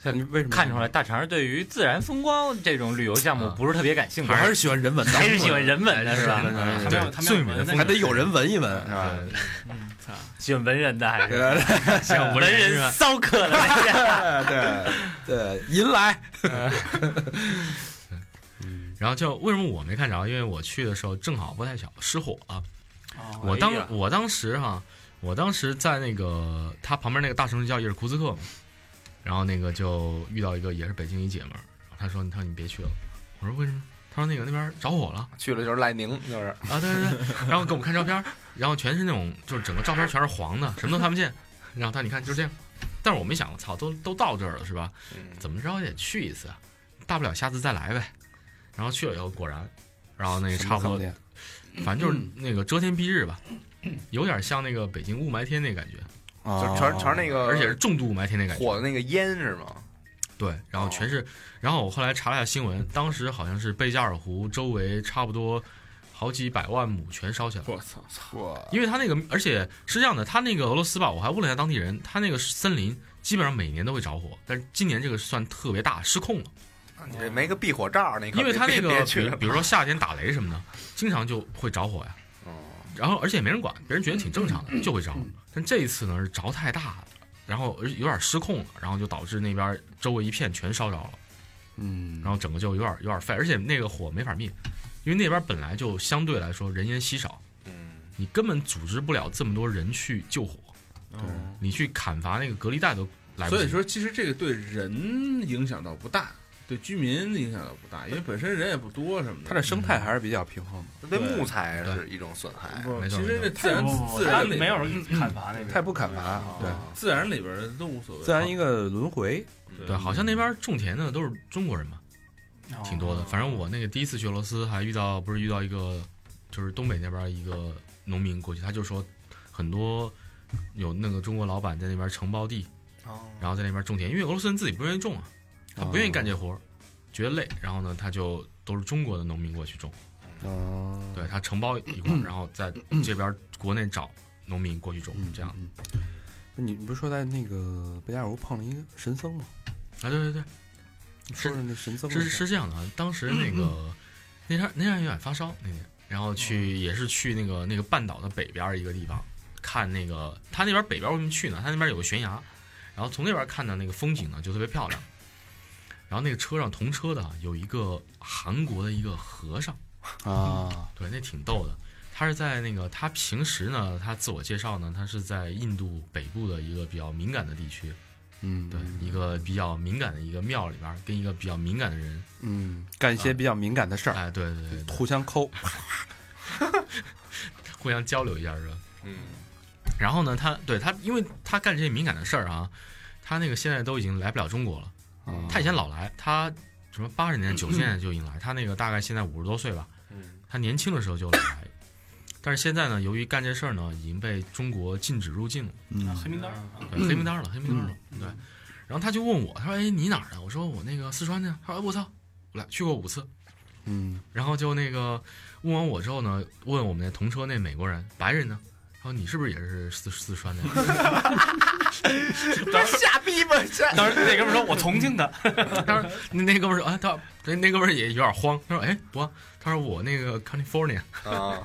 Speaker 2: 像你为什么
Speaker 8: 看出来大肠对于自然风光这种旅游项目
Speaker 6: 啊
Speaker 8: 不是特别感兴趣，
Speaker 2: 是喜欢人文的
Speaker 8: 还是喜欢人文的是吧？
Speaker 4: 啊他没
Speaker 6: 对
Speaker 4: 有他没
Speaker 6: 最
Speaker 4: 有
Speaker 6: 美的
Speaker 4: 纹那
Speaker 6: 风
Speaker 4: 个
Speaker 6: 景
Speaker 2: 还得有人闻一闻是
Speaker 3: 啊
Speaker 2: 吧？
Speaker 6: 对
Speaker 8: 喜欢文人的还是
Speaker 2: 对
Speaker 6: 像文
Speaker 8: 文
Speaker 6: 人是吧
Speaker 8: 人骚客的 还是？
Speaker 2: 对 对，银来
Speaker 6: 然后就为什么我没看着？因为我去的时候正好不太巧，失火了。
Speaker 4: 哦
Speaker 6: 我当我当时哈、我当时在那个他旁边那个大城市叫伊尔库茨克嘛，然后那个就遇到一个也是北京一姐们儿，然后她说：“她说你别去了。”我说：“为什么？”她说：“那个那边着火了
Speaker 3: 去了就是赖宁，就是
Speaker 6: 啊！”对对对，然后给我们看照片儿，然后全是那种就是整个照片全是黄的，什么都看不见。然后她你看就这样，但是我没想，我操，都都到这儿了是吧？
Speaker 3: 嗯
Speaker 6: 怎么着也去一次，啊，大不了下次再来呗。然后去了以后果然，然后那个差不多
Speaker 2: 的，
Speaker 6: 反正就是那个遮天蔽日吧，有点像那个北京雾霾天那感觉，
Speaker 3: 就
Speaker 2: 就
Speaker 3: 全全是那个，
Speaker 6: 嗯而且是重度雾霾天那感
Speaker 3: 火
Speaker 6: 觉。
Speaker 3: 的那个烟是吗？哦
Speaker 6: 对，然后全是，然后我后来查了一下新闻，当时好像是贝加尔湖周围差不多好几百万亩全烧起来了。
Speaker 5: 我操，
Speaker 2: 火，
Speaker 6: 因为它那个，而且是这样的，它那个俄罗斯吧，我还问了一下当地人，它那个森林基本上每年都会着火，但是今年这个算特别大，失控了，
Speaker 3: 你这没个避火罩，那可
Speaker 6: 因为它那
Speaker 3: 别
Speaker 6: 个，
Speaker 3: 别
Speaker 6: 比
Speaker 3: 去
Speaker 6: 如
Speaker 3: 了
Speaker 6: 比如说夏天打雷什么的，经常就会着火呀。
Speaker 3: 哦
Speaker 6: 然后而且也没人管，别人觉得挺正常的，就会着。但这一次呢是着太大了，然后而有点失控了，然后就导致那边周围一片全烧着了，
Speaker 2: 嗯，
Speaker 6: 然后整个就有点有点废，而且那个火没法灭，因为那边本来就相对来说人烟稀少，
Speaker 3: 嗯，
Speaker 6: 你根本组织不了这么多人去救火，你去砍伐那个隔离带都来不及。
Speaker 5: 所以说其实这个对人影响倒不大，对居民影响倒不大，因为本身人也不多什么的。
Speaker 2: 它的生态还是比较平衡的，
Speaker 3: 对木材是一种损害。
Speaker 5: 不，
Speaker 6: 没
Speaker 5: 其
Speaker 6: 错
Speaker 5: 实这
Speaker 6: 没
Speaker 5: 自然自
Speaker 4: 他
Speaker 5: 然里
Speaker 4: 没有人砍伐那边，
Speaker 2: 太不砍伐，
Speaker 6: 啊
Speaker 2: 对，
Speaker 5: 自然里边儿都无所谓。
Speaker 2: 自然一个轮回，
Speaker 3: 嗯
Speaker 6: 对，呃好像那边种田的都是中国人嘛，
Speaker 4: 哦
Speaker 6: 挺多的。反正我那个第一次去俄罗斯还遇到，不是遇到一个，就是东北那边一个农民过去，他就说很多有那个中国老板在那边承包地，
Speaker 3: 哦
Speaker 6: 然后在那边种田，因为俄罗斯人自己不愿意种啊，
Speaker 2: 哦
Speaker 6: 他不愿意干这活儿，觉得累，然后呢，他就都是中国的农民过去种，
Speaker 2: 嗯，
Speaker 6: 对他承包一块儿，然后在这边国内找农民过去种，这样。
Speaker 2: 嗯。嗯你你不是说在那个北加州碰了一个神僧吗？
Speaker 6: 啊，对对对，
Speaker 2: 你说说那神僧的
Speaker 6: 是
Speaker 2: 事儿
Speaker 6: 是这样的啊，当时那个、那天那天有点发烧那天，然后去、也是去那个那个半岛的北边一个地方看那个，他那边北边为什么去呢？他那边有个悬崖，然后从那边看的那个风景呢就特别漂亮。然后那个车上同车的啊有一个韩国的一个和尚，
Speaker 2: 啊，
Speaker 6: 对，那挺逗的。他是在那个他平时呢，他自我介绍呢，他是在印度北部的一个比较敏感的地区，
Speaker 2: 嗯，
Speaker 6: 对，一个比较敏感的一个庙里边儿跟一个比较敏感的人，
Speaker 2: 嗯，干一些比较敏感的事儿，
Speaker 6: 哎，对对对对，
Speaker 2: 互相抠，
Speaker 6: 互相交流一下是吧？
Speaker 3: 嗯，
Speaker 6: 然后呢，他对他，因为他干这些敏感的事儿啊，他那个现在都已经来不了中国了。
Speaker 2: 啊
Speaker 6: 他以前老来，他什么八十年代、九十年代就已经来，他那个大概现在五十多岁吧，他年轻的时候就来，但是现在呢，由于干这事儿呢，已经被中国禁止入境了，
Speaker 4: 啊
Speaker 2: 嗯
Speaker 4: 黑名单儿
Speaker 6: 对黑名单了，黑名单了，对。然后他就问我，他说：“哎，你哪儿的？”我说：“我那个四川的。”他说：“哎，我操，我来去过五次。”
Speaker 2: 嗯
Speaker 6: 然后就那个问完我之后呢，问我们那同车那美国人白人呢，他说你是不是也是四四川的？
Speaker 3: 这瞎逼吧，瞎
Speaker 4: 当时那哥们儿说：“我重庆的。
Speaker 6: 他说 那那哥们儿说啊，他那那哥们儿也有点慌，他说哎不，他说我那个 California，
Speaker 3: 啊！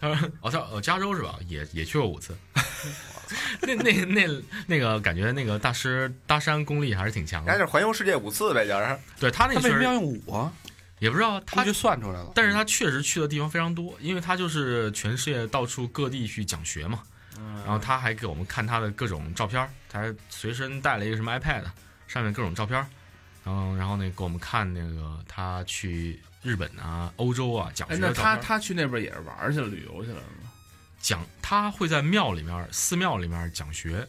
Speaker 6: 他说哦他说哦加州是吧？也也去过五次。 那那那那个感觉那个大师搭山功力还是挺强
Speaker 3: 人家
Speaker 6: 的，
Speaker 3: 就环游世界五次呗，就是
Speaker 6: 对他那
Speaker 2: 他为
Speaker 6: 确
Speaker 2: 什么要
Speaker 6: 实
Speaker 2: 用五啊？
Speaker 6: 也不知道
Speaker 2: 他
Speaker 6: 他
Speaker 2: 就算出来了，
Speaker 6: 但是他确实去的地方非常多，因为他就是全世界到处各地去讲学嘛。
Speaker 2: 嗯
Speaker 6: 然后他还给我们看他的各种照片儿，他还随身带了一个什么 iPad，上面各种照片儿。然后，然后呢，给我们看那个他去日本啊、欧洲啊讲
Speaker 5: 哎
Speaker 6: 学，
Speaker 5: 那
Speaker 6: 的照片
Speaker 5: 他
Speaker 6: 儿。
Speaker 5: 他去那边也是玩儿去了，旅游去了是吗？
Speaker 6: 讲他会在庙里面、寺庙里面讲学，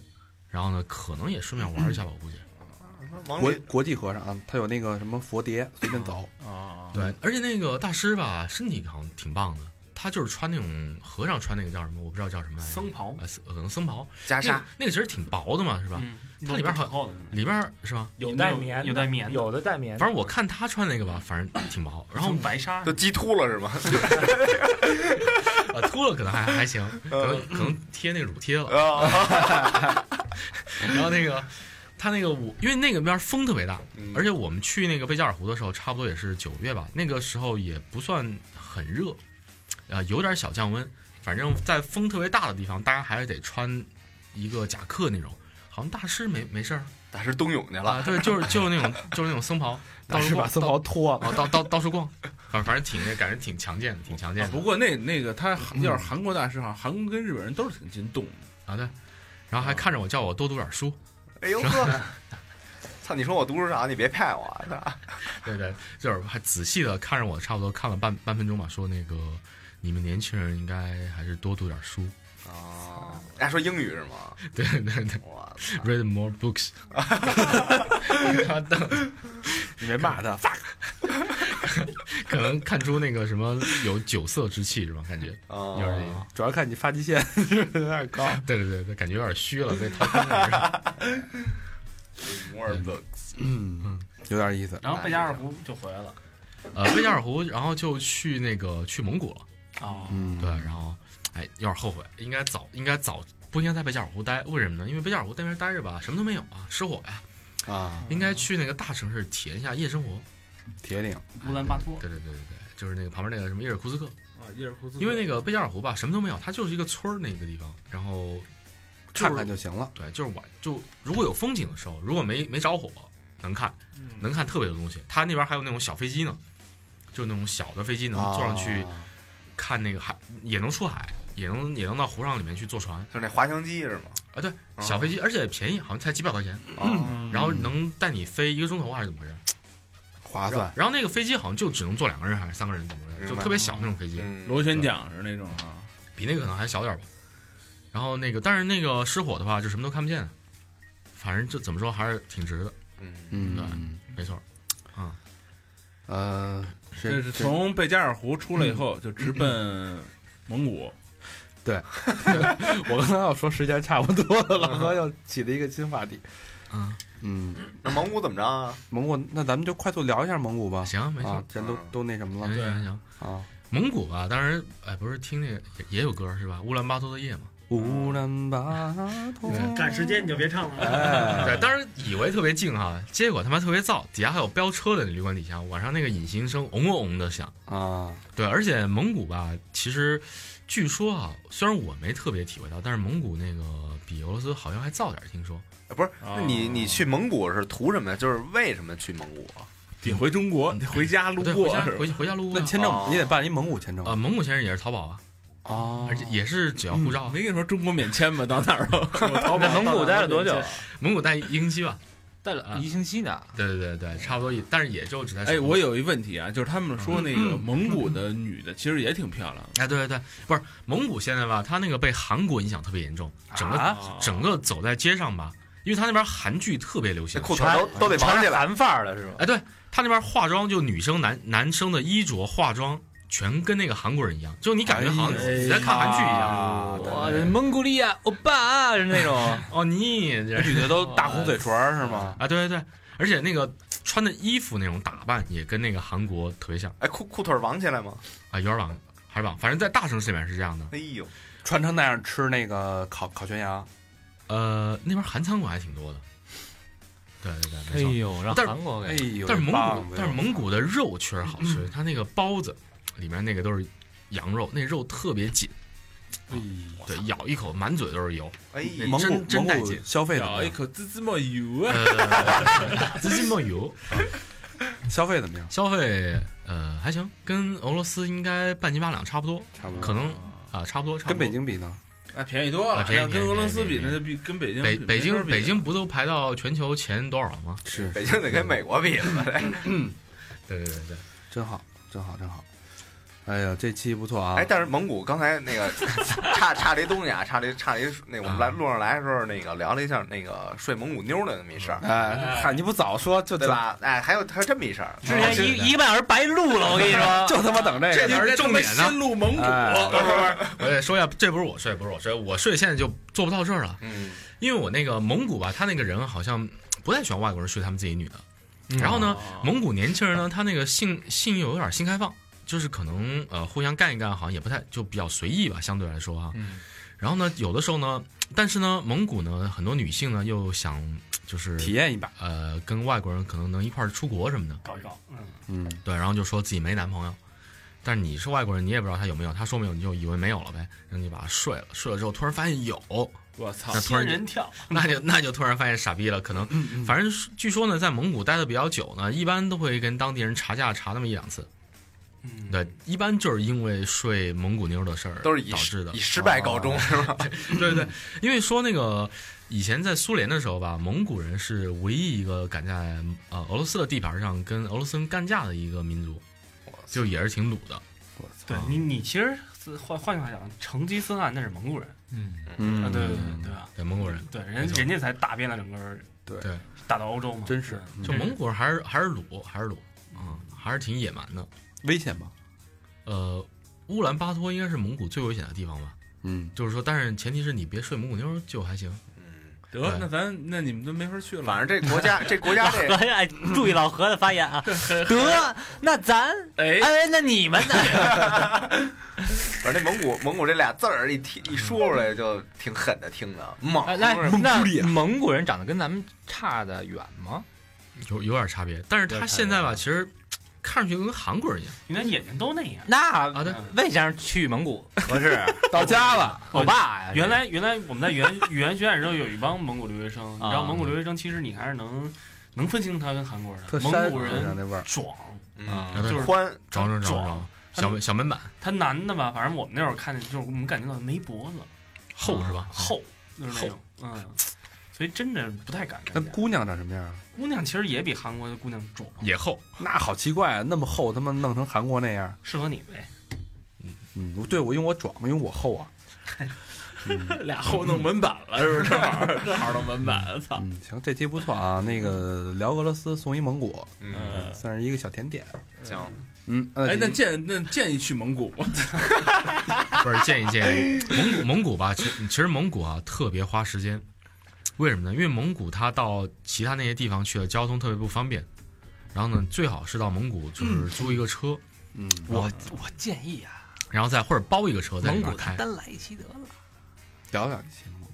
Speaker 6: 然后呢，可能也顺便玩一下吧，我估计。
Speaker 3: 王
Speaker 2: 国
Speaker 3: 林
Speaker 2: 国际和尚啊，他有那个什么佛碟，随便走，
Speaker 6: 嗯
Speaker 5: 啊，
Speaker 6: 对，而且那个大师吧，身体好像挺棒的。他就是穿那种和尚穿那个叫什么，我不知道叫什么来着，
Speaker 4: 僧袍
Speaker 6: 呃，僧可能僧袍，
Speaker 3: 袈
Speaker 6: 那
Speaker 3: 裟
Speaker 6: 个，那个其实挺薄的嘛，是吧？
Speaker 4: 嗯”
Speaker 6: 它里边好
Speaker 4: 挺厚的，嗯
Speaker 6: 里边儿是吧？
Speaker 4: 有
Speaker 7: 带棉的
Speaker 4: 有带棉的，
Speaker 7: 有的带棉的，
Speaker 6: 反正我看他穿那个吧，反正挺薄。然
Speaker 4: 然后
Speaker 6: 后
Speaker 4: 白纱
Speaker 3: 都鸡秃了是吗？ 嗯
Speaker 6: 呃秃了可能还还行，可能可能贴那个乳贴了。
Speaker 3: 啊，
Speaker 6: 然后那个他那个我，因为那个边儿风特别大，
Speaker 3: 嗯
Speaker 6: 而且我们去那个贝加尔湖的时候，差不多也是九月吧，那个时候也不算很热，呃，有点小降温。反正，在风特别大的地方，大家还是得穿一个夹克那种。好像大师没没事儿
Speaker 3: 打是冬泳去
Speaker 6: 啊，
Speaker 3: 了，
Speaker 6: 对，就是就是那种就是那种僧袍，到
Speaker 2: 是
Speaker 6: 处
Speaker 2: 把
Speaker 6: 逛，
Speaker 2: 僧袍脱了，
Speaker 6: 哦，到到到处逛，反反正挺那感觉挺强健的，挺强健
Speaker 5: 啊
Speaker 6: 的。
Speaker 5: 不过那那个他
Speaker 6: 嗯
Speaker 5: 韩要是韩国大师，好像韩国跟日本人都是挺经动的。
Speaker 6: 啊对，然后还看着我叫我多读点书，
Speaker 3: 哎呦呵，操！你说我读书少，你别骗我，操
Speaker 6: 对对，就是还仔细的看着我，差不多看了半半分钟吧，说那个你们年轻人应该还是多读点书，
Speaker 3: 啊！人家说英语是吗？
Speaker 6: 对对对
Speaker 3: 我
Speaker 6: ，read more books， 嗯
Speaker 2: 你别骂他，
Speaker 6: 可能看出那个什么有酒色之气是吧？感觉 有点这
Speaker 3: 啊，
Speaker 6: 个，
Speaker 2: 主要看你发际线 是不是有点高。
Speaker 6: 对对对对，感觉有点虚了，被掏空了。是吧
Speaker 3: 摩尔本
Speaker 2: 嗯，有点意思。
Speaker 4: 然后贝加尔湖就回来了。
Speaker 6: 呃，贝加尔湖，然后就去那个去蒙古了。
Speaker 4: 哦，
Speaker 2: 嗯，
Speaker 6: 对，然后哎，有点后悔，应该早，应该早不应该在贝加尔湖待。为什么呢？因为贝加尔湖在那边待着吧，什么都没有啊，失火呀、
Speaker 2: 啊，
Speaker 6: 应该去那个大城市体验一下夜生活。
Speaker 2: 铁岭
Speaker 4: 乌兰巴托
Speaker 6: 对对对对对，就是那个旁边那个什么伊尔库斯克，
Speaker 5: 啊，伊尔库斯
Speaker 6: 因为那个贝加尔湖吧，什么都没有，它就是一个村儿那个地方，然后就是
Speaker 2: 看看就行了。
Speaker 6: 对，就是晚就如果有风景的时候，如果没没着火，能看能看特别多东西。它那边还有那种小飞机呢，就是那种小的飞机能坐上
Speaker 3: 哦
Speaker 6: 去
Speaker 2: 啊
Speaker 6: 看那个海，也能出海，也能也能到湖上里面去坐船。
Speaker 3: 就是那滑翔机 是吗？
Speaker 6: 啊，对，
Speaker 3: 哦
Speaker 6: 小飞机，而且便宜，好像才几百块钱，
Speaker 3: 啊，
Speaker 6: 然后能带你飞一个钟头还是怎么回事？
Speaker 2: 划算。
Speaker 6: 然后那个飞机好像就只能坐两个人还是三个人，怎么着，就
Speaker 3: 明白
Speaker 6: 特别小那种飞机，
Speaker 3: 嗯
Speaker 5: 螺旋桨是那种啊，
Speaker 6: 比那个可能还小点儿吧。然后那个，但是那个失火的话，就什么都看不见，反正就怎么说还是挺值的，
Speaker 3: 嗯，
Speaker 2: 嗯，
Speaker 6: 没错。嗯
Speaker 2: 呃，
Speaker 5: 这
Speaker 2: 这
Speaker 5: 是
Speaker 2: 这
Speaker 5: 从贝加尔湖出来以后就直
Speaker 6: 嗯
Speaker 5: 奔蒙古，
Speaker 2: 我刚才要说时间差不多了，老何又起了一个新话题。
Speaker 6: 嗯，
Speaker 2: 嗯，
Speaker 3: 那蒙古怎么着啊？
Speaker 2: 蒙古，那咱们就快速聊一下蒙古吧。
Speaker 6: 行，没
Speaker 2: 啊
Speaker 6: 错，，嗯
Speaker 2: 咱都
Speaker 3: 嗯
Speaker 2: 都那什么了
Speaker 6: 行行行。
Speaker 2: 啊。
Speaker 6: 蒙古吧，当然，哎，不是听那个也也有歌是吧？乌兰巴托的夜嘛，
Speaker 2: 乌兰巴托，
Speaker 9: 赶时间你就别唱 了。
Speaker 6: 对，当时以为特别静哈，结果他妈特别燥，底下还有飙车的那旅馆底下，晚上那个隐形声嗡嗡嗡的响。
Speaker 2: 啊，
Speaker 6: 对，而且蒙古吧，其实据说啊，虽然我没特别体会到，但是蒙古那个比俄罗斯好像还燥点儿，听说。
Speaker 3: 不是，
Speaker 5: 哦
Speaker 3: 那你你去蒙古是图什么呀？就是为什么去蒙古啊？
Speaker 5: 得回中国，得回家路
Speaker 6: 哦对，回
Speaker 5: 过
Speaker 6: 家
Speaker 5: 是吧
Speaker 6: 回？回家路过
Speaker 2: 那
Speaker 6: 呀。
Speaker 2: 签证
Speaker 3: 哦
Speaker 2: 你得办一蒙古签证
Speaker 6: 呃，蒙古先生也是淘宝啊，
Speaker 2: 啊
Speaker 6: 而且也是只要护照啊。
Speaker 5: 没跟你说中国免签吗？到哪儿了？我淘宝
Speaker 7: 在蒙古待了多久？
Speaker 6: 蒙古待一个星期吧。呃
Speaker 7: 待了一星期呢。
Speaker 6: 对对对对，差不多一，但是也就只在。
Speaker 5: 哎，我。有一问题啊，就是他们说那
Speaker 3: 嗯
Speaker 5: 个蒙古的女的其实也挺漂亮的，
Speaker 6: 哎，对对对，不是蒙古现在吧，它那个被韩国影响特别严重，整个、
Speaker 5: 啊
Speaker 6: 整个走在街上吧，因为它那边韩剧特别流
Speaker 3: 这
Speaker 6: 行，
Speaker 3: 裤腿都都得绑起来。
Speaker 7: 韩范儿了是吗？
Speaker 6: 哎，对他那边化妆就女生男男生的衣着化妆全跟那个韩国人一样，就你感觉
Speaker 2: 哎
Speaker 6: 好像你在看韩剧一样。
Speaker 7: 哇，蒙古利亚欧巴啊是那 种，
Speaker 6: 哦，你这
Speaker 2: 女的都大红嘴唇儿是吗？
Speaker 6: 啊，对对对，而且那个穿的衣服那种打扮也跟那个韩国特别像
Speaker 3: 哎，裤裤腿绑起来吗？
Speaker 6: 啊，有点网还是网，反正在大城市里面是这样的。
Speaker 3: 哎呦，
Speaker 2: 穿成那样吃那个烤烤全羊，
Speaker 6: 呃，那边韩餐馆还挺多的。对对对，
Speaker 7: 哎
Speaker 6: 没错。
Speaker 7: 呦，让
Speaker 6: 但是
Speaker 7: 韩国
Speaker 2: 哎
Speaker 7: 给
Speaker 2: 呦，
Speaker 6: 但是蒙
Speaker 2: 棒
Speaker 6: 古，
Speaker 2: 子
Speaker 6: 但是蒙古的肉确实好吃，它那个包子里面那个都是羊肉，那肉特别紧，哎对，咬一口满嘴都是油。
Speaker 3: 哎
Speaker 6: 那
Speaker 3: 呦，
Speaker 2: 蒙古
Speaker 6: 真真带
Speaker 2: 蒙古
Speaker 6: 劲
Speaker 2: 消费怎么
Speaker 5: 咬一
Speaker 2: 样？
Speaker 5: 口滋滋冒油啊！
Speaker 6: 呃，资金冒油，
Speaker 2: 消费怎么样？
Speaker 6: 消费呃还行，跟俄罗斯应该半斤八两差不多，
Speaker 2: 差不多，
Speaker 6: 可能啊、差不多，差不多。
Speaker 2: 跟北京比呢？
Speaker 5: 那便宜多
Speaker 6: 啊
Speaker 5: 了，
Speaker 6: 便宜
Speaker 5: 要跟俄罗斯比，
Speaker 6: 便宜
Speaker 5: 那就比跟北京
Speaker 6: 北北
Speaker 5: 没
Speaker 6: 京
Speaker 5: 法比
Speaker 6: 北京不都排到全球前多少了吗？
Speaker 2: 是
Speaker 3: 北京得跟美国比了吧？
Speaker 6: 对对对对，
Speaker 2: 真好，真好，真好。哎呀，这期不错啊！
Speaker 3: 哎，但是蒙古刚才那个差差了一东西啊，差了一差了一那我们来路上来的时候，那个聊了一下那个睡蒙古妞的那么一事儿，
Speaker 2: 哎，嗨，你不早说就
Speaker 3: 对？吧？哎，还有还有这么一事儿，
Speaker 6: 哎
Speaker 7: 之前一一个半小时白录了，我跟你说，
Speaker 2: 就他妈等这个，
Speaker 5: 这
Speaker 6: 哪儿的
Speaker 5: 这他
Speaker 6: 重
Speaker 5: 妈
Speaker 6: 点呢
Speaker 5: 新入蒙古，
Speaker 2: 哎
Speaker 6: 我得呃说一下，这不是我睡，不是我睡，我睡现在就做不到这儿了，
Speaker 3: 嗯，
Speaker 6: 因为我那个蒙古吧，他那个人好像不太喜欢外国人睡他们自己女的。
Speaker 4: 嗯
Speaker 6: 然后呢，
Speaker 4: 哦
Speaker 6: 蒙古年轻人呢，他那个性性又有点性开放，就是可能呃互相干一干，好像也不太就比较随意吧，相对来说啊。
Speaker 7: 嗯
Speaker 6: 然后呢，有的时候呢，但是呢，蒙古呢，很多女性呢又想就是
Speaker 2: 体验一把，
Speaker 6: 呃跟外国人可能能一块儿出国什么的，
Speaker 9: 搞一搞，嗯，
Speaker 2: 嗯，
Speaker 6: 对，然后就说自己没男朋友，但是你是外国人，你也不知道他有没有，他说没有你就以为没有了呗，然后你把他睡了，睡了之后突然发现有，
Speaker 5: 我操
Speaker 6: 那！突
Speaker 9: 仙
Speaker 6: 然就
Speaker 9: 人跳，
Speaker 6: 那就那就突然发现傻逼了，可能反正是据说呢，在蒙古待的比较久呢，一般都会跟当地人查价查那么一两次。
Speaker 4: 嗯
Speaker 6: 对，一般就是因为睡蒙古妞的事儿
Speaker 3: 都是以
Speaker 6: 导致的
Speaker 3: 以。失败告
Speaker 5: 哦
Speaker 3: 终是吧？
Speaker 6: 对对，因为说那个以前在苏联的时候吧，蒙古人是唯一一个敢在呃俄罗斯的地盘上跟俄罗斯人干架的一个民族，就也是挺鲁的。
Speaker 4: 对你你其实是换换句话讲，成吉思汗那是蒙古人，
Speaker 6: 嗯，
Speaker 4: 啊，
Speaker 2: 嗯
Speaker 4: 对对对对吧？
Speaker 6: 对蒙古人，
Speaker 4: 对，
Speaker 6: 没
Speaker 4: 人
Speaker 6: 错
Speaker 4: 人家才大遍了整个，
Speaker 2: 对
Speaker 6: 对，
Speaker 4: 打到欧洲嘛，
Speaker 2: 真是
Speaker 6: 就蒙古人还是还是鲁，还是鲁，嗯，还是挺野蛮的。
Speaker 2: 危险吧？
Speaker 6: 呃，乌兰巴托应该是蒙古最危险的地方吧？
Speaker 2: 嗯，
Speaker 6: 就是说，但是前提是你别睡蒙古妞就还行。
Speaker 3: 嗯，
Speaker 2: 哎
Speaker 5: 得，那咱那你们都没法去了。
Speaker 3: 反正这国家这国家 这
Speaker 7: 老何哎，注意老何的发 言啊。得，那咱
Speaker 5: 哎，
Speaker 7: 哎，那你们呢？
Speaker 3: 反正这蒙古蒙古这俩字儿一听一说出来就挺狠的听着，猛
Speaker 7: 哎那那蒙古人长得跟咱们差得远吗？
Speaker 6: 有有点差别，但是他现在吧，其实看上去跟韩国人一样
Speaker 4: 应该眼睛都那样。
Speaker 7: 那
Speaker 6: 啊。对，
Speaker 7: 魏先生去蒙古合 适，到家了，
Speaker 4: 我
Speaker 7: 我爸呀，
Speaker 4: 原来原来我们在语言语言学院的时候有一帮蒙古留学生，
Speaker 7: 啊
Speaker 4: 然后蒙古留学生其实你还是能能分清他跟韩国人
Speaker 2: 特啊
Speaker 4: 的，蒙古人
Speaker 2: 那味儿，
Speaker 4: 壮，
Speaker 3: 嗯
Speaker 6: 啊对
Speaker 4: 就是
Speaker 3: 宽，
Speaker 6: 找找找找
Speaker 4: 壮，
Speaker 6: 小门小门板
Speaker 4: 他男的吧，反正我
Speaker 6: 啊
Speaker 4: 们那会儿看见就是我们感觉到没脖子
Speaker 6: 厚是吧？
Speaker 4: 厚，就是那种，嗯，所以真的不太敢
Speaker 2: 那
Speaker 4: 看见。
Speaker 2: 姑娘长什么样啊？
Speaker 4: 姑娘其实也比韩国的姑娘壮，
Speaker 6: 也厚，
Speaker 2: 那好奇怪啊，那么厚，他妈弄成韩国那样。
Speaker 4: 适合你呗。
Speaker 2: 嗯，对我因为我壮，因为我厚啊。
Speaker 5: 俩后弄门板了，是不是？正好正好弄门板，
Speaker 4: 啊
Speaker 5: 操！
Speaker 2: 嗯，行，这期不错啊。那个聊俄罗斯送一蒙古，
Speaker 3: 嗯，
Speaker 2: 算是一个小甜点。
Speaker 3: 行，
Speaker 2: 嗯，
Speaker 5: 哎，那
Speaker 2: 那
Speaker 5: 建那建议去蒙古，
Speaker 6: 不是建议建议蒙古蒙古吧，其实其实蒙古啊特别花时间，为什么呢？因为蒙古它到其他那些地方去了，交通特别不方便。然后呢，最好是到蒙古就是租一个车，
Speaker 2: 嗯，
Speaker 6: 我
Speaker 7: 我建议啊，
Speaker 6: 然后再或者包一个车在里边
Speaker 7: 他
Speaker 6: 开。
Speaker 7: 单来一期得了。
Speaker 2: 聊聊一期蒙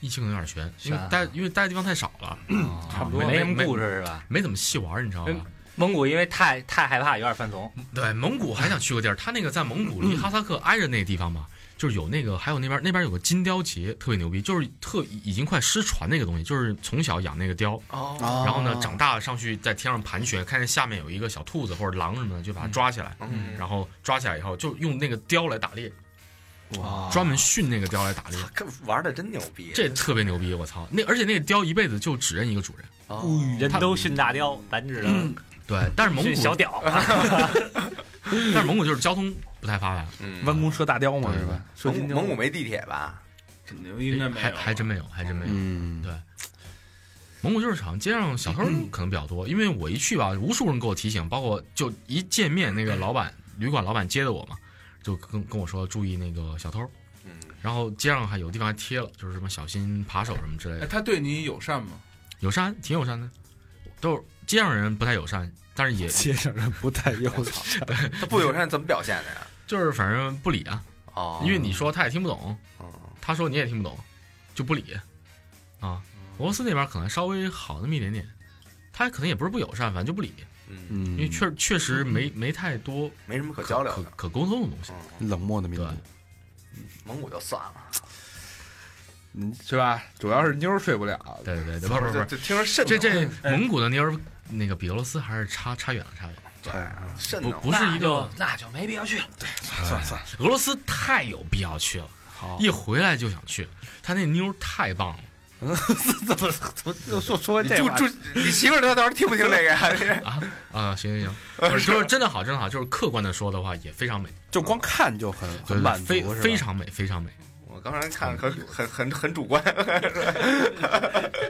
Speaker 6: 疫情有点悬，因
Speaker 7: 悬
Speaker 6: 为
Speaker 7: 啊
Speaker 6: 待因为待的地方太少了，
Speaker 2: 古，差不多。
Speaker 7: 没
Speaker 6: 没
Speaker 7: 什么
Speaker 6: 没
Speaker 7: 故事是吧？
Speaker 6: 没怎么细玩，你知道吧？
Speaker 7: 蒙古因为太太害怕，有点犯怂。
Speaker 6: 对，蒙古还想去个地儿，他那个在蒙古离哈萨克挨着那个地方嘛，就是有那个，还有那边那边有个金雕节，特别牛逼，就是特已经快失传那个东西，就是从小养那个雕，
Speaker 2: 啊
Speaker 3: 哦，
Speaker 6: 然后呢长大了上去在天上盘旋，看见下面有一个小兔子或者狼什么的，就把它抓起来，
Speaker 3: 嗯，
Speaker 6: 然后抓起来以后就用那个雕来打猎，
Speaker 3: 哇
Speaker 6: 专门训那个雕来打猎，
Speaker 3: 这玩的真牛逼，
Speaker 6: 嗯这特别牛逼，我操！那而且那个雕一辈子就只认一个主人，
Speaker 3: 哦
Speaker 7: 人
Speaker 6: 他
Speaker 7: 都训大雕，咱只能
Speaker 6: 对，但是蒙
Speaker 7: 训
Speaker 6: 古
Speaker 7: 小屌。
Speaker 6: 但是蒙古就是交通不太发达，
Speaker 3: 嗯
Speaker 2: 弯弓射大雕嘛，
Speaker 6: 对
Speaker 2: 是吧？
Speaker 3: 蒙古蒙古没地铁吧？
Speaker 5: 肯定应
Speaker 3: 嗯
Speaker 5: 该没
Speaker 6: 还
Speaker 5: 有，
Speaker 6: 还真没有，还真没有。
Speaker 2: 嗯，
Speaker 6: 对，蒙古就是场街上小偷
Speaker 3: 嗯
Speaker 6: 可能比较多，因为我一去吧，无数人给我提醒，包括就一见面那
Speaker 3: 嗯
Speaker 6: 个老板旅馆老板接的我嘛，就跟跟我说注意那个小偷，
Speaker 3: 嗯，
Speaker 6: 然后街上还有地方还贴了，就是什么小心扒手什么之类
Speaker 5: 哎，
Speaker 6: 的，
Speaker 5: 他对你友善吗？
Speaker 6: 友善挺友善的，都是街上人不太友善，但是也
Speaker 5: 哦
Speaker 2: 街上人不太友好。
Speaker 3: 他不友善怎么表现的呀？
Speaker 6: 就是反正不理啊，
Speaker 3: 哦，
Speaker 6: 嗯因为你说他也听不懂，
Speaker 3: 哦
Speaker 6: 他说你也听不懂，就不理
Speaker 5: 哦
Speaker 6: 啊。俄罗斯那边可能稍微好那么一
Speaker 5: 嗯
Speaker 6: 点点，他可能也不是不友善，反正就不理。
Speaker 3: 嗯，
Speaker 2: 嗯，
Speaker 6: 因为确确实
Speaker 5: 嗯
Speaker 6: 没没太多
Speaker 3: 没什么可交流
Speaker 6: 可
Speaker 3: 的，
Speaker 6: 可沟通的东西。
Speaker 3: 嗯，
Speaker 2: 冷漠的民族
Speaker 6: 对，
Speaker 3: 蒙古就算了，
Speaker 2: 嗯是吧？主要是妞儿睡不了。
Speaker 6: 对 对对，不是不是
Speaker 3: 这
Speaker 5: 哎
Speaker 6: 不
Speaker 3: 这听着瘆
Speaker 6: 是，这
Speaker 3: 得
Speaker 6: 这蒙古的妞儿，那个比俄罗斯还是差差远了，差远了。
Speaker 3: 慌瘆
Speaker 6: 不
Speaker 3: 得慌
Speaker 6: 不是一个
Speaker 7: 那就没必要去了。
Speaker 2: 算算，
Speaker 6: 哎俄罗斯太有必要去了，
Speaker 2: 好，
Speaker 6: 一回来就想去，他那妞儿太棒了
Speaker 2: 怎么怎么又说说这
Speaker 3: 就
Speaker 2: 话
Speaker 3: 就你媳妇儿她到时候听不听这个呀？
Speaker 6: 啊啊！行行 行，不是就是真的好，真的好，就是客观的说的话也非常美，
Speaker 2: 就光看就很
Speaker 6: 对
Speaker 2: 很
Speaker 6: 对
Speaker 2: 满足，
Speaker 6: 非
Speaker 2: 是吧
Speaker 6: 非常美，非常美。
Speaker 3: 我刚才看可很很很主观，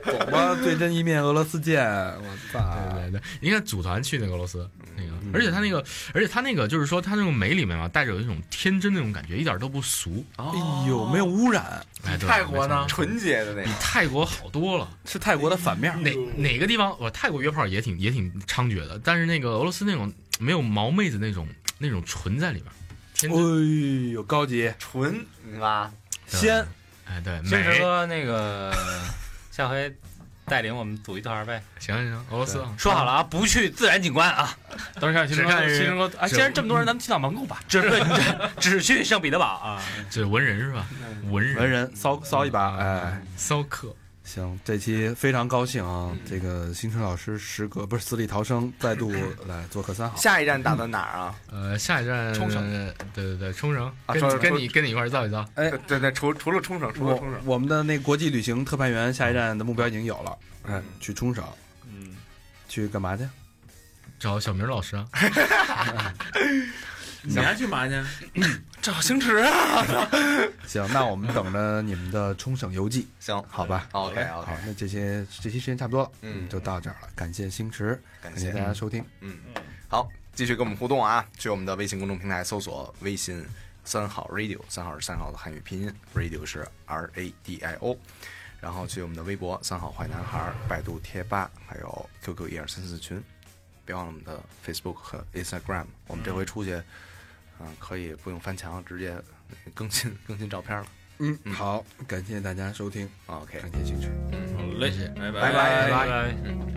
Speaker 2: 懂吗？对真一面俄罗斯见，我操！
Speaker 6: 对对对，应该组团去那个俄罗斯那个
Speaker 2: 嗯，
Speaker 6: 而且他那个，而且他那个就是说他那种美里面嘛，带着有一种天真那种感觉，一点都不俗。
Speaker 2: 哎呦，没有污染，
Speaker 6: 哎，对
Speaker 5: 泰国呢
Speaker 6: 没错
Speaker 3: 纯洁的那
Speaker 6: 比
Speaker 3: 种。
Speaker 6: 泰国好多了。
Speaker 2: 是泰国的反面。
Speaker 6: 哪哪个地方？我泰国约炮也挺也挺猖獗的，但是那个俄罗斯那种没有毛妹子那种那种纯在里边儿，天真
Speaker 2: 哎呦，高级
Speaker 3: 纯，
Speaker 7: 对吧？
Speaker 2: 鲜，
Speaker 6: 哎对
Speaker 7: 甚至
Speaker 6: 美，
Speaker 7: 说那个下回带领我们组一团呗。
Speaker 6: 行行行，俄罗斯啊，
Speaker 7: 说好了啊，不去自然景观啊，
Speaker 4: 当时看新
Speaker 6: 只看
Speaker 4: 哥，
Speaker 6: 是
Speaker 4: 新哥，啊，既然这么多人，咱们去趟蒙古吧。
Speaker 7: 只只去圣彼得堡啊。
Speaker 6: 这文人是吧？文人
Speaker 2: 文人骚骚一把，
Speaker 6: 嗯
Speaker 2: 哎，
Speaker 6: 骚客，
Speaker 2: 行，这期非常高兴啊！这个星辰老师时隔不是死里逃生，再度来做客三
Speaker 6: 哦
Speaker 2: 好。
Speaker 3: 下一站打算哪儿啊？
Speaker 6: 呃，下一站
Speaker 4: 冲绳，
Speaker 6: 对对对，冲绳，
Speaker 2: 啊
Speaker 6: 跟
Speaker 2: 冲
Speaker 6: 你
Speaker 2: 绳
Speaker 6: 跟你跟你一块儿造一造，
Speaker 2: 哎
Speaker 3: 对对对，除除了冲绳，除了
Speaker 2: 我
Speaker 3: 冲绳，
Speaker 2: 我们的那国际旅行特派员下一站的目标已经有了，哎，去冲绳，
Speaker 5: 嗯，
Speaker 2: 去干嘛去？
Speaker 6: 找小明老师啊，
Speaker 5: 你还去嘛去？
Speaker 3: 找星驰啊。
Speaker 2: 行，那我们等着你们的冲绳游记，
Speaker 3: 行
Speaker 2: 好吧
Speaker 3: ，OK
Speaker 2: 哎好
Speaker 3: OK，，
Speaker 2: 那这些这期时间差不多了，
Speaker 3: 嗯
Speaker 2: 就到这儿了，感谢星驰，
Speaker 3: 感
Speaker 2: 感谢
Speaker 3: 谢
Speaker 2: 大家收听。
Speaker 3: 嗯，好，继续跟我们互动啊！去我们的微信公众平台搜索微信三好 radio，三好是三好的汉语拼音，radio 是 R A D I O。然后去我们的微博“三好坏男孩”、百度贴吧，还有 QQ 一二三四群，别忘了我们的 Facebook 和 Instagram。我们这回出去，嗯、可以不用翻墙，直接更新更新照片了。
Speaker 2: 嗯，好，感谢大家收听，
Speaker 3: OK，
Speaker 2: 感谢星驰。
Speaker 5: 好嘞，拜
Speaker 3: 拜
Speaker 5: 拜
Speaker 3: 拜
Speaker 7: 嗯拜拜。
Speaker 3: 嗯。